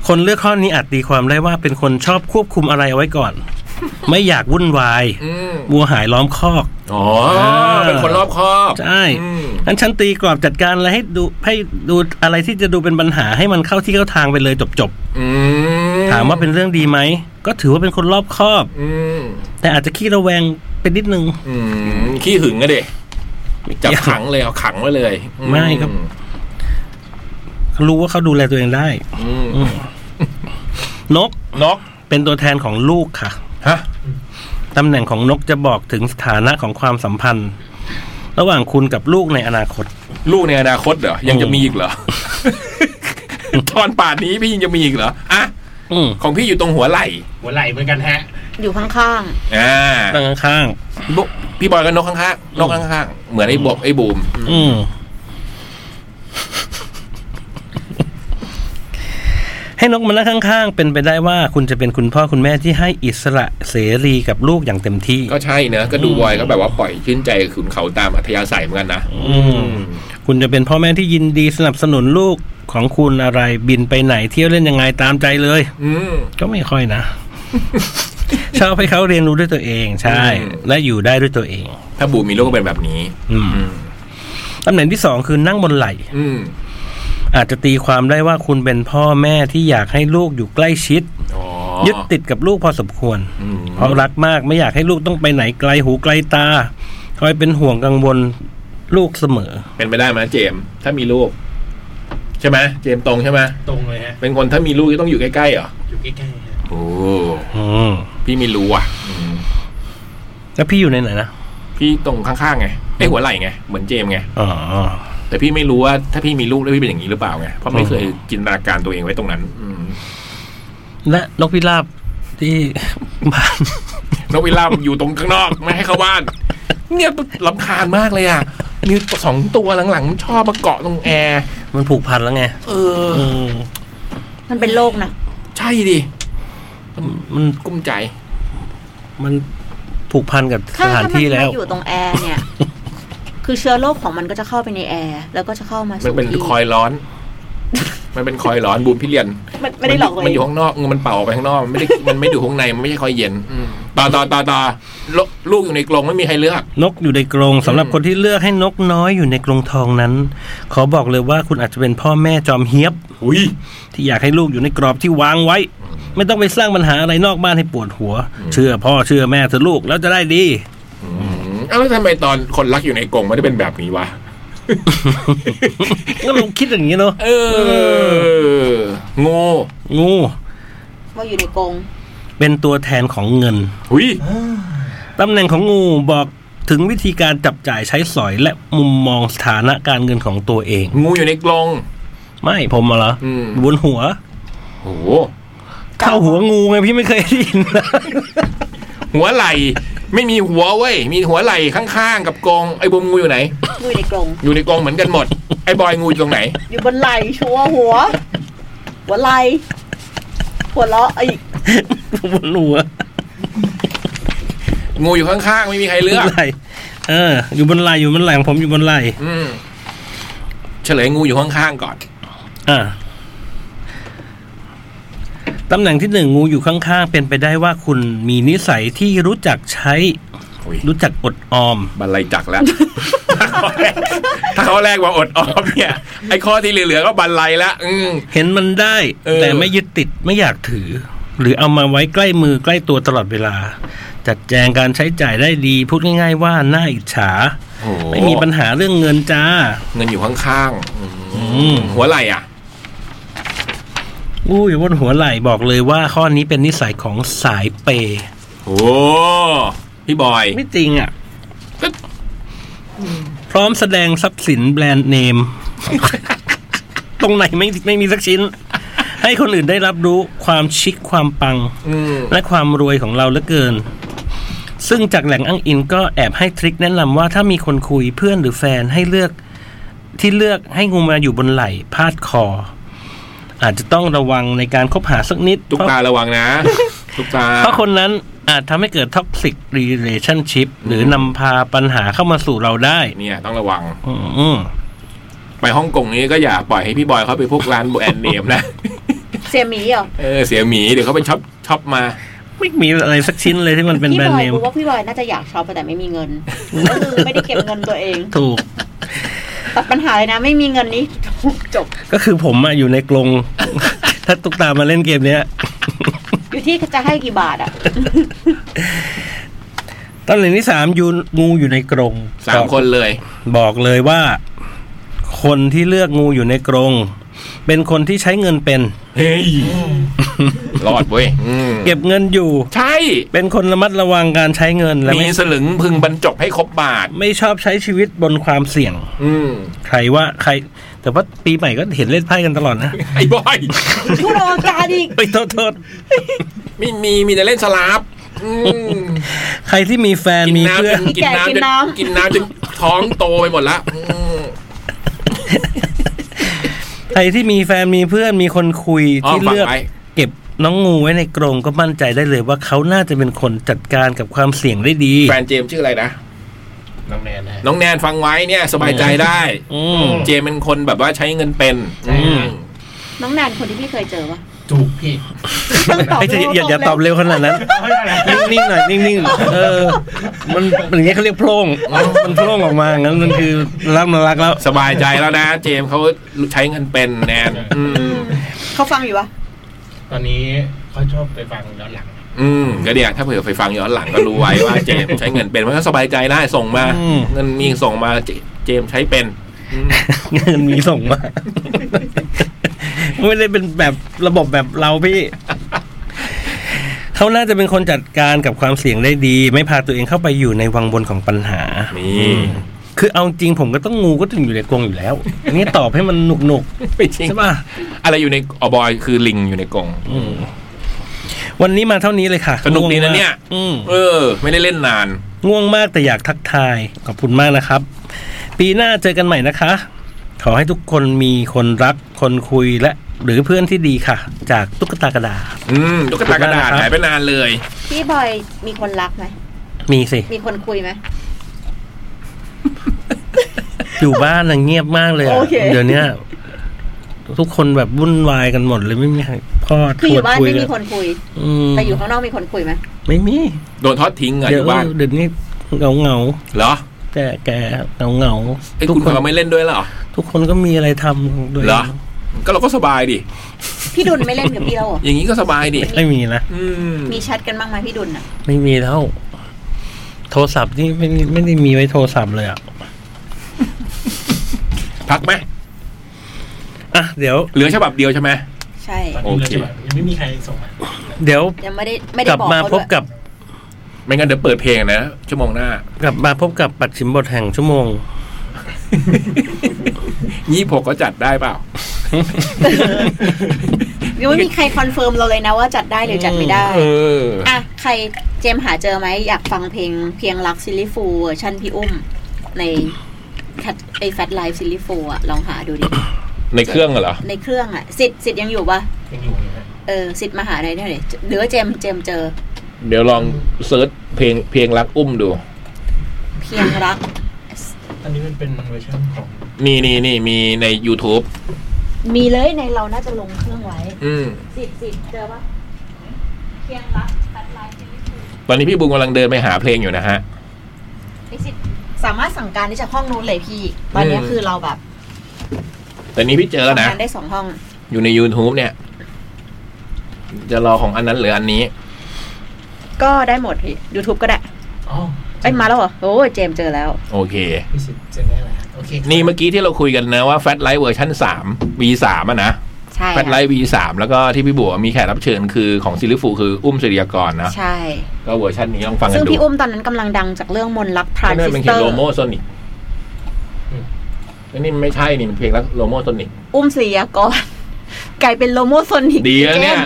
A: คนเลือกข้อนี้อาจตีความได้ว่าเป็นคนชอบควบคุมอะไรเอาไว้ก่อน ไม่อยากวุ่นวาย
E: อืม
A: วัวหายล้อมคอก
E: อ๋อ
A: อ่า
E: เป็นคนรอบคอบ
A: ใช่
E: อืม
A: งั้นฉันตีกรอบจัดการอะไรให้ดูให้ดูอะไรที่จะดูเป็นปัญหาให้มันเข้าที่เข้าทางไปเลยจบ
E: อื
A: ๆ ถามว่าเป็นเรื่องดีไหม ก็ถือว่าเป็นคนรอบคอบ
E: อืม
A: แต่อาจจะขี้ระแวงเป็นนิดนึง
E: อืมขี้หึงอะเด็จับขังเลยเอาขังไว้เลยอื
A: ไม่ครับ รู้ว่าเขาดูแลตัวเองได้
E: อืม
A: นก
E: นก
A: เป็นตัวแทนของลูกค่ะ
E: ฮะ
A: ตำแหน่งของนกจะบอกถึงสถานะของความสัมพันธ์ ระหว่างคุณกับลูกในอนาคต
E: ลูกในอนาคตเหรอยังจะมีอีก เหรอ ตอนป่านนี้พี่ยังจะมีอีกเหรออ่ะ
A: อืม
E: ของพี่อยู่ตรงหัวไหล่
C: หัวไหล่เหมือนกันฮะ
D: อยู่ข้าง
E: อ่า
A: ตั้งข้าง
E: พี่บุ๊คพี่บอยก็นกข้างๆนกข้างๆ เหมือนไอ้บวบไอ้บูม
A: ๆอืมให้นกมันนั่งข้างๆ เป็นไปได้ว่าคุณจะเป็นคุณพ่อคุณแม่ที่ให้อิสระเสรีกับลูกอย่างเต็มที่
E: ก็ใช่เนอะก็ดูบอยก็แบบว่าปล่อยชื่นใจขุนเขาตามอัธยาศัยเหมือนกันนะ
A: อืม คุณจะเป็นพ่อแม่ที่ยินดีสนับสนุนลูกของคุณอะไรบินไปไหนเที่ยวเล่นยังไงตามใจเลย
E: อืม
A: ก็ไม่ค่อย นะ ชอบให้เขาเรียนรู้ด้วยตัวเองใช่
E: อืม
A: และอยู่ได้ด้วยตัวเอง
E: ถ้าบูมมีลูกก็เป็นแบบนี้
A: อืม
E: อืม
A: ตำแหน่งที่สองคือนั่งบนไหล
E: อืม
A: อาจจะตีความได้ว่าคุณเป็นพ่อแม่ที่อยากให้ลูกอยู่ใกล้ชิด
E: อ๋อ
A: ยึดติดกับลูกพอสมควร
E: อืม
A: เพราะรักมากไม่อยากให้ลูกต้องไปไหนไกลหูไกลตา คอยเป็นห่วงกังวลลูกเสมอ
E: เป็นไปได้ไหมเจมส์ถ้ามีลูก ใช่ไหมเจมส์ตรงใช่ไหม
C: ตรงเลยฮะ
E: เป็นคนถ้ามีลูกก็ต้องอยู่ใกล้ๆเหรอ
C: อยู่ใกล้ๆฮะ
E: โอ้
A: อืม
E: พี่ไม่รู้อ่ะอืม
A: แล้วพี่อยู่ในไหนนะ
E: พี่ตรงข้างๆไงไอ้ยหัวไหล่ไงเหมือนเจมส์ไง
A: อ๋อ
E: แต่พี่ไม่รู้ว่าถ้าพี่มีลูกแล้วพี่เป็นอย่างนี้หรือเปล่าไงเพราะไม่เคยจินตนาการตัวเองไว้ตรงนั้น อืม
A: และนกพิราบที่ บ้าน
E: นกพิราบอยู่ตรงข้างนอก ไม่ให้เข้าบ้าน เนี่ยลำคาญมากเลยอ่ะมีสองตัวหลังๆมันชอบมาเกาะตรงแอร์
A: มันผูกพันแล้วไง
E: เออ
A: อืม
D: ๆ มันเป็นโรคนะ
E: ใช่ดิ
A: มัน
E: กุ้มใจ
A: มันผูกพันกับส
D: ถ้า
A: ถาน
D: ถ้ามั
A: ที่แล้ว
D: มาอยู่ตรงแอร์ เนี่ย คือเชื้อโรคของมันก็จะเข้าไปในแอร์ แล้วก็จะเข้ามา
E: มัน
D: สู่
E: เป็น
D: ที่
E: คอยร้อน มันเป็นคอยร้อนบูมพี่เรียน
D: มันไม่ได้หลอกเล
E: มัน
D: ย
E: อยู่ข้างนอกมันเป่าออกไปข้างนอกมันไม่ได้มันไม่ดูข้างในมันไม่ใช่คอยเย็นอืมต่อต่อต่อต่อลูกลูกอยู่ในกรงไม่มีใครเลือก
A: นกอยู่ในกรงสำหรับคนที่เลือกให้นกน้อยอยู่ในกรงทองนั้น ขอบอกเลยว่าคุณอาจจะเป็นพ่อแม่จอมเฮียบ
E: อุ้ย
A: ที่อยากให้ลูกอยู่ในกรอบที่วางไว้ ไม่ต้องไปสร้างปัญหาอะไรนอกบ้านให้ปวดหัว เชื่อพ่อเชื่อแม่เธอะลูกแล้วจะได้ดี
E: เอ้าแล้วทำไมตอนคนรักอยู่ในกรงไม่ได้เป็นแบบนี้วะ
A: ก็ลองคิดอย่างนี้เนาะ
E: เออโง่
A: งู
D: ว่าอยู่ในกรง
A: เป็นตัวแทนของเงิน
E: อุ้ย
A: ตำแหน่งของงูบอกถึงวิธีการจับจ่ายใช้สอยและมุมมองสถานะการเงินของตัวเอง
E: งูอยู่ในกรง
A: ไม่ผมเหรออ
E: ม
A: บนหัว
E: โอ้
A: เข้าหัวงูไงพี่ไม่เคยได้ยิน นะ
E: หัวไหล่ ไม่มีหัวเว้ย มีหัวไหล่ข้างๆกับกรงไอ้บูมงูอยู่ไหน
D: อยู่ในกรง
E: อยู่ในกรงเหมือนกันหมด ไอ้บอยงูอยู่ตรงไหน
D: อยู่บนไหลชัวร์หัว หัวไหลหัวเราะอีก
A: บนหัว
E: งูอยู่ข้างๆ ไม่มีใครเลือก
A: ไหลเออ อยู่บนไหลอยู่บนไหลของผมอยู่บนไหล
E: อืมเฉลยงูอยู่ข้างๆก่อน
A: อ่าตำแหน่งที่หนึ่งงูอยู่ข้างๆ เป็นไปได้ว่าคุณมีนิสัยที่รู้จักใช้
E: อุ๊ย
A: รู้จักอดออม
E: บรรลัยจักรแล้ว ถ้าเขาแรกว่าอดออมเนี่ย ไอ้ข้อที่เหลือๆก็บรรลัยละอืม
A: เห็นมันได้
E: เออ
A: แต่ไม่ยึดติดไม่อยากถือ หรือเอามาไว้ใกล้มือใกล้ตัวตลอดเวลา จัดแจงการใช้จ่ายได้ดี พูดง่ายๆว่าน่าอิจฉา
E: โอ้โห
A: ไม่มีปัญหาเรื่องเงินจ้า
E: เงินอยู่ข้างๆอืม
A: อืม
E: หัวไหล่อ่ะ
A: อู้อยู่บนหัวไหล่บอกเลยว่าข้อนี้เป็นนิสัยของสายเปย์
E: โอ้พี่บอย
A: ไม่จริงอ่ะ พร้อมแสดง ทรัพย์สินแบรนด์เนม ตรงไหนไม่ไม่มีสักชิ้น ให้คนอื่นได้รับรู้ความชิคความปัง
E: อืม
A: และความรวยของเราเหลือเกิน ซึ่งจากแหล่งอ้างอิงก็แอบให้ทริคแนะนำว่าถ้ามีคนคุยเพื่อนหรือแฟนให้เลือกที่เลือกให้งูมาอยู่บนไหล่พาดคอ อาจจะต้องระวังในการคบหาสักนิด
E: ทุกตาระวัง นะ ทุกตา
A: เพราะคนนั้นอาจทำให้เกิดท็อกซิกรีเลชั่นชิพหรือนำพาปัญหาเข้ามาสู่เราได้
E: เนี่ยต้องระวัง
A: อืม
E: ไปฮ่องกงนี้ก็อย่าปล่อยให้พี่บอยเขาไปพวกร้านแบรนด์เนม นะ
D: เสียหมีเหรอ
E: เออเสียหมีเดี๋ยวเขาไปช็อปช็อปมา
A: ไม่มีอะไรสักชิ้นเลยที่มันเป็น
D: พี่
A: แบรน
D: บ
A: ด์
D: อ
A: เน
D: ย
A: ม
D: รู้ว่าพี่บอยน่าจะอยากช็อปแต่ไม่มีเงิน ก็คือไม่ได้เก็บเงินตัวเอง
A: ถูก
D: ตัดปัญหาเลยนะ ไม่ มีเงินนี้ จบ
A: ก็คือผมอะอยู่ในกรง ถ้าตุกตามาเล่นเกมเนี้ย
D: อยู่ที่จะให้กี่บาทอ่ะ
A: ตอนเหล่งที่สามยูนงูอยู่ในกรง
E: สามคนเลย
A: บอกเลยว่า คนที่เลือกงูอยู่ในกรง เป็นคนที่ใช้เงินเป็น
E: เฮ้ย รอดเว้ยอืม
A: เก็บเงินอยู่
E: ใช่
A: เป็นคนระมัดระวังการใช้เงินและ
E: มี
A: ไม่
E: สลึงพึงบรรจบให้ครบบาท
A: ไม่ชอบใช้ชีวิตบนความเสี่ยง
E: อืม
A: ใครว่าใคร แต่ว่าปีใหม่ก็เห็นเล่นไพ่กันตลอดนะ
E: ไอ้บอย
D: ทุรนการอีก
A: เฮ้ยโทษโทษ
E: ไม่มีมีแต่เล่นสลับอืม
A: ใครที่มีแฟน
E: กิ
A: มี
E: น้ำ
A: เพื่อน
E: จกินน้ำจ
D: แก่กิน
E: น
D: น้ำ
E: กินน้ำจนท้องโตไปหมดละอืม
A: ใครที่มีแฟนมีเพื่อนมีคนคุย
E: อ๋อ
A: ที่
E: ฝาก
A: เลือก
E: ไว้
A: เก็บน้องงูไว้ในกรงก็มั่นใจได้เลยว่าเขาน่าจะเป็นคนจัดการกับความเสี่ยงได้ดี
E: แฟนเจมส์ชื่ออะไรนะ
C: น้องแนนนะฮะ
E: น้องแนนฟังไว้เนี่ย สบายใจได้
A: อืม
E: เจมส์เป็นคนแบบว่าใช้เงินเป็น
C: ใช่
E: อืม
D: น้องนานคนที่พี่เคยเจอ วะ
C: จูบพี่
D: ต้องตอบ
A: ไอ้ยอย่าอย่าอย่า
D: ๆ
A: ตอบเร็วขนาดนั้น นิ่งๆหน่อยนิ่งๆเออ มันมันอย่างเงี้ยเขาเรียกโพร่งมันโพร่งออกมางั้นมันคือรับมันรักแล้ว
E: สบายใจแล้วนะ เจมส์เขาใช้เงินเป็นแนนอืม
D: เขาฟังอยู่วะ
C: ตอนนี้เขาชอบไปฟังย้อนหลัง
E: อืมก็เนี่ยถ้าเผื่อไปฟังย้อนหลังก็รู้ไว้ว่าเจมส์ใช้เงินเป็นมันก็สบายใจได้ส่งมา
A: อืม
E: เงินมีส่งมาเจเจมส์ใช้เป็นอืม
A: เงินมีส่งมา ไม่ได้เป็นแบบระบบแบบเราพี่ เขาน่าจะเป็นคนจัดการกับความเสี่ยงได้ดี ไม่พาตัวเองเข้าไปอยู่ในวังวนของปัญหา
E: นี่
A: คือเอาจริงผมก็ต้องงูก็ถึงอยู่ในกรงอยู่แล้ว อันนี้ตอบให้มันหนุกหนุก
E: ไป่จ
A: ๆ
E: ริง
A: ใช่ป่ะ
E: อะไรอยู่ในอบอยคือลิงอยู่ในกรง
A: อืมวันนี้มาเท่านี้เลยค่ะ
E: สนุกดีนะ
A: ง่วงมาก
E: เนี่ย
A: อืม
E: เออ ไม่ได้เล่นนาน
A: ง่วงมากแต่อยากทักทาย ขอบคุณมากนะครับ ปีหน้าเจอกันใหม่นะคะ ขอให้ทุกคนมีคนรัก คนคุยและ หรือเพื่อนที่ดีค่ะ จากตุ๊กตากระดาษ
E: อืมตุ๊กตากระดาษหายไปนานเลย
D: พี่บอยมีคนรักไหม
A: มีสิ
D: มีคนคุยไหม
A: อยู่บ้านน่ะเงียบมากเลยอะ
D: โอเค
A: เดี๋ยวเนี้ยทุกคนแบบวุ่นวายกันหมดเลยไม่มีใครพ่อ
D: คือ
A: ชวน
D: อยู่บ้าน
A: คุยกั
D: ไม่มี
A: น
D: คนคุย
A: อืม
D: แต่อยู่ข้างนอกมีคนคุยไหม
A: ไม่มี
E: โดนทอดทิ้งอ่ะ
A: เดี๋ย
E: อ
A: ว
E: ยู่บ้าน
A: เดี๋ยวนี้เหงาเหงา
E: เหรอ
A: ๆแก่แก่เหงาเหงาๆ
E: ไอ้
A: ทุก
E: คุณ
A: คน
E: เขาไม่เล่นด้วยเหรอ
A: ทุกคนก็มีอะไรทำด้วย
E: เหรอก็เราก็สบายดิ
D: พี่ดุลไม่เล่นกับพี่แล้วเหรอ
E: อย่างนี้ก็สบายดิ
A: ไม่มีนะ
E: อืม
D: มีแชทกันบ้างไหมพี่ดุลอ่ะ
A: ไม่มีแล้ว โทรศัพท์นี่ไม่ไม่ได้มีไว้โทรศัพท์เลยอะ
E: พักไหม
A: อ่ะเดี๋ยว
E: เหลือฉบับเดียวใช่ไหม
D: ใช่
C: ตอน
E: โอ
C: นี้
E: เค
C: เลยแบบยังไม่มีใครส่งมา
A: เดี๋ยว
D: ยังไม่ได้ไม่
A: ก
D: ได้
A: ลับ
D: บอก
A: มา
D: เขา
A: พ
D: ด้
A: บ
D: วย
A: กับ
E: ไม่งั้นเดี๋ยวเปิดเพลงนะชั่วโมงหน้าก
A: ลับมาพบกับปัดชิมบทแห่งชั่วโมง
E: ยี่หกก็จัดได้เปล่า
D: ยังไม่มีใครคอนเฟิร์มเราเลยนะว่าจัดได้หรือจัดไม่ได้
E: เออ
D: อ่ะ ใครเจมส์หาเจอไหมอยากฟังเพลงเพียงรักซิลลิฟูลเวอร์ชันพี่อุ้ม ในแคทไอแฟตไลฟ์ซิลลิฟูลอะลองหาดู ดิ
E: ในเครื่องเหรอ
D: ในเครื่องอะสิทธิ์สิทธิ์ยังอยู่ปะ
C: ยังอยู่นะฮะ
D: เออสิทธิ์มาหาได้เท่าไหร่หรือว่าเจมส์เจมส์เจอ
E: เดี๋ยวลองเซิร์ชเพลงเพลงรักอุ้มดู
D: เพียงรัก
C: อันนี้มันเป็นเวอร์ชันของ
E: นี่นี่นี่มีใน YouTube
D: มีเลยในเราน่าจะลงเครื่องไว้
E: อืม
D: สิทธิ์สิทธิ์เจอปะเพียงรักแฟตไลฟ์ซิลลิฟูล
E: ตอนนี้พี่บุงกำลังเดินไปหาเพลงอยู่นะฮะ
D: ลิสิตสามารถสั่งการได้จากห้องนู้นเลยพี่ ตอนเนี้ย
E: อืม
D: คือเราแบบ
E: แต่นี้พี่เจอแล้วนะ
D: ทำงานได้สองห้อง
E: อยู่ใน YouTube เนี่ย จะรอของอันนั้นหรืออันนี้
D: ก็ได้หมดพี่ YouTube ก็ได้
C: อ๋อ
D: ไอ้ยมาแล้วเหรอ โอ้ยเจมส์เจอแล้ว
E: โอเค
C: พี่สิทธิ์เจนได้แล้วโอเค
E: นี่เมื่อกี้ที่เราคุยกันนะว่า Fat Light เวอร์ชัน3 V3 อ่ะนะ
D: ใช่ค่ะ
E: Fat Light V3 แล้วก็ที่พี่บัวมีแขกรับเชิญคือของซิลิฟูคืออุ้มศิริยากรนะ
D: ใช่
E: ก็เวอร์ชันนี้ต้องฟังกั
D: ซึ่
E: น
D: ง
E: ดู
D: พี่อุ้มตอนนั้นกำลังดังจากเรื่องมนต์รักพราน
E: นั่
D: ซิ
E: นมัน
D: ส
E: เพ
D: เต
E: ล
D: อ
E: โล
D: งร์
E: โมโซนิกนี่มันไม่ใช่นี่มันเพลงรักโลโมโซนิก
D: อุ้มศิริยากร กลายเป็นโลโมโซนิก
E: ดีแล้วเนี่ย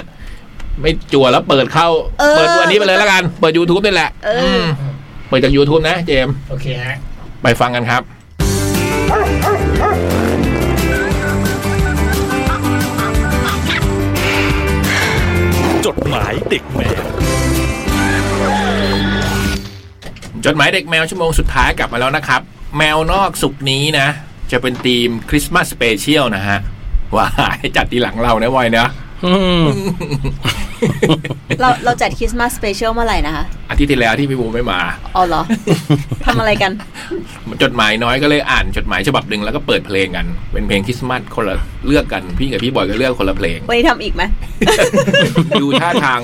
E: ไม่จั่วแล้วเปิดเข้า
D: เออ
E: เปิดตัวนี้ไปเลยแล้วกัน เปิด YouTube นี่แหละ
D: เอออื
E: มเปิดจาก YouTube นะเจมส์
C: โอเคฮะ
E: ไปฟังกันครับ
G: จดหมายเด็กแมว
E: จดหมายเด็กแมวชั่วโมงสุดท้ายกลับมาแล้วนะครับ แมวนอกสุกร์นี้นะ จะเป็นธีมคริสต์มาสสเปเชียลนะฮะ ว้ายจัดทีหลังเรานะวอยนะ
A: อืม
D: เราเราจัดคริสต์มาสสเปเชียลเมื่อไหร่นะคะ
E: อาทิตย์ที่แล้วที่พี่บูไม่มา
D: อ๋อ เหรอ ทำอะไรกัน
E: จดหมายน้อยก็เลยอ่านจดหมายฉบับหนึ่งแล้วก็เปิดเพลงกัน เป็นเพลงคริสต์มาสคนละเลือกกันพี่กับพี่บอยก็เลือกคนละเพลง
D: วันนี้ทำอีกไหม
E: ดูท่าทาง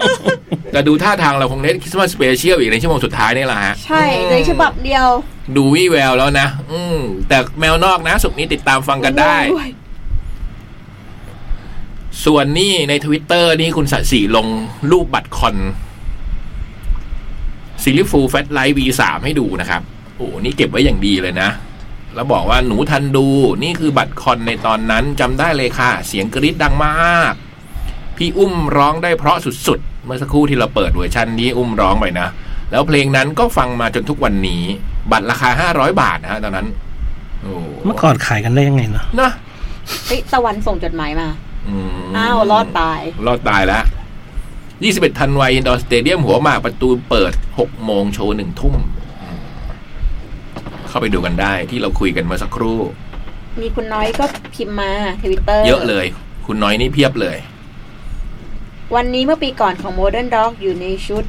E: แต่ดูท่าทางเราคงเน้นคริสต์มาสสเปเชียลอีกในชั่วโมงสุดท้ายนี่แหละฮะ
D: ใช่ในฉบับเดียว
E: ดูวี่แววแล้วนะ อืม แต่แมวนอกนะ สุกร์นี้ติดตามฟังกันได้
D: ด้วย
E: ส่วนนี่ในทวิตเตอร์นี่คุณสะสีลงรูปบัตรคอนซิลิฟูแฟตไลท์ V3 ให้ดูนะครับ โอ้โหนี่เก็บไว้อย่างดีเลยนะ แล้วบอกว่าหนูทันดู นี่คือบัตรคอนในตอนนั้นจำได้เลยค่ะ เสียงกรี๊ดดังมาก พี่อุ้มร้องได้เพราะสุดๆ เมื่อสักครู่ที่เราเปิดเวอร์ชันนี้อุ้มร้องไปนะ แล้วเพลงนั้นก็ฟังมาจนทุกวันนี้ บัตรราคา 500 บาทนะฮะตอนนั้น โอ้โห
A: เมื่อก่อนขายกันได้ยังไงเนาะ
E: นะ
D: เฮ้ยตะวันส่งจดหมายมา
E: ม
D: อ้าว รอดตาย
E: รอดตายแล้ว 21 ธันวาอินดอร์สเตเดียมหัวหมากประตูเปิด 6 โมงโชว์ 1 ทุ่ม เข้าไปดูกันได้ที่เราคุยกันเมื่อสักครู่
D: มีคุณน้อยก็พิมพ์มาทวิตเตอร์
E: เยอะเลย คุณน้อยนี่เพียบเลย
D: วันนี้เมื่อปีก่อนของโมเดิร์นด็อกอยู่ในชุด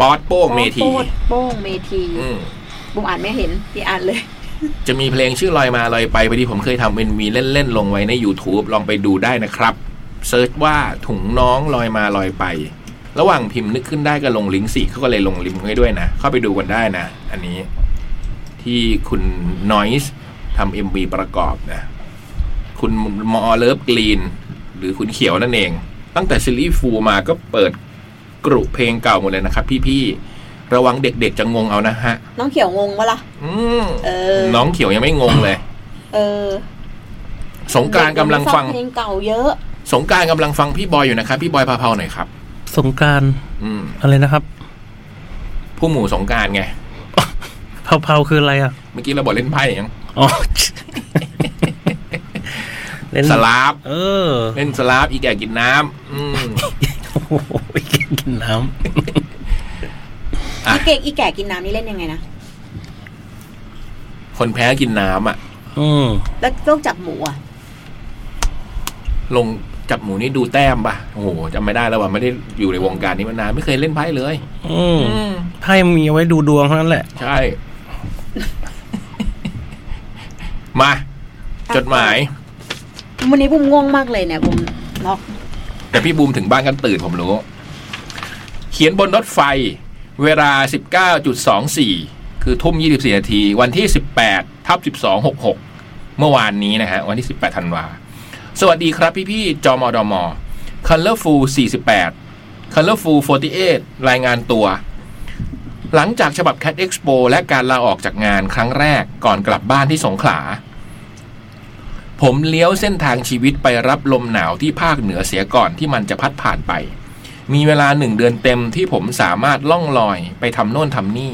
E: ป๊อดโป้งเมที
D: โป้งโป้งเมที
E: อืม
D: บุมอ่านไม่เห็นพี่อ่านเลย
E: จะมีเพลงชื่อลอยมาลอยไปพอดีผมเคยทำเอ็นวีเล่น ๆ ลงไว้ใน YouTube ลองไปดูได้นะครับเซิร์ชว่าถุงน้องลอยมาลอยไป ระหว่างพิมพ์นึกขึ้นได้ก็ลงลิงก์สิเขาก็เลยลงลิงก์ให้ด้วยนะ เข้าไปดูกันได้นะ อันนี้ ที่คุณนอยส์ทำเอ็มบีประกอบนะ คุณมอเลิฟกรีน หรือคุณเขียวนั่นเอง ตั้งแต่ซีรีส์ฟูมาก็เปิดกรุเพลงเก่าหมดเลยนะครับพี่ๆ ระวังเด็กๆจะงงเอานะฮะ
D: น้องเขียวงงวะล่ะ
E: อืม
D: เออ
E: น้องเขียวยังไม่งงเลย
D: เออ
E: สงกรารกำลังฟัง
D: เพลงเก่าเยอะ
E: สงกรารกำลังฟังพี่บอยอยู่นะครับ พี่บอยพาเพาหน่อยครับ
A: สงกราร
E: อืม
A: อะไรนะครับ
E: ผู้หมู่สงกรารไง
A: เผาๆคืออะไรอ่ะ
E: เมื่อกี้เราบอกเล่นไพ่ยัง
A: อ๋อ เล่น
E: สลาฟ
A: เออ
E: เล่นสลาฟอีแก่กินน้ำอืม
A: โอ้โหกินน้
D: อีเก่งอีแก่กินน้ำนี่เล่นยังไงนะ
E: คนแพ้กินน้ำอ่ะ
A: ำอืม
D: แล้วโรคจับหมูอ่ะ
E: ลงจับหมูนี่ดูแต้มป่ะ โอ้โหจำไม่ได้แล้วว่าไม่ได้อยู่ในวงการนี้มานานไม่เคยเล่นไพ่เลย
A: อืมไพ่มีเอาไว้ดูดวงเท่านั้นแหละ
E: ใช่ มา จดหมาย
D: วันนี้บุมง่วงมากเลยเนี่ยบุมล็อก
E: แต่พี่บูมถึงบ้านกันตื่นผมรู้ เขียนบนรถไฟ เวลา 19.24 คือทุ่ม 24 นาที วันที่ 18ทับ1266 เมื่อวานนี้นะฮะ วันที่ 18ธันวา สวัสดีครับพี่พี่ๆจมดม Colorful 48 Colorful 48 รายงานตัว หลังจากฉบับ Cat Expo และการลาออกจากงานครั้งแรกก่อนกลับบ้านที่สงขลา ผมเลี้ยวเส้นทางชีวิตไปรับลมหนาวที่ภาคเหนือเสียก่อนที่มันจะพัดผ่านไป มีเวลาหนึ่งเดือนเต็มที่ผมสามารถล่องลอยไปทำโน่นทำนี่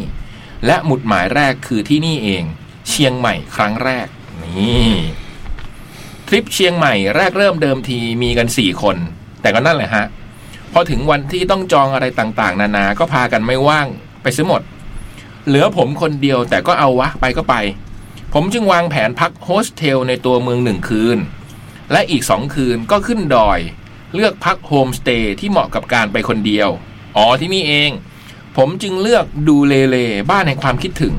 E: และหมุดหมายแรกคือที่นี่เอง เชียงใหม่ครั้งแรก นี่ทริปเชียงใหม่แรกเริ่มเดิมทีมีกันสี่คน แต่ก็นั่นแหละฮะ พอถึงวันที่ต้องจองอะไรต่างๆ นานาก็พากันไม่ว่างไปซื้อหมด เหลือผมคนเดียวแต่ก็เอาวะไปก็ไป ผมจึงวางแผนพักโฮสเทลในตัวเมืองหนึ่งคืน และอีกสองคืนก็ขึ้นดอย เลือกพักโฮมสเตย์ที่เหมาะกับการไปคนเดียว อ๋อที่นี่เอง ผมจึงเลือกดูเลเลบ้านในความคิดถึง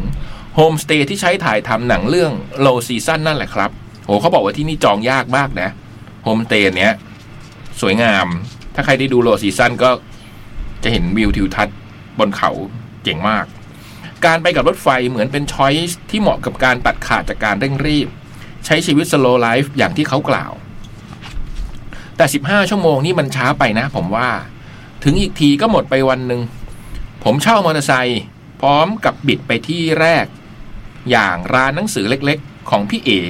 E: โฮมสเตย์ที่ใช้ถ่ายทำหนังเรื่อง Low Season นั่นแหละครับ โหเขาบอกว่าที่นี่จองยากมากนะโฮมสเตย์เนี้ย สวยงาม ถ้าใครได้ดู Low Season ก็จะเห็นวิวทิวทัศน์บนเขาเจ๋งมาก การไปกับรถไฟเหมือนเป็นช้อยส์ที่เหมาะกับการตัดขาดจากการเร่งรีบ ใช้ชีวิต slow life อย่างที่เขากล่าว แต่ 15 ชั่วโมงนี่มันช้าไปนะผมว่า ถึงอีกทีก็หมดไปวันหนึ่ง ผมเช่ามอเตอร์ไซค์พร้อมกับบิดไปที่แรก อย่างร้านหนังสือเล็กๆ ของพี่เอ๋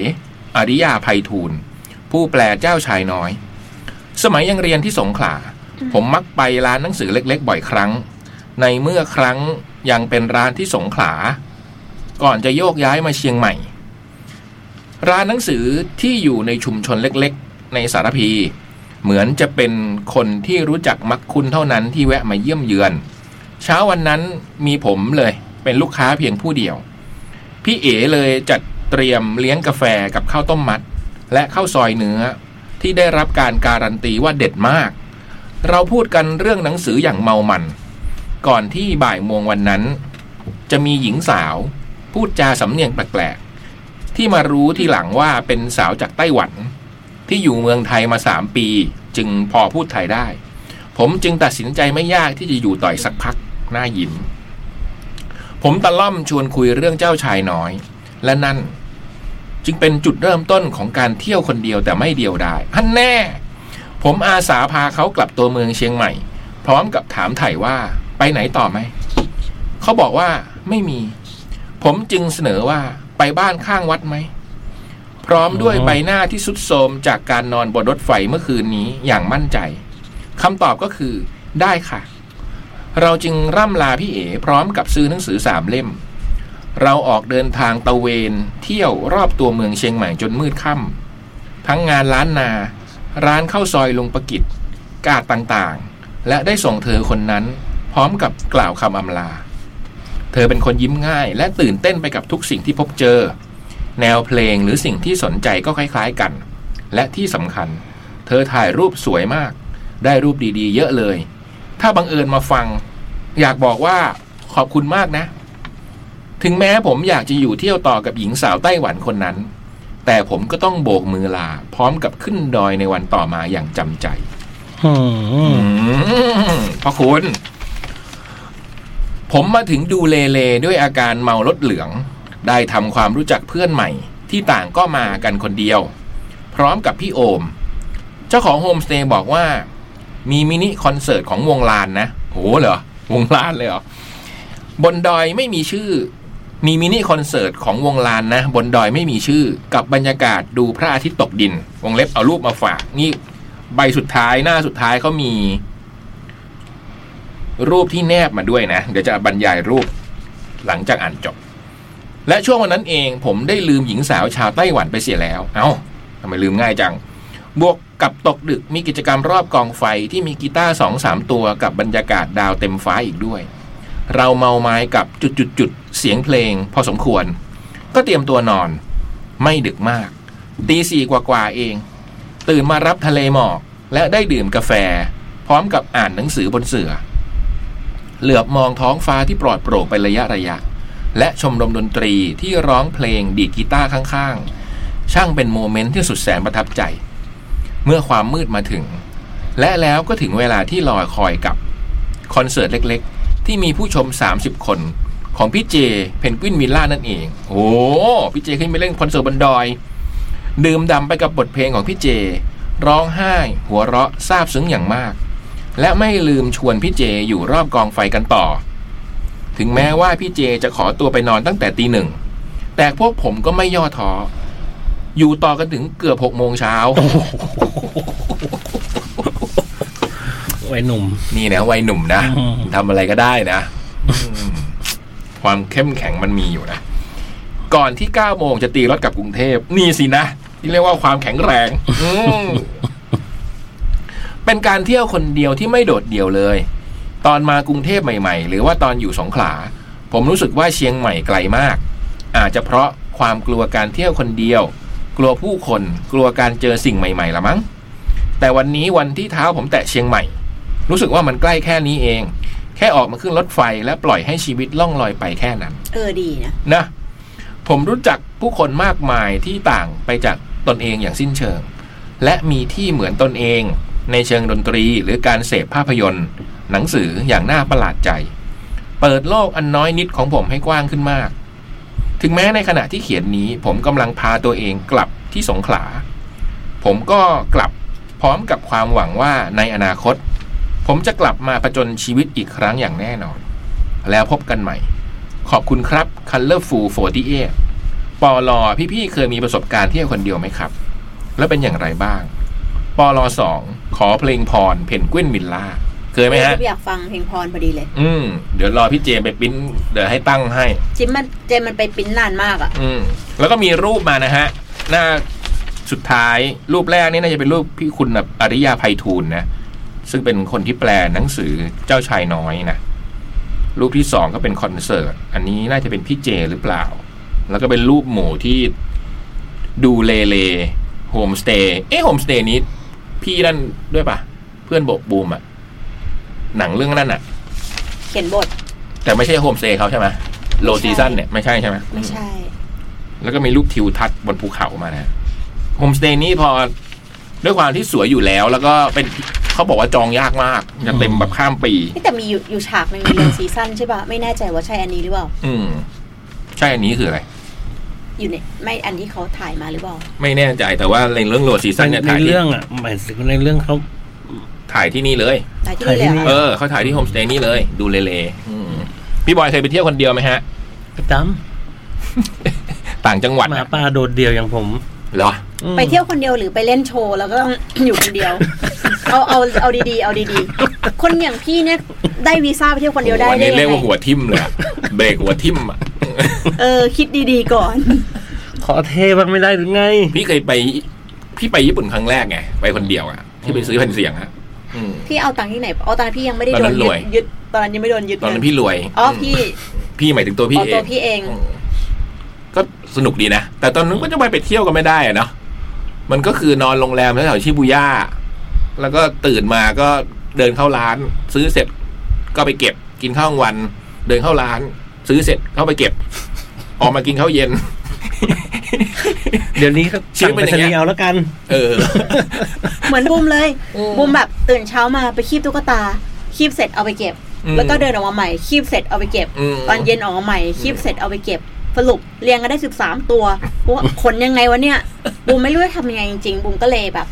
E: อริยาไพฑูรย์ ผู้แปลเจ้าชายน้อย สมัยยังเรียนที่สงขลา ผมมักไปร้านหนังสือเล็ก ๆ บ่อยครั้ง ในเมื่อครั้งยังเป็นร้านที่สงขลา ก่อนจะโยกย้ายมาเชียงใหม่ ร้านหนังสือที่อยู่ในชุมชนเล็กๆ ในสารพี เหมือนจะเป็นคนที่รู้จักมักคุ้นเท่านั้นที่แวะมาเยี่ยมเยือน เช้าวันนั้นมีผมเลยเป็นลูกค้าเพียงผู้เดียว พี่เอ๋เลยจัดเตรียมเลี้ยงกาแฟกับข้าวต้มมัด และข้าวซอยเนื้อที่ได้รับการการันตีว่าเด็ดมาก เราพูดกันเรื่องหนังสืออย่างเมามัน ก่อนที่บ่ายโมงวันนั้น จะมีหญิงสาว พูดจาสำเนียงแปลกๆ ที่มารู้ที่หลังว่าเป็นสาวจากไต้หวัน ที่อยู่เมืองไทยมาสามปี จึงพอพูดไทยได้ ผมจึงตัดสินใจไม่ยากที่จะอยู่ต่อยสักพักหน้ายิ้ม ผมตะล่อมชวนคุยเรื่องเจ้าชายน้อย และนั่น จึงเป็นจุดเริ่มต้นของการเที่ยวคนเดียวแต่ไม่เดียวดายฮันแน่ ผมอาสาพาเขากลับตัวเมืองเชียงใหม่ พร้อมกับถามไถ่ว่าไปไหนต่อไหม เขาบอกว่าไม่มี ผมจึงเสนอว่าไปบ้านข้างวัดไหม พร้อมด้วยใบหน้าที่สุดโทรมจากการนอนบนรถไฟเมื่อคืนนี้อย่างมั่นใจคำตอบก็คือได้ค่ะ เราจึงร่ำลาพี่เอ๋พร้อมกับซื้อหนังสือสามเล่ม เราออกเดินทางตะเวน เที่ยวรอบตัวเมืองเชียงใหม่จนมืดค่ำทั้งงานร้านนา ร้านข้าวซอยลุงประกิจ กาดต่างๆ และได้ส่งเธอคนนั้น พร้อมกับกล่าวคำอำลา เธอเป็นคนยิ้มง่าย และตื่นเต้นไปกับทุกสิ่งที่พบเจอ แนวเพลงหรือสิ่งที่สนใจก็คล้ายๆกัน และที่สำคัญ เธอถ่ายรูปสวยมาก ได้รูปดีๆ เยอะเลย ถ้าบังเอิญมาฟัง อยากบอกว่าขอบคุณมากนะ ถึงแม้ผมอยากจะอยู่เที่ยวต่อกับหญิงสาวไต้หวันคนนั้น แต่ผมก็ต้องโบกมือลา พร้อมกับขึ้นดอยในวันต่อมาอย่างจำใจ
A: อืม
E: อืมพระคุณ ผมมาถึงดูเลเลด้วยอาการเมารถเหลือง ได้ทำความรู้จักเพื่อนใหม่ ที่ต่างก็มากันคนเดียว พร้อมกับพี่โอม เจ้าของโฮมสเตย์บอกว่า มีมินิคอนเสิร์ตของวงลานนะโหเหรอ วงลานเลยเหรอ บนดอยไม่มีชื่อ มีมินิคอนเสิร์ตของวงลานนะ บนดอยไม่มีชื่อ กับบรรยากาศดูพระอาทิตย์ตกดิน วงเล็บเอารูปมาฝากนี่ ใบสุดท้ายหน้าสุดท้ายเขามี รูปที่แนบมาด้วยนะ เดี๋ยวจะบรรยายรูปหลังจากอ่านจบ และช่วงวันนั้นเองผมได้ลืมหญิงสาวชาวไต้หวันไปเสียแล้ว เอา้าทำไมลืมง่ายจัง บวกกับตกดึกมีกิจกรรมรอบกองไฟที่มีกีตาร์สองสามตัวกับบรรยากาศดาวเต็มฟ้าอีกด้วย เราเมาไม้กับจุดจุดจุดๆๆเสียงเพลง พอสมควร ก็เตรียมตัวนอน ไม่ดึกมาก ตีสี่กว่าๆเอง ตื่นมารับทะเลหมอกและได้ดื่มกาแฟ พร้อมกับอ่านหนังสือบนเสือ เหลือบมองท้องฟ้าที่ปลอดโปร่งเป็นระยะระยะ และชมรมดนตรีที่ร้องเพลงดีดกีตาร์ข้างๆ ช่างเป็นโมเมนต์ที่สุดแสนประทับใจ เมื่อความมืดมาถึง และแล้วก็ถึงเวลาที่รอคอยกับ คอนเสิร์ตเล็กๆ ที่มีผู้ชม 30 คน ของพี่เจเพนกวินวิลล่านั่นเอง โอ้พี่เจขึ้นไปเล่นคอนเสิร์ตบนดอย ดื่มด่ำไปกับบทเพลงของพี่เจ ร้องไห้ หัวเราะซาบซึ้งอย่างมาก และไม่ลืมชวนพี่เจอยู่รอบกองไฟกันต่อ ถึงแม้ว่าพี่เจจะขอตัวไปนอนตั้งแต่ตีหนึ่ง แต่พวกผมก็ไม่ย่อท้อ อยู่ต่อกันถึงเกือบหกโมงเช้า
A: ไว้หนุ่ม
E: นี่นะวัยหนุ่มนะ
A: อืม
E: ทำอะไรก็ได้นะอืมความเข้มแข็งมันมีอยู่นะ ก่อนที่9โมงจะตีรถกลับกรุงเทพ นี่สินะที่เรียกว่าความแข็งแรงอืมเป็นการเที่ยวคนเดียวที่ไม่โดดเดี่ยวเลย ตอนมากรุงเทพใหม่ๆ หรือว่าตอนอยู่สงขลา ผมรู้สึกว่าเชียงใหม่ไกลมาก อาจจะเพราะความกลัวการเที่ยวคนเดียว กลัวผู้คน กลัวการเจอสิ่งใหม่ๆละมั้ง แต่วันนี้วันที่เท้าผมแตะเชียงใหม่ รู้สึกว่ามันใกล้แค่นี้เอง แค่ออกมาขึ้นรถไฟและปล่อยให้ชีวิตล่องลอยไปแค่นั้น
D: เออดีนะ
E: นะผมรู้จักผู้คนมากมายที่ต่างไปจากตนเองอย่างสิ้นเชิง และมีที่เหมือนตนเอง ในเชิงดนตรีหรือการเสพภาพยนตร์ หนังสืออย่างน่าประหลาดใจ เปิดโลกอันน้อยนิดของผมให้กว้างขึ้นมาก ถึงแม้ในขณะที่เขียนนี้ ผมกำลังพาตัวเองกลับที่สงขลา ผมก็กลับพร้อมกับความหวังว่าในอนาคต ผมจะกลับมาประจนชีวิตอีกครั้งอย่างแน่นอน แล้วพบกันใหม่ ขอบคุณครับ Colorful 48ปอลอพี่ๆเคยมีประสบการณ์เที่ยวคนเดียวไหมครับ แล้วเป็นอย่างไรบ้างปลสองขอเพลงพรเพนกวินมิลล่าเคยไหมฮะ
D: ก็อยากฟังเพลงพรพอดีเลย
E: อืม เดี๋ยวรอพี่เจมไปปริ้นเดี๋ยวให้ตั้งให้
D: จิมมันเจมมันไปปริ้นนานมากอะ
E: อืม แล้วก็มีรูปมานะฮะ หน้าสุดท้ายรูปแรกนี่น่าจะเป็นรูปพี่คุณอริยาไพฑูรย์นะ ซึ่งเป็นคนที่แปลหนังสือเจ้าชายน้อยนะ รูปที่สองก็เป็นคอนเสิร์ต อันนี้น่าจะเป็นพี่เจหรือเปล่า แล้วก็เป็นรูปหมู่ที่ดูเลเลโฮมสเตย์ เอ๊ะโฮมสเตย์นี้ พี่นั่นด้วยปะเพื่อนโบกบูมอะหนังเรื่องนั้นอะ
D: เขียนบท
E: แต่ไม่ใช่โฮมสเตย์เขาใช่ไหมโลซีซันเนี่ยไม่ใช่ใช่ไหม
D: ไม่ใช่
E: แล้วก็มีรูปทิวทัศน์บนภูเขามานะโฮมสเตย์นี่พอด้วยความที่สวยอยู่แล้ว แล้วก็เป็นเขาบอกว่าจองยากมากจะเต็มแบบข้ามปี
D: นี่แต่มีอยู่อยู่ฉากหนึ่งในเรื่องซีซั่นใช่ปะไม่แน่ใจว่าใช่อันนี้หรือเปล่า
E: อืม ใช่อันนี้คืออะไร
D: อยู่ในไม่อันที่เขาถ่ายมาหรือเปล่า
E: ไม่แน่ใจแต่ว่าในเรื่องโลซีซันเนี่ย
A: ใน
E: ถ่ายที่
A: เรื่องอ่ะหมายถึงในเรื่องเขา
E: ถ่ายที่นี่เลย
D: ถ่ายที่นี่เลยเหร
E: เอ
D: อ
E: อเขาถ่ายที่โฮมสเตย์นี่เลย ดูเลเลอืมพี่บอยเคยไปเที่ยวคนเดียวไหมฮะ
A: ประจ
E: ต่างจังหวัด
A: ำหมา
E: อะ
A: ปลาโดดเดียวอย่างผม
E: เหรอ
A: อืม
D: ไปเที่ยวคนเดียวหรือไปเล่นโชว์แล้วก็ต้อง อยู่คนเดียว เอาเอาเอาดีๆ เอาดีๆ คนอย่างพี่เนี่ยได้วีซ่าไปเที่ยวคนเดียวได้
E: วั
D: ได้
E: นี้
D: ยัง
E: เรียก
D: ไง
E: ว่าหัวทิ่มเลยอะเบรกหัวทิ่มอะ
D: เออคิดดีๆก่อน
A: ขอเทบ้างไม่ได้หรือไง
E: พี่เคยไป พี่ไปญี่ปุ่นครั้งแรกไง ไปคนเดียวอะที่ไปซื้อแผ่นเสียงอะอืม
D: พี่เอาตังค์ที่ไหนเอาตอนนั้นพี่ยังไม่ได้
E: ตอน
D: โด
E: นั้น น
D: ยึ
E: รว
D: ด
E: ย
D: ยึดตอนนั้นยังไม่โดนยึด
E: ตอนนั้น
D: ไง
E: พี่รวย
D: อ๋อ
E: ม
D: พี่
E: พี่หมายถึงตัวพี่
D: อ๋อ
E: เอ
D: ตัว
E: ง
D: พี่เอง
E: อืมก็สนุกดีนะ แต่ตอนนั้นก็จะไปไปเที่ยวกันไม่ได้อะเนาะมันก็คือนอนโรงแรมแถวๆชิบูย่า แล้วก็ตื่นมาก็เดินเข้าร้าน ซื้อเสร็จก็ไปเก็บกินข้าวกลางวัน เดินเข้าร้าน ซื้อเสร็จเข้าไปเก็บ ออกมากินข้าวเย็น
A: เดี๋ยวนี้ก็
E: ชี
A: สั่
E: วิต
A: ง
E: มั
A: ไป
E: นอย่างเงี้
A: เสีย
E: ย
A: เอาแล้วกัน
E: เออ
D: เหมือนบูมเลยบูมแบบตื่นเช้ามาไปคีบตุ๊กตาคีบเสร็จเอาไปเก็บ
E: อืม
D: แล้วก็เดินออกมาใหม่คีบเสร็จเอาไปเก็บ
E: อืม
D: ตอนเย็นออกมาใหม่คีบเสร็จเอาไปเก็บสรุปเรียงกันได้สิบสามตัว ว่าขนยังไงวะเนี่ยบูมไม่รู้จะทำยังไงจริงๆบูมก็เลยแบบ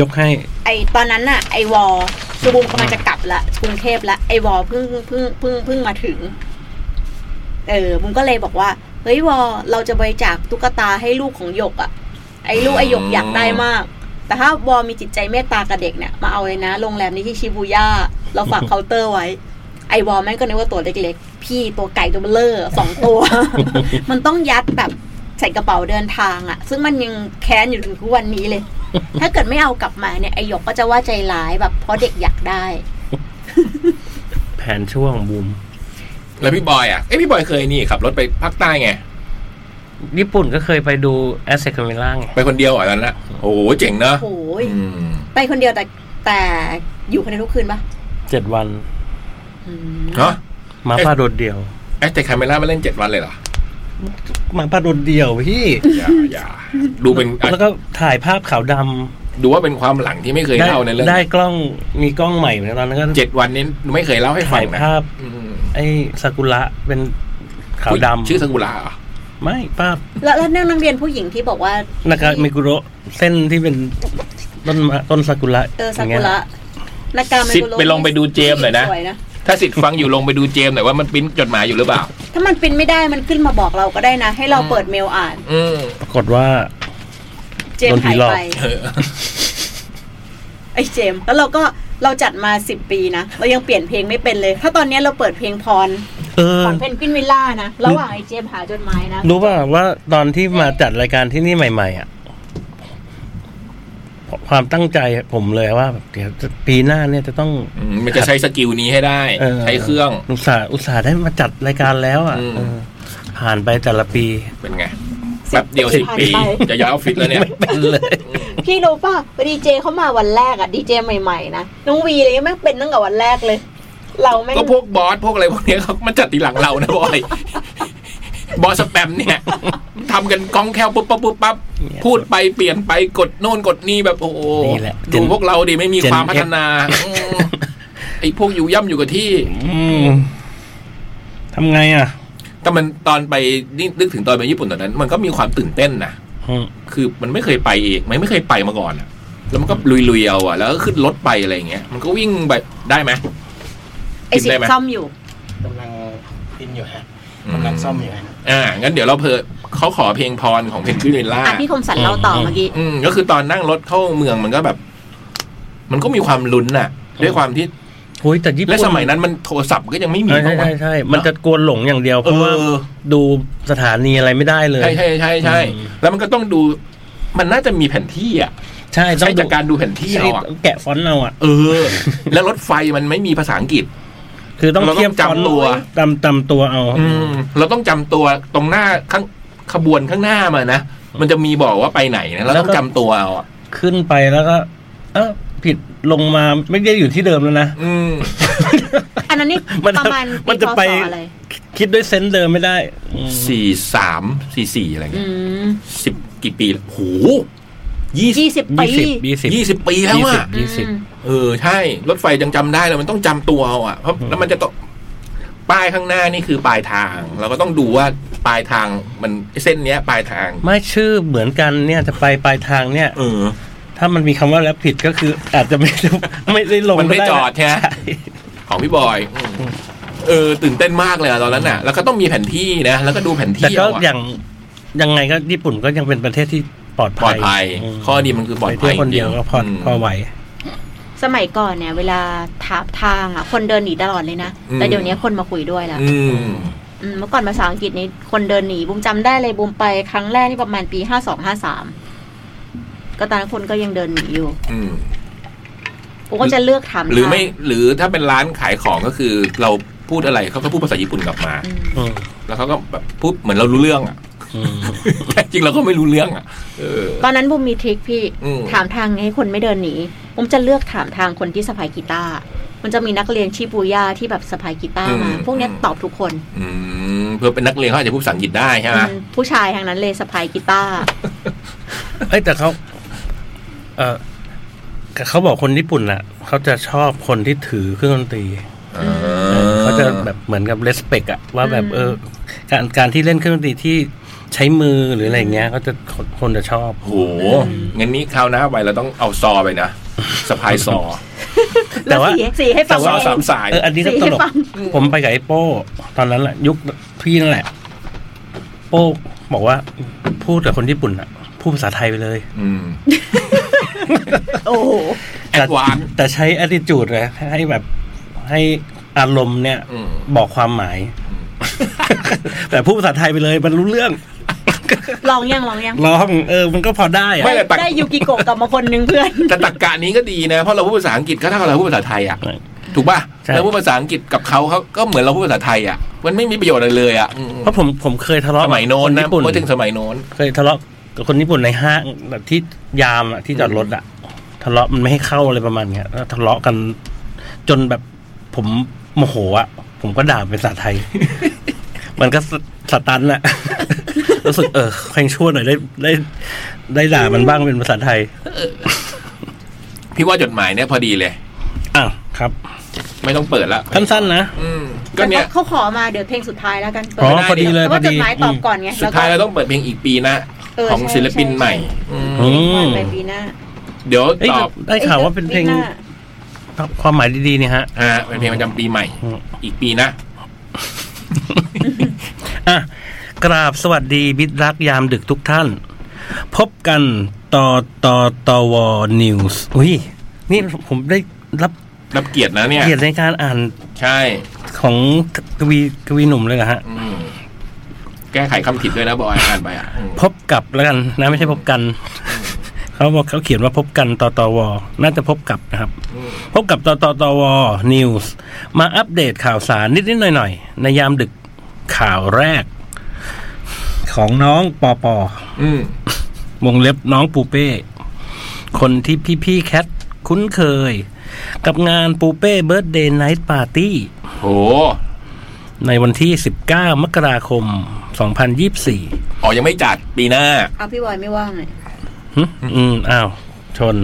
A: ยกให้
D: ไอตอนนั้นน่ะไอวอลคือบูมกำลังจะกลับละกรุงเทพละไอวอลเพิ่งเพิ่งเพิ่งเพิ่งมาถึง เออบูมก็เลยบอกว่า เฮ้ยวอลเราจะบริจาคตุ๊กตาให้ลูกของหยกอะไอลูกไอหยกอยากได้มาก แต่ถ้าวอลมีจิตใจเมตตากับเด็กเนี่ยมาเอาเลยนะโรงแรมนี้ที่ชิบูย่าเราฝากเคาน์เตอร์ไว้ ไอวอลแม่งก็นึกว่าตัวเล็กๆ พี่ตัวไก่ตัวเบลเลอร์สองตัว มันต้องยัดแบบใส่กระเป๋าเดินทางอะซึ่งมันยังแค้นอยู่ถึงทุกวันนี้เลย ถ้าเกิดไม่เอากลับมาเนี่ยไอหยกก็จะว่าใจร้ายแบบเพราะเด็กอยากได้
A: แผนช่วงบูม
E: แล้วพี่บอยอ่ะเอ้ยพี่บอยเคยนี่ขับรถไปภาคใต้ไง
A: ญี่ปุ่นก็เคยไปดูแอสเซคาเมล่าไง
E: ไปคนเดียวเหรอ่ะตอนนั้นอะโอ้โหเจ๋งเนอะ
D: โอ้ย
E: อืม
D: ไปคนเดียวแต่แต่อยู่คนเดียวทุกคืนปะ
A: เจ็ดวัน
D: อืม
E: เนาะ
A: หมาปลาโดดเดียว
E: แอสเตคาเมล่ามาเล่นเจ็ดวันเลยเหรอ
A: หมาปลาโดดเดียวพี่
E: อย่าอย่าดูเป็นอ่ะ
A: แล้วก็ถ่ายภาพขาวด
E: ดูว่าเป็นความหลังที่ไม่เคย
A: ำได้
E: เล่าในเรื่อง
A: ได้กล้องมีกล้องใหม่ในตอนนั้นก็
E: เจ็ดวันนี้ไม่เคยเล่าให้ฟั
A: ถ่าง ย
E: นะ
A: ภาพ
E: อืม
A: ไอ้ซากุระเป็นขาวดำ
E: ชื่อซากุระเหรอ
A: ไม่ป้าพ
D: แล้วแล้วนั่งนักเรียนผู้หญิงที่บอกว่าน
A: ากาเมกุโระเส้นที่เป็นต้นมะต้นซากุระ
D: เออซา
A: ย่าง
D: กุ
A: เงี้ย
D: ระนากาเม
E: สิท
D: กุ
E: ธิ์
D: โระ
E: ไปลองไปดูเจมส์หน่อยนะ
D: สวยนะ
E: ถ้าสิทธิ์ฟังอยู่ลงไปดูเจมส์หน่อยว่ามันปริ้นจดหมายอยู่หรือเปล่า
D: ถ้ามันเป็นไม่ได้มันขึ้นมาบอกเราก็ได้นะ ให้เราเปิดเมลอ่าน
E: อืม
A: ปรากฏว่า
D: เจม
A: โด
D: ส์
A: นผี
D: หาย
A: หลอก
D: ไป
E: เออ
D: ไอ้เจมส์แล้วเราก็เราจัดมาสิบปีนะเรายังเปลี่ยนเพลงไม่เป็นเลย ถ้าตอนเนี้ยเราเปิดเพลงพร
A: เออ
D: ของเพนกวินวิลล่านะระหว่างไอ้เจมส์หาจดหมายนะ
A: รู้ป่ะว่าตอนที่มาจัดรายการที่นี่ใหม่ ๆ อ่ะ ความตั้งใจผมเลยว่าแบบเดี๋ยวปีหน้าเนี่ยจะต้อง
E: อืมมันจะใช้สกิลนี้ให้ได้
A: เออ
E: ใช้เครื่อง
A: อุตส่าห์อุตส่าห์ได้มาจัดรายการแล้วอ่ะ
E: อืม
A: เออผ่านไปแต่ละปี
E: เป็นไงแป๊บเดียว
D: สิ
E: สิ
D: บบ ปี
E: ปี จะย้ายออฟฟิศแล้วเนี่ย
A: ไม่เป็นเลย
D: พี่รู้ป่ะดีเจเขามาวันแรกอะดีเจใหม่ๆนะน้องวีอะไรเงี้ยแม่งเป็นตั้งแต่วันแรกเลย เราแม่ง
E: ก็พวกบอสพวกอะไรพวกเนี้ย เขามาจัดทีหลังเรานะบอย บอสสแปมเนี่ย ทำกันกองแควปุ๊บปั๊บปุ๊บปั๊บพูดไปเปลี่ยนไปกดโน่นกดนี่แบบโอ้โห
A: นี่แหละ
E: ดูพวกเราดิไม่มี
A: Gen
E: ความพัฒนาอืมไอ้พวกอยู่ย่ำอยู่กับที่
A: อืมทำไงอ่ะ
E: แต่มันตอนไปนี่นึกถึงตอนไปญี่ปุ่นตอนนั้น มันก็มีความตื่นเต้นนะ
A: อืม
E: คือมันไม่เคยไปเองมันไม่เคยไปมาก่อนอะแล้วมันก็ลุยๆเอาอะแล้วก็ขึ้นรถไปอะไรอย่างเงี้ยมันก็วิ่งไปได้ไหม
D: ไอสิ
E: ได้ไหม
D: ซ่อมอยู่
F: กำลังปินอยู่ฮะกำลังซ่อมอยู่ฮะ
E: อ่างั้นเดี๋ยวเราเพล เขาขอเพลงพรของเพนกวินวิลล่า
D: อ่ะพี่คมสันเล่าต่อเมื่อกี้
E: อืมก็คือตอนนั่งรถเข้าเมืองมันก็แบบ มันก็มีความลุ้นน่ะ ด้วยความที่
A: โอ้ยแต่ญี่ปุ่น
E: และสมัยนั้นมันโทรศัพท์ก็ยังไม่มี
A: ใช่ใช่
E: ปะวะ
A: ใช่ใช่มันจะกวนหลงอย่างเดียว เพราะว่า
E: เออ
A: ดูสถานีอะไรไม่ได้เลย
E: ใช่ใช่ใช่ใช่
A: อืม
E: แล้วมันก็ต้องดู มันน่าจะมีแผนที่อ่ะ
A: ใช่ต้อ
E: ใช้
A: งดู
E: จากการดูแผนที่
A: ใช่
E: เอาอะ
A: แกะฟอนต์เอาอ่ะ
E: เออ แล้วรถไฟมันไม่มีภาษาอังกฤษ
A: คือต้อง
E: เราต้อง
A: เทียบ
E: จำตัว
A: จำจำตัวเอา
E: อืม เราต้องจำตัวตรงหน้าข้างขบวนข้างหน้ามานะมันจะมีบอกว่าไปไหนนะเราต้องจำตัวเอาอะ
A: ขึ้นไปแล้วก็ เออผิดลงมาไม่ได้อยู่ที่เดิมแล้วนะ
E: อืม
D: อันนั้นนี่
A: มัน
D: ประมาณ
A: มันจะ
D: ปีพศ
A: ไป
D: อะไร
A: คิดด้วยเซนส์เดิมไม่ได้อืม
E: สี่สามสี่สี่อะไร
D: อื
E: เงี้ย
D: ม
E: สิบกี่ปีแล้วโหยี่สิ
D: ยี่
E: บ
D: สิบปี
A: ยี่สิบยี่สิบ
E: ยี่สิบปีแล้ว
A: ยี่สิ
E: อะ
A: บยี่สิบ
E: เออใช่ รถไฟยังจำได้เลยมันต้องจำตัวเอาอ่ะเพราะ
A: อืม
E: แล้วมันจะต้องป้ายข้างหน้านี่คือปลายทาง เราก็ต้องดูว่าปลายทางมันเส้นเนี้ย ปลายทาง
A: ไม่ชื่อเหมือนกันเนี่ยจะไปปลายทางเนี่ย
E: เออ
A: ถ้ามันมีคำว่าแล้วผิดก็คืออาจจะไม่ได้ ไม่ได้ลง
E: มันไม่
A: ก็
E: จอดใช่ไหม ของพี่บอยอืมเออ ตื่นเต้นมากเลยอะตอนนั้นน่ะ แล้วก็ต้องมีแผนที่นะแล้วก็ดูแผน
A: แต่
E: ที่
A: ก็
E: เอาอะ
A: อย่างยังไงก็ญี่ปุ่นก็ยังเป็นประเทศที่ปลอดภัย
E: ปลอดภัย
A: ม
E: ข้อดีมันคือปลอด
A: ไป
E: ภั
A: เที่ย
E: ยว
A: คนเดียว
E: จริงๆ
A: ก็พออ
E: ม
A: พอไหว
D: สมัยก่อนเนี่ยเวลาถามทางอ่ะ คนเดินหนีตลอดเลยนะ
E: อืม
D: แต่เดี๋ยวนี้คนมาคุยด้วยแล้ว
E: อืม
D: อืมเมื่อก่อนภาษาอังกฤษนี่คนเดินหนีบุมจำได้เลยบุมไปครั้งแรกนี่ประมาณปีห้าสองห้าสามก็ตอนนั้นคนก็ยังเดินหนีอยู่
E: อืม
D: บุมก็จะเลือกถาม
E: หรือไม่
D: ทาง
E: หรือถ้าเป็นร้านขายของก็คือ เราพูดอะไรเขาก็พูดภาษาญี่ปุ่นกลับมา
D: อืม
A: อืม
E: แล้วเขาก็แบบพูดเหมือนเรารู้เรื่องอ่ะ
A: อืม
E: แต่จริงเราก็ไม่รู้เรื่องอ่ะ เออ
D: ตอนนั้นบุมมีทริคพี่
E: อืม
D: ถามทางให้คนไม่เดินหนีบุมจะเลือกถามทางคนที่สะพายกีตาร์มันจะมีนักเรียนชิบูย่าที่แบบสะพายกีตาร์มา พวกเนี้ยตอบทุกคน
E: อืมเพื่อเป็นนักเรียนเขาอาจจะพูดภาษาอังกฤษได้ใช่ไหม
D: อืมผู้ชายทางนั้นเลยสะพายกีตาร์
A: เอ้ยแต่เขาเออเขาบอกคนญี่ปุ่นน่ะเขาจะชอบคนที่ถือเครื่องดนตรี
E: อ่
A: เขาจะแบบเหมือนกับเลสเ c กอะว่าแบบเออ การการที่เล่นเครื่องดนตรีที่ใช้มือหรืออะไรอย่างเงี้ยเขาจะคนคนจะชอบ
E: โหงั้นนี้คราวหน้าไปเราต้องเอาซอไปนะสะพายซอ
A: แต่ว่า
D: ล้สีสีให้
E: ซ
D: ฟัง
E: อ
D: เอง
E: สามสาย
A: เอออันนี้ก็
D: สี
A: ต
D: ให้
A: ลก
D: ฟัง
A: ผมไปกับไอ้โป้ ตอนนั้นแหละ ยุคพี่นั่นแหละ โป้บอกว่าพูดกับคนญี่ปุ่นอะพูดภาษาไทยไปเลย
E: อืม
D: โอ้โห
A: แต่
E: Advance
A: แต่ใช้ attitude นะให้แบบให้อารมณ์เนี่ย
E: อืม
A: บอกความหมาย แต่ พูดภาษาไทยไปเลย มันรู้เรื่อง
D: ลองยังลองยัง
A: ร้องเออ มันก็พอได้อะ
E: ไม่แต่ตัก
D: ได้ยูกิโกะกลับมาคนนึงเพื่อน
E: แต่ตรกกะนี้ก็ดีนะ เพราะเราพูดภาษาอังกฤษก็เท่ากับเราพูดภาษาไทยอ่ะ
A: ใช่
E: ถูกป่ะ
A: ใช่
E: เราพูดภาษาอังกฤษกับเขาเขาก็เหมือนเราพูดภาษาไทยอ่ะ มันไม่มีประโยชน์อะไรเลยอ่ะอืม
A: เพราะผมผมเคยทะเลาะ
E: สมัยโน้น
A: กับค
E: นะ
A: ญี่ปุ่น
E: พูดถึงสมัยโน้น
A: เคยทะเลาะกับคนญี่ปุ่นในห้างแบบที่ยามอะที่จอดรถอะทะเลาะมันไม่ให้เข้าอะไรประมาณเนี้ยแล้วทะเลาะกันจนแบบผมโมโหอะผมก็ด่าเป็นภาษาไทย มันก็สสตันอะ รู้สึกเออแข่งชั่วหน่อยได้ได้ ได้ด่ามันบ้างเป็นภาษาไทย
E: พี่ว่าจดหมายเนี่ยพอดีเลย
A: อ่ะครับ
E: ไม่ต้องเปิดละ
A: สั้นๆนะ
E: อืมก็เนี่ย
D: เขาขอมาเดี๋ยวเพลงสุดท้ายแล้วกัน
A: อ๋อ
E: ไม่ได้
A: พอดีเลย
D: แต่
A: พ
D: ว่า
A: อ
D: จ
A: ดี
D: ดหมายตอบก่อนไง
E: สุดท้ายเราต้องเปิดเพลงอีกปีนะ
D: เ
E: ของ
D: ใช่
E: ศิลปิน
D: ช่
E: ใหม่ อืม
A: อืม
D: ไปปีหน้า
E: เดี๋ยว
A: เอ้ย
E: ตอบ
A: ได้ข่าวว่าเป็นเพลง
D: ปีหน้า
A: ความหมายดีๆเนี่ยฮะ
E: ฮะเป็นเพลงประจำปีใหม่
A: อืม
E: อีกปีนะ
A: อ่ะกราบสวัสดีบิดรักยามดึกทุกท่าน พบกันต่อต่อตอวอนิวส์อุ้ยนี่ผมได้รับ
E: รับเกียรตินะเนี่ย
A: เกียรติในการอ่าน
E: ใช่
A: ของกวีกวีหนุ่มเลยเหรอฮะ
E: อืมแก้ไขคำผิดด้วยนะบอยอ่านไปอ่ะอืม
A: พบกับแล้วกันนะไม่ใช่พบกัน เขาบอกเขาเขียนว่าพบกันตอตอวอน่าจะพบกับนะครับ พบกับตอตอตอวอนิวส์มาอัปเดตข่าวสารนิดนิดๆหน่อยหน่อยๆในยามดึกข่าวแรก ของน้องปอปอ
E: อืม
A: วงเล็บน้องปูเป้ คนที่พี่ๆแคทคุ้นเคย กับงานปูเป้เบิร์ดเดย์ไนท์ปาร์ตี้
E: โห
A: ในวันที่ 19 มกราคม 2024
E: อ๋อยังไม่จัดปีหน้า
D: เอาพี่บอยไม่ว่างเลย
A: หึอืม อ้าว ชน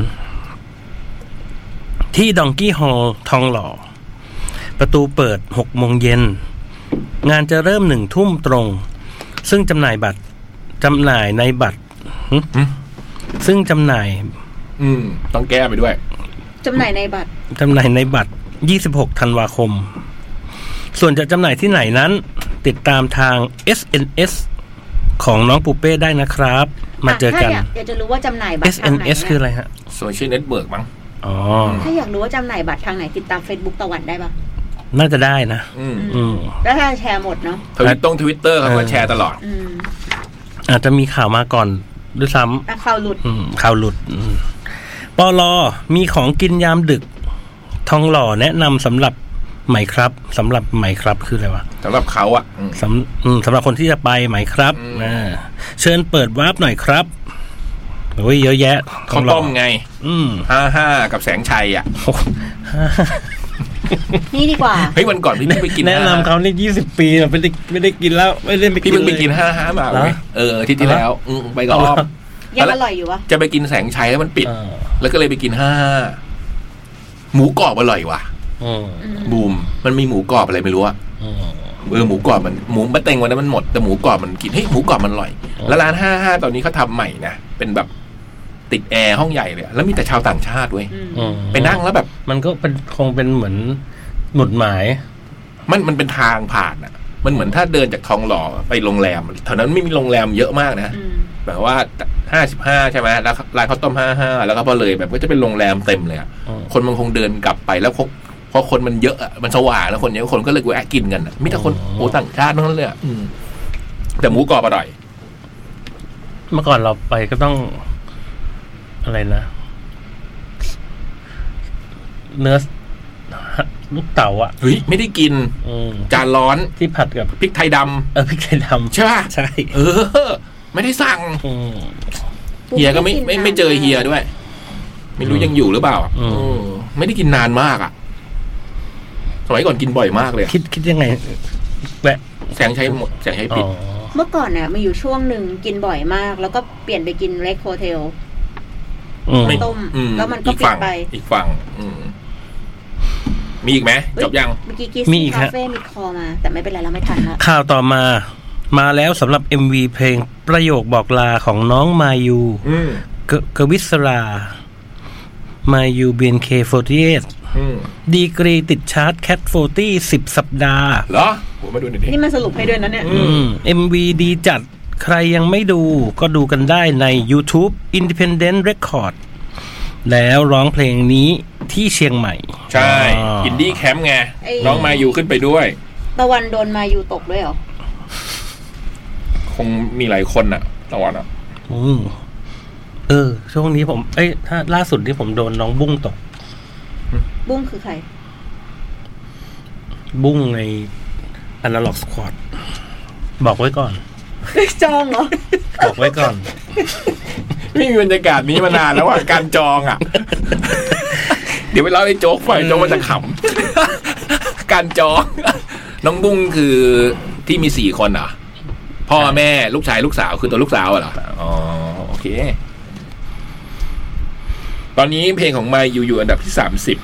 A: ที่ดองกี้ฮอลทองหล่อ ประตูเปิด 6 โมงเย็น งานจะเริ่มหนึ่งทุ่มตรง ซึ่งจำหน่ายบัตรจำหน่ายในบัตรหึ
E: หึ
A: ซึ่งจำหน่าย
E: อืม ต้องแก้ไปด้วย
D: จำหน่ายในบัตร
A: จำหน่ายในบัตร 26 ธันวาคม ส่วนจะจำหน่ายที่ไหนนั้น ติดตามทาง SNS ของน้องปูเป้ได้นะครับ มาเจอกัน
D: ะถ้ายาอยากจะรู้ว่าจำหน่ายบัตรทางไหน
A: SNS คืออะไรฮะ
E: โซเชียลเน็ตเวิร์กมั้ง
A: อ๋อ
D: ถ้าอยากรู้ว่าจำหน่ายบัตรทางไหนติดตาม Facebook ตะวันได้ปะ
A: น่าจะได้นะ
E: อืม
A: อืม
D: แล้วถ้าแชร์หมดเนาะ
E: ทวิตตรงทวิตเตอร์เขาก็แชร์ตลอด
D: อืม
A: อาจจะมีข่าวมาก่อนด้วยซ้
D: นักข่าวหลุด
A: ำอืมข่าวหลุดอืมปอลอมีของกินยามดึก ทองหล่อแนะนำสำหรับไหมครับสำหรับไหมครับคืออะไรวะ
E: สำหรับเขาอ่ะอืม
A: สำอืมสำหรับคนที่จะไปไหมครับ
E: อืม
A: อ่าเชิญเปิดวาร์ปหน่อยครับโอ้ยเยอะแยะ
E: เขาวต้
A: ของ
E: ม
A: เรา
E: ไง
A: อืม
E: ห้าห้ากับแสงชัยอ่ะ
A: โอ้โห
D: นี่ดีกว่า
E: เฮ้ย วันก่อนพี่เพิ่งไปกิน
A: แนะนำ
E: 55
A: เขานี่ยี่สิบปีแล้วไม่ได้ไม่ได้กินแล้วไม่ได้ไปกิ
E: พี่
A: น
E: เพิ่งไป
A: เลย
E: กินห้าห้ามา
A: เหรอ
E: เว้ยเอออาที่ที่แล้วอืมไปกับอ้อม
D: ยังอร่อยอยู่วะ
E: จะไปกินแสงชัยแล้วมันปิด
A: เออ
E: แล้วก็เลยไปกินห้าห้าหมูกรอบอร่อยว่ะ
A: อืม
D: อืม
E: บูม มันมีหมูกรอบอะไรไม่รู้อะ
A: อืม
E: เออหมูกรอบมันหมูบะเต็งวันนั้นมันหมดแต่หมูกรอบมันกินเฮ้ยหมูกรอบมันอร่อย
A: อ๋อ
E: แล้วร้านห้าห้าตอนนี้เขาทำใหม่นะเป็นแบบติดแอร์ห้องใหญ่เลยอะแล้วมีแต่ชาวต่างชาติเว้ย
D: อืม
A: อืม
E: ไปนั่งแล้วแบบ
A: มันก็เป็นคงเป็นเหมือนหมุดหมาย
E: มันมันเป็นทางผ่านอะมันเหมือนถ้าเดินจากทองหล่อไปโรงแรมแถวนั้นไม่มีโรงแรมเยอะมากนะ
D: อืม
E: แบบว่าห้าสิบห้าใช่ไหมแล้วร้านข้าวต้มห้าห้าแล้วก็พอเลยแบบก็จะเป็นโรงแรมเต็มเลยอะ
A: อืม
E: คนมันคงเดินกลับไปแล้วคงเพราะคนมันเยอะอะมันสว่างแล้วคนเยอะคนก็เลยแวะกินกันอะมีแต่คนโอ้ต่างชาติทั้งนั้นเลยอะอืมแต่หมูกรอบอร่อย
A: เมื่อก่อนเราไปก็ต้อง อะไรนะ เนื้อลูกเต๋าอ่ะ
E: เฮ้ย ไม่ได้กิน
A: อืม
E: จานร้อน
A: ที่ผัดกับ
E: พริกไทยดำ
A: เออพริกไทยดำ
E: ใช่ป่ะ
A: ใช่
E: เออ ไม่ได้สั่ง
A: อืม
E: เฮียก็ไม่ไม่ไม่เจอเฮียด้วย ไม่รู้ยังอยู่หรือเปล่าอะ
A: อืม
E: เออไม่ได้กินนานมากอ่ะสมัยก่อนกินบ่อยมากเลยอะ
A: คิดคิดยังไงแวะ
E: แสงใช้หมดแสงใช้
A: อ๋
E: ปิด
A: อ
D: เมื่อก่อนน่ะมีอยู่ช่วงหนึ่งกินบ่อยมาก แล้วก็เปลี่ยนไปกินเล็กโฮเทล
A: อืม
E: ไม่
D: ต้ม
E: อื
D: แล้วมันก็
E: อีฝั่ง
D: ปิดไป
E: อีกฝั่ง อืมมีอีกไหมจบยัง
D: เมื่อกี้กิสซี่คาเฟ่มีคอมา แต่ไม่เป็นไรแล้วไม่ทันละ
A: ข่าวต่อมา มาแล้วสำหรับ MV เพลงประโยคบอกลาของน้องมายู
E: อืม
A: เกกวิศรามายู BNK48
E: อืม
A: ดีกรีติดชาร์ตแคท40 10 สัปดาห์
E: เหรอโหมาดูหน่อยดิ
D: นี่มันสรุปให้ด้วยนะเนี่ย
A: อืม MV ดีจัดใครยังไม่ดูก็ดูกันได้ใน YouTube Independent Record แล้วร้องเพลงนี้ที่เชียงใหม่
E: ใช่
A: อ่า
E: อินดี้แคมป์ไง
D: ไอ้
E: น้องมาอยู่ขึ้นไปด้วย
D: ตะวันโดนมายูตกด้วยเหรอ
E: คงมีหลายคนอ่ะตะวันอ่ะ
A: อืมเออ ช่วงนี้ผม เอ้ย ถ้าล่าสุดที่ผมโดนน้องบุ้งตก
D: บุ้งคือใคร
A: บุ้งในอนาล็อกสควอตบอกไว้ก่อน
D: จองเหรอ
A: บอกไว้ก่อน
E: ไม่มีบรรยากาศนี้มานานแล้วอ่ะ การจองอ่ะ เดี๋ยวไปเล่าให้โจ๊กฟังโจ๊กมันจะขำ การจอง น้องบุ้งคือที่มีสี่คนเหรอ่ะ พ่อแม่ลูกชายลูกสาวคือตัวลูกสาวอะเหรออ๋อโอเค ตอนนี้เพลงของมายูอยู่อันดับที่สามสิบ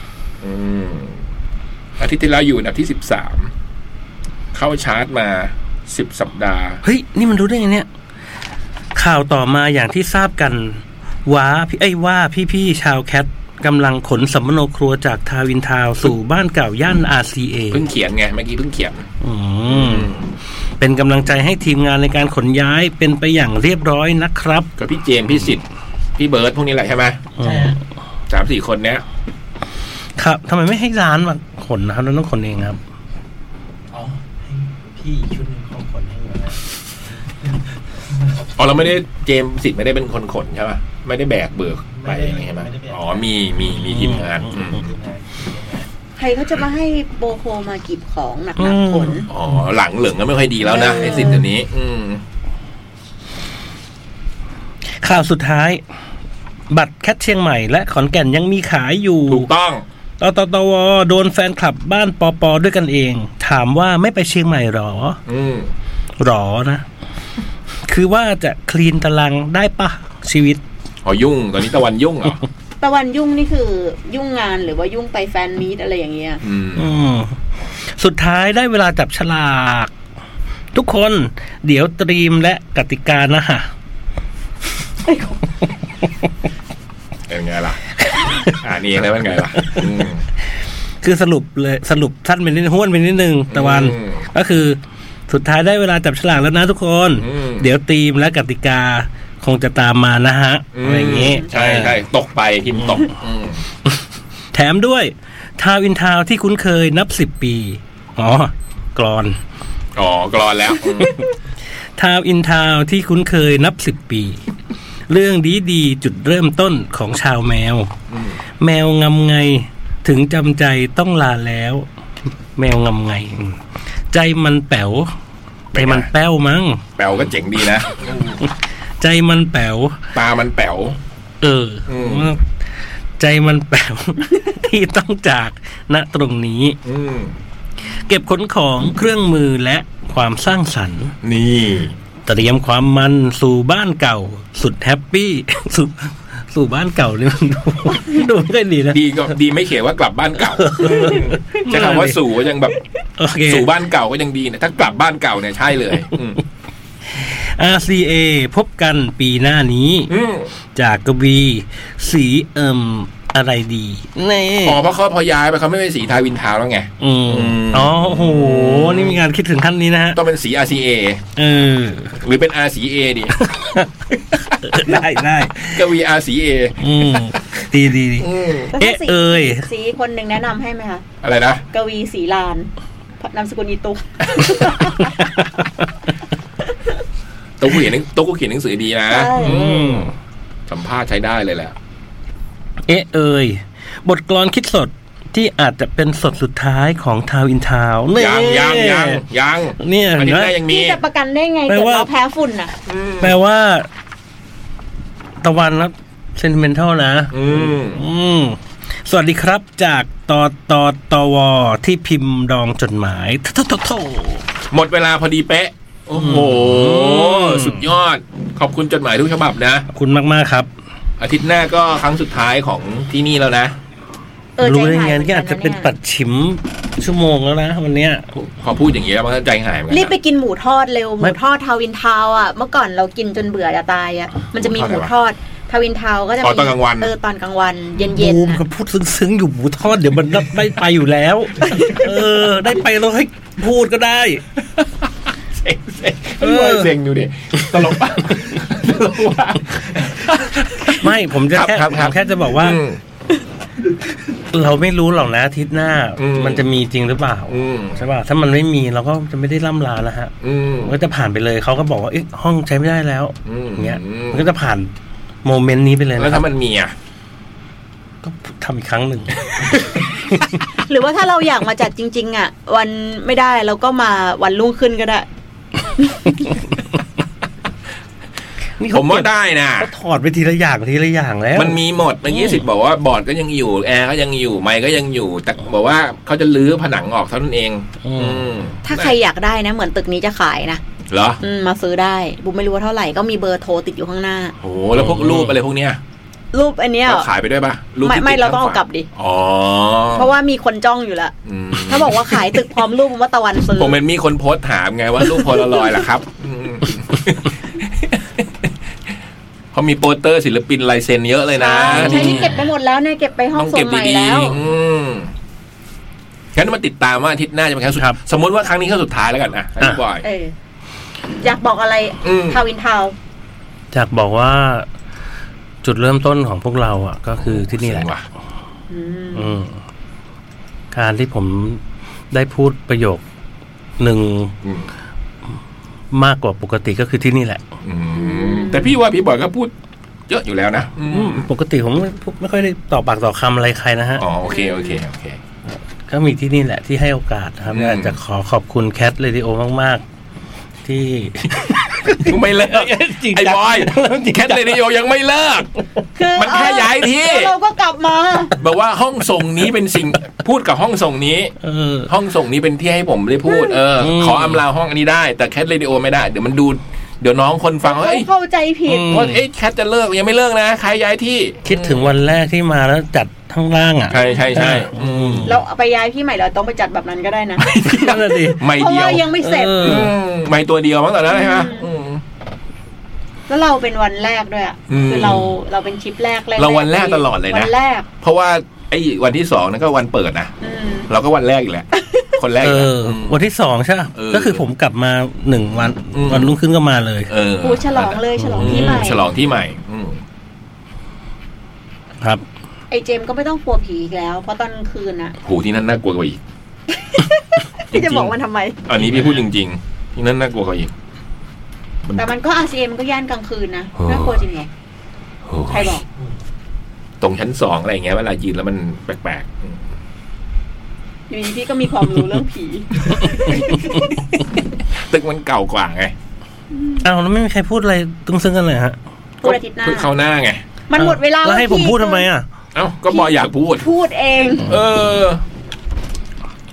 E: อาทิตย์ที่แล้วอยู่อันดับที่สิบสามเข้าชาร์ตมาสิบสัปดาห์
A: เฮ้ย นี่มันรู้ได้ไงเนี่ย ข่าวต่อมาอย่างที่ทราบกัน ว้าพี่ไอ้ยว่าพี่ๆชาวแคทกำลังขนสัมมโนครัวจากทาวินทาวน์สู่บ้านเก่าย่าน RCA
E: เพิ่งเขียนไงเมื่อกี้เพิ่งเขียน
A: อืม เป็นกำลังใจให้ทีมงานในการขนย้ายเป็นไปอย่างเรียบร้อยนะครับ
E: ก็พี่เจมส์พี่สิทธิ์พี่เบิร์ดพวกนี้แหละใช่ไหม
C: ใช่ฮะ
E: สามสี่คนเนี้ย
A: ครับทำไมไม่ให้ร้านมาขนนะครับเราต้องขนเองครับ
C: อ๋อให้พี่อีกชุดหนึ่งของคนให้อยู่นะ
E: อ๋อเราไม่ได้เจมส์สิทธิ์ไม่ได้เป็นคนขนใช่ไหมไม่ได้แบกเบิกไปอย่างงี้ใช่ไหมอ๋อมีมีมีทีมงานอืม
D: ใครเขาจะมาให้โบโคมาเกิบของหนักๆผล
E: อ๋อหลังเหลืองก็ไม่ค่อยดีแล้วนะไอ้สิทธิ์ตัวนี้ อืม
A: ข่าวสุดท้าย บัตรแคทเชียงใหม่ และขอนแก่นยังมีขายอยู่
E: ถูกต้อง
A: ตตตวโดนแฟนคลับบ้านปอปอด้วยกันเอง ถามว่าไม่ไปเชียงใหม่หรอ
E: อืม
A: หรอนะ คือว่าจะคลีนตารางได้ปะชีวิต
E: อ๋อยุ่งตอนนี้ตะวันยุ่งเหรอ
D: ตะวันยุ่งนี่คือยุ่งงานหรือว่ายุ่งไปแฟนมีตอะไรอย่างเงี้ย
E: อืม
A: อืม สุดท้ายได้เวลาจับฉลาก ทุกคนเดี๋ยวตรีมและกติกานะฮะ
E: เป็นไงล่ะ อ่านเองแล้วเป็นไงล่ะอืม
A: คือสรุปเลยสรุปสั้นไปนิดห้วนไปนิดนึงตะวัน
E: อืม
A: ก็คือ สุดท้ายได้เวลาจับฉลากแล้วนะทุกคน
E: อืม
A: เดี๋ยวธีมและกติกาคงจะตามมานะฮะอะไรอย่างงี้
E: ใช่ใช่ตกไปพิมพ์ตกอืม
A: แถมด้วย ทาวน์อินทาวน์ที่คุ้นเคยนับสิบปี อ๋อ กรอน
E: อ๋อกรอนแล้วอืม
A: ทาวน์อินทาวน์ที่คุ้นเคยนับสิบปี เรื่องดีดีๆจุดเริ่มต้นของชาวแมว แมวงำไงถึงจำใจต้องลาแล้ว แมวงำไงอืมใจมันแป๋วใจมันแป้วมั้ง
E: แป๋วก็เจ๋งดีนะ
A: ใจมันแป๋ว
E: ตามันแป๋ว
A: เอออ
E: ม
A: ใจมันแป๋ว ที่ต้องจากณตรงนี้
E: อืม
A: เก็บขนของเครื่องมือและความสร้างสรรค์
E: นี่
A: เตรียมความมันสู่บ้านเก่า สุดแฮปปี้ สู่สู่บ้านเก่านี่มันดูดูไม่ค่อยดีนะ
E: ดีก็ดีไม่เขียนว่ากลับบ้านเก่าใช้คำว่าสู่ก็ยังแบบ
A: โอเค
E: สู่บ้านเก่าก็ยังดีนะถ้ากลับบ้านเก่าเนี่ยใช่เลย อืม
A: RCA พบกันปีหน้านี้
E: อืม
A: จากกบีสีเอิมอะไรดีนี่
E: อ๋อเพราะเขาพอย้ายไปเขาไม่เป็นสีทาวินทาวน์แล้วไง
A: อืมอ๋อโอ้โห นี่มีการคิดถึงขั้นนี้นะฮะ
E: ต้องเป็นสี RCA
A: เออ
E: หรือเป็น RCA ดิ
A: ได้ได้
E: กวี RCA
A: อืมดีดีดี
E: อืม
D: แล้วถ้า
A: เอ๊ะ
D: สี
A: เอ่ย
D: สีคนหนึ่งแนะนำให้ไหมคะ
E: อะไรนะ
D: กวีสีลานนามสกุลอีตุก
E: ตุ๊กกูเขียนหนังตุ๊กกูเขียนหนังสือดีนะ
D: ใช่
E: อื
A: อืม
E: มสัมภาษณ์ใช้ได้เลยแหละ
A: เอ๊ะเอ่ยบทกลอนคิดสดที่อาจจะเป็นสดสุดท้ายของทาวอินทาว
E: ยังยังยังยัง
A: เนี่ย
E: อัน
A: เห็น
E: นี้
A: ไหม
E: ได้ยังมี
D: พี่จะประกันได้ไง
A: แปล
D: เกิด
A: ว่า
D: เราแพ้ฝุ่นอ่ะ
A: แปลว่า ตะวันรับเซนเมนทัลนะ
E: อืม
A: อืม สวัสดีครับจากตอตอตอวอที่พิมพ์ดองจดหมายทะทะทะทะ
E: หมดเวลาพอดีเป๊ะ โอ้โห
A: ม
E: สุดยอด ขอบคุณจดหมายทุกฉบับนะ
A: ขอบคุณมาก ๆ ครับ
E: อาทิตย์หน้าก็ครั้งสุดท้ายของที่นี่แล้วนะ
D: เออใจ
A: รู้ได้
D: หาย
A: ไง
D: เหมือน
A: นี่
D: กัน
A: อาจจะเป็น
D: ย
A: ปัดฉิมชั่วโมงแล้วนะวันเนี้ย
E: พอพูดอย่างนี้แล้วมันก็ใจหายเหมือนกัน
D: รีบไป
E: นะ
D: กินหมูทอดเร็ว ห
A: ไม่
D: มูทอดทาวินทาวน์อ่ะ เมื่อก่อนเรากินจนเบื่อจะตายอ่ะ มันจะมี
E: ห
D: ห
E: มู
D: มู
E: ท
D: ท
E: อ
D: อ
E: ด
D: ดทาวินทาวน์ก็จะ
E: อ๋อ
D: มี
E: ตอนกลางวัน
D: เออตอนกลางวันเย็นๆ
A: บูม
D: น่ะ
A: ก็พูดซึ้งๆอยู่หมูทอดเดี๋ยวมันรับได้ไปอยู่แล้ว เออ ได้ไปเราให้พูดก็ได้
E: เซ็งเซ็งเฮ้ยเซ็งดู ดิ ตลกปะตลกว่ะ
A: ไม่ผมจะ
E: ครับ
A: แค่
E: ครับ
A: ผ
E: ครั
A: ม
E: บ
A: แค่จะบอกว่า
E: อืม
A: เราไม่รู้หรอกนะอาทิตย์หน้า
E: อืม
A: มันจะมีจริงหรือเปล่า
E: อืม
A: ใช่ป่ะถ้ามันไม่มีเราก็จะไม่ได้ล่ำลาแล้วฮะ
E: อืม
A: มันก็จะผ่านไปเลยเขาก็บอกว่าเอ๊ะห้องใช้ไม่ได้แล้ว
E: อืม
A: อย่างเงี้ยมันก็จะผ่านโมเมนต์นี้ไปเลย
E: แล้ว
A: นะครั
E: ถ้า
A: บ
E: มันมีอ่ะ
A: ก็ทำอีกครั้งหนึ่ง
D: หรือว่าถ้าเราอยากมาจัดจริง ๆ อ่ะ วันไม่ได้เราก็มาวันรุ่งขึ้นก็ได้
A: นี่
E: ผ
A: เขา
E: ม
A: เก็บ
E: ว่าได้นะ
A: เขาถอดไปทีละอย่างทีละอย่างแล้ว
E: มันมีหมดเมื่อกี้สิทธิ์บอกว่าบอร์ดก็ยังอยู่แอร์ก็ยังอยู่ไมค์ก็ยังอยู่ แต่บอกว่าเขาจะลื้อผนังออกเท่านั้นเอง
A: อืม
E: อืม
D: ถ้าใครอยากได้นะ เหมือนตึกนี้จะขายนะ
E: เหรอ
D: อืมมาซื้อได้บุมไม่รู้ว่าเท่าไหร่ก็มีเบอร์โทรติดอยู่ข้างหน้า
E: โหแล้วพวกรูปอะไรพวกเนี้ย
D: รูปอันเนี้ย
E: เราขายไปด้วยปะรูป
D: ไม่
E: ที่
D: ไม่
E: ติด
D: เราต้อง
E: ข้
D: เอา
E: ฝ
D: กลับดิ
E: อ๋อ
D: เพราะว่ามีคนจ้องอยู่ละ
E: อืม
D: ถ้าบอกว่าขายตึกพร้อมรูปบุมว่าตะวันซื้อ
E: ผมเป็นมีคนโพสต์ถามไงว่ารูปโพลารอยด์ล่ะครับอืมเขามีโปสเตอร์ศิลปินลายเซ็นเยอะเลยนะ
D: ใช่ใช่นี่เก็บไปหมดแล้วเนี่ยเก็บไปห้อง
E: ต้อง
D: ส่
E: เก็
D: ง
E: บ
D: ใหม่
E: ดี
D: แล้ว
E: ๆอืมงั้นมาติดตามว่าอาทิตย์หน้าจะเป็นครั้งสุด
A: ครับ
E: สมมติว่าครั้งนี้ครั้งสุดท้ายแล้วกันนะให้
A: อ่ะ
E: พี่บอย
D: เออ อยากบอกอะไร
E: อืม
D: ทาวินทาวน์
A: จากบอกว่า จุดเริ่มต้นของพวกเราอ่ะ ก็คือที่นี่แหละ
E: เจ๋งว่
D: อืม
A: อืมการที่ผมได้พูดประโยคหนึ่ง
E: อืม
A: มากกว่าปกติก็คือที่นี่แหละ
E: อืมแต่พี่ว่าพี่บอยก็พูดเยอะอยู่แล้วนะอืม
A: ปกติผมไม่ไม่ค่อยได้ต่อปากต่อคำอะไรใครนะฮะ
E: อ๋อโอเคโอเคโอเค
A: ก็มีที่นี่แหละที่ให้โอกาสนะครับ
E: อืม
A: อยากจะขอขอบคุณแคทเรดิโอมาก ๆ ที่
E: มึงไม่เลิก
A: จริงจัง
E: ไอ้บอยแคทเรดิโอยังไม่เลิก
D: คือ
E: มันแค่ย้ายที่
D: แล้วเราก็กลับมา
E: บอกว่าห้องส่งนี้เป็นสิ่งพูดกับห้องส่งนี้
A: เออ
E: ห้องส่งนี้เป็นที่ให้ผมได้พูดเอออ
A: ม
E: ขออำลาห้องอันนี้ได้ แต่แคทเรดิโอไม่ได้ เดี๋ยวมันดู เดี๋ยวน้องคนฟังว่าเอ้ย
D: เข้าใจผิด
E: ว่าเอ้ยแคทจะเลิกยังไม่เลิกนะใครย้ายที่
A: คิดถึงวันแรกที่มาแล้วจัดข้างล่างอ่ะ
E: ใช่ใช่ใช่
A: อืม
D: เราเอาไปย้ายที่ใหม่เราต้องไปจัดแบบนั้นก็ได้นะ
A: นั่นนะดิ
E: ไม่
D: เพราะ
E: เดียว
D: ว่ายังไม่เสร็จ
A: ออ
E: อืมไม่ตัวเดียวมั้งตอนนั้นใช่ไหมอืม
D: แล้วเราเป็นวันแรกด้วยอะ
E: อืม
D: คือเราเราเป็นชิปแรกๆ
E: เราวันแรกตลอดเลยนะ
D: วันแรก
E: เพราะว่าไอ้วันที่สองนั่นก็วันเปิดนะ
D: อืม
E: เราก็วันแรกอีกแหละ คนแรก
A: เอ
E: นะ
A: อ
E: ม
A: วันที่สองใช่ปะ
E: เออ
A: ก็คือผมกลับมาหนึ่งวัน
E: อืม
A: วันรุ่งขึ้นก็มาเลย
E: เออ
D: กูฉลองเลยฉลอง
E: อื
D: ที่ใหม่
E: ฉลองที่ใหม่อืม
A: ครับ
D: ไอเจมส์ก็ไม่ต้องกลัวผีอีกแล้ว เพราะตอนกลางคืนอะ
E: หูที่นั่นน่ากลัวกว่าอีก
D: ที่จะบอกมันทำไม
E: อันนี้พี่พูดจริง ๆ ที่นั่นน่ากลัวกว่าอีก
D: แต่มันก็ RCM มันก็ย่านกลางคืนนะ
E: โอ้
D: น่ากลัวจริงเหรอใครบอก
E: ตรงชั้นสองอะไรอย่างเงี้ยเวลายืนแล้วมันแปลกๆอืม
D: อยู่ดีพี่ก็มีความรู้เรื่องผี
E: ตึกมันเก่ากว่าไง
A: เอาแล้วไม่มีใครพูดอะไรตึงซึ่งกันเลยฮะ
D: พูดอาทิตย์หน้า
E: เพิ่งเข้าหน้าไง
D: มันหมดเวลา
A: แล้วให้ผมพูดทำไมอ่ะ
E: เอ้าก็บอยอยากพูด
D: พูดเอง
E: เออ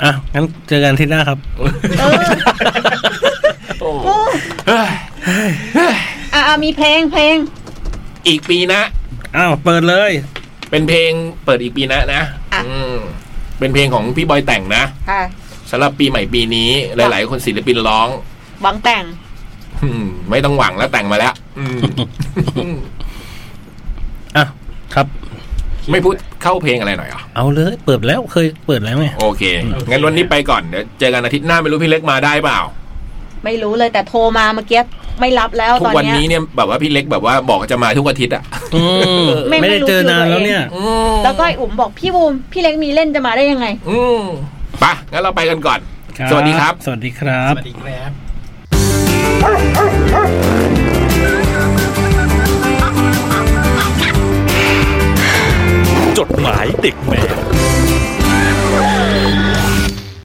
A: อ่ะ งั้นเจอกันอาที่หน้าครับ
D: เออ
E: โอ้
D: โอ้
E: เฮ้ย
D: อ่ะอ่ะมีเพลงเพลง
E: อีกปีนะ
A: อ้าว เปิดเลย
E: เป็นเพลงเปิดอีกปีนะนะ
D: อ่ะ
E: อืมเป็นเพลงของพี่บอยแต่งนะ
D: ค่ะ
E: สำหรับปีใหม่ปีนี้ หลาย ๆ คนศิลปินร้อง
D: หวังแต่ง
E: อืมไม่ต้องหวังแล้วแต่งมาแล้ว อืม
A: อ่ะ ครับ
E: ไม่พูดเข้าเพลงอะไรหน่อยเหรอ่ะ
A: เอาเลย เปิดแล้ว เคยเปิดแล้วไหม
E: โอเค งั้นวันนี้ไปก่อน เดี๋ยวเจอกันอาทิตย์หน้าไม่รู้พี่เล็กมาได้เปล่า
D: ไม่รู้เลยแต่โทรมาเมื่อกี้ไม่รับแล้ว
E: ทุ
D: ต
E: ก
D: อน
E: วัน
D: เนี้ย
E: นี้เนี่ยแบบว่าพี่เล็กแบบว่าบอกว่าจะมาทุกอาทิตย์อ่ะ
A: อืม
D: ไม่
A: ไม่ได้
D: ไม่รู้
A: เจอนาน
D: คิวตัวเอง
A: แล้วเนี่ย
E: อืม
D: แล้วก็ไออุ๋มบอกพี่บูมพี่เล็กมีเล่นจะมาได้ยังไง
E: อืมไปะงั้นเราไปกันก่อน สวัสดีครับ
A: สวัสดีครับ
C: สวัสดีครับ
G: ก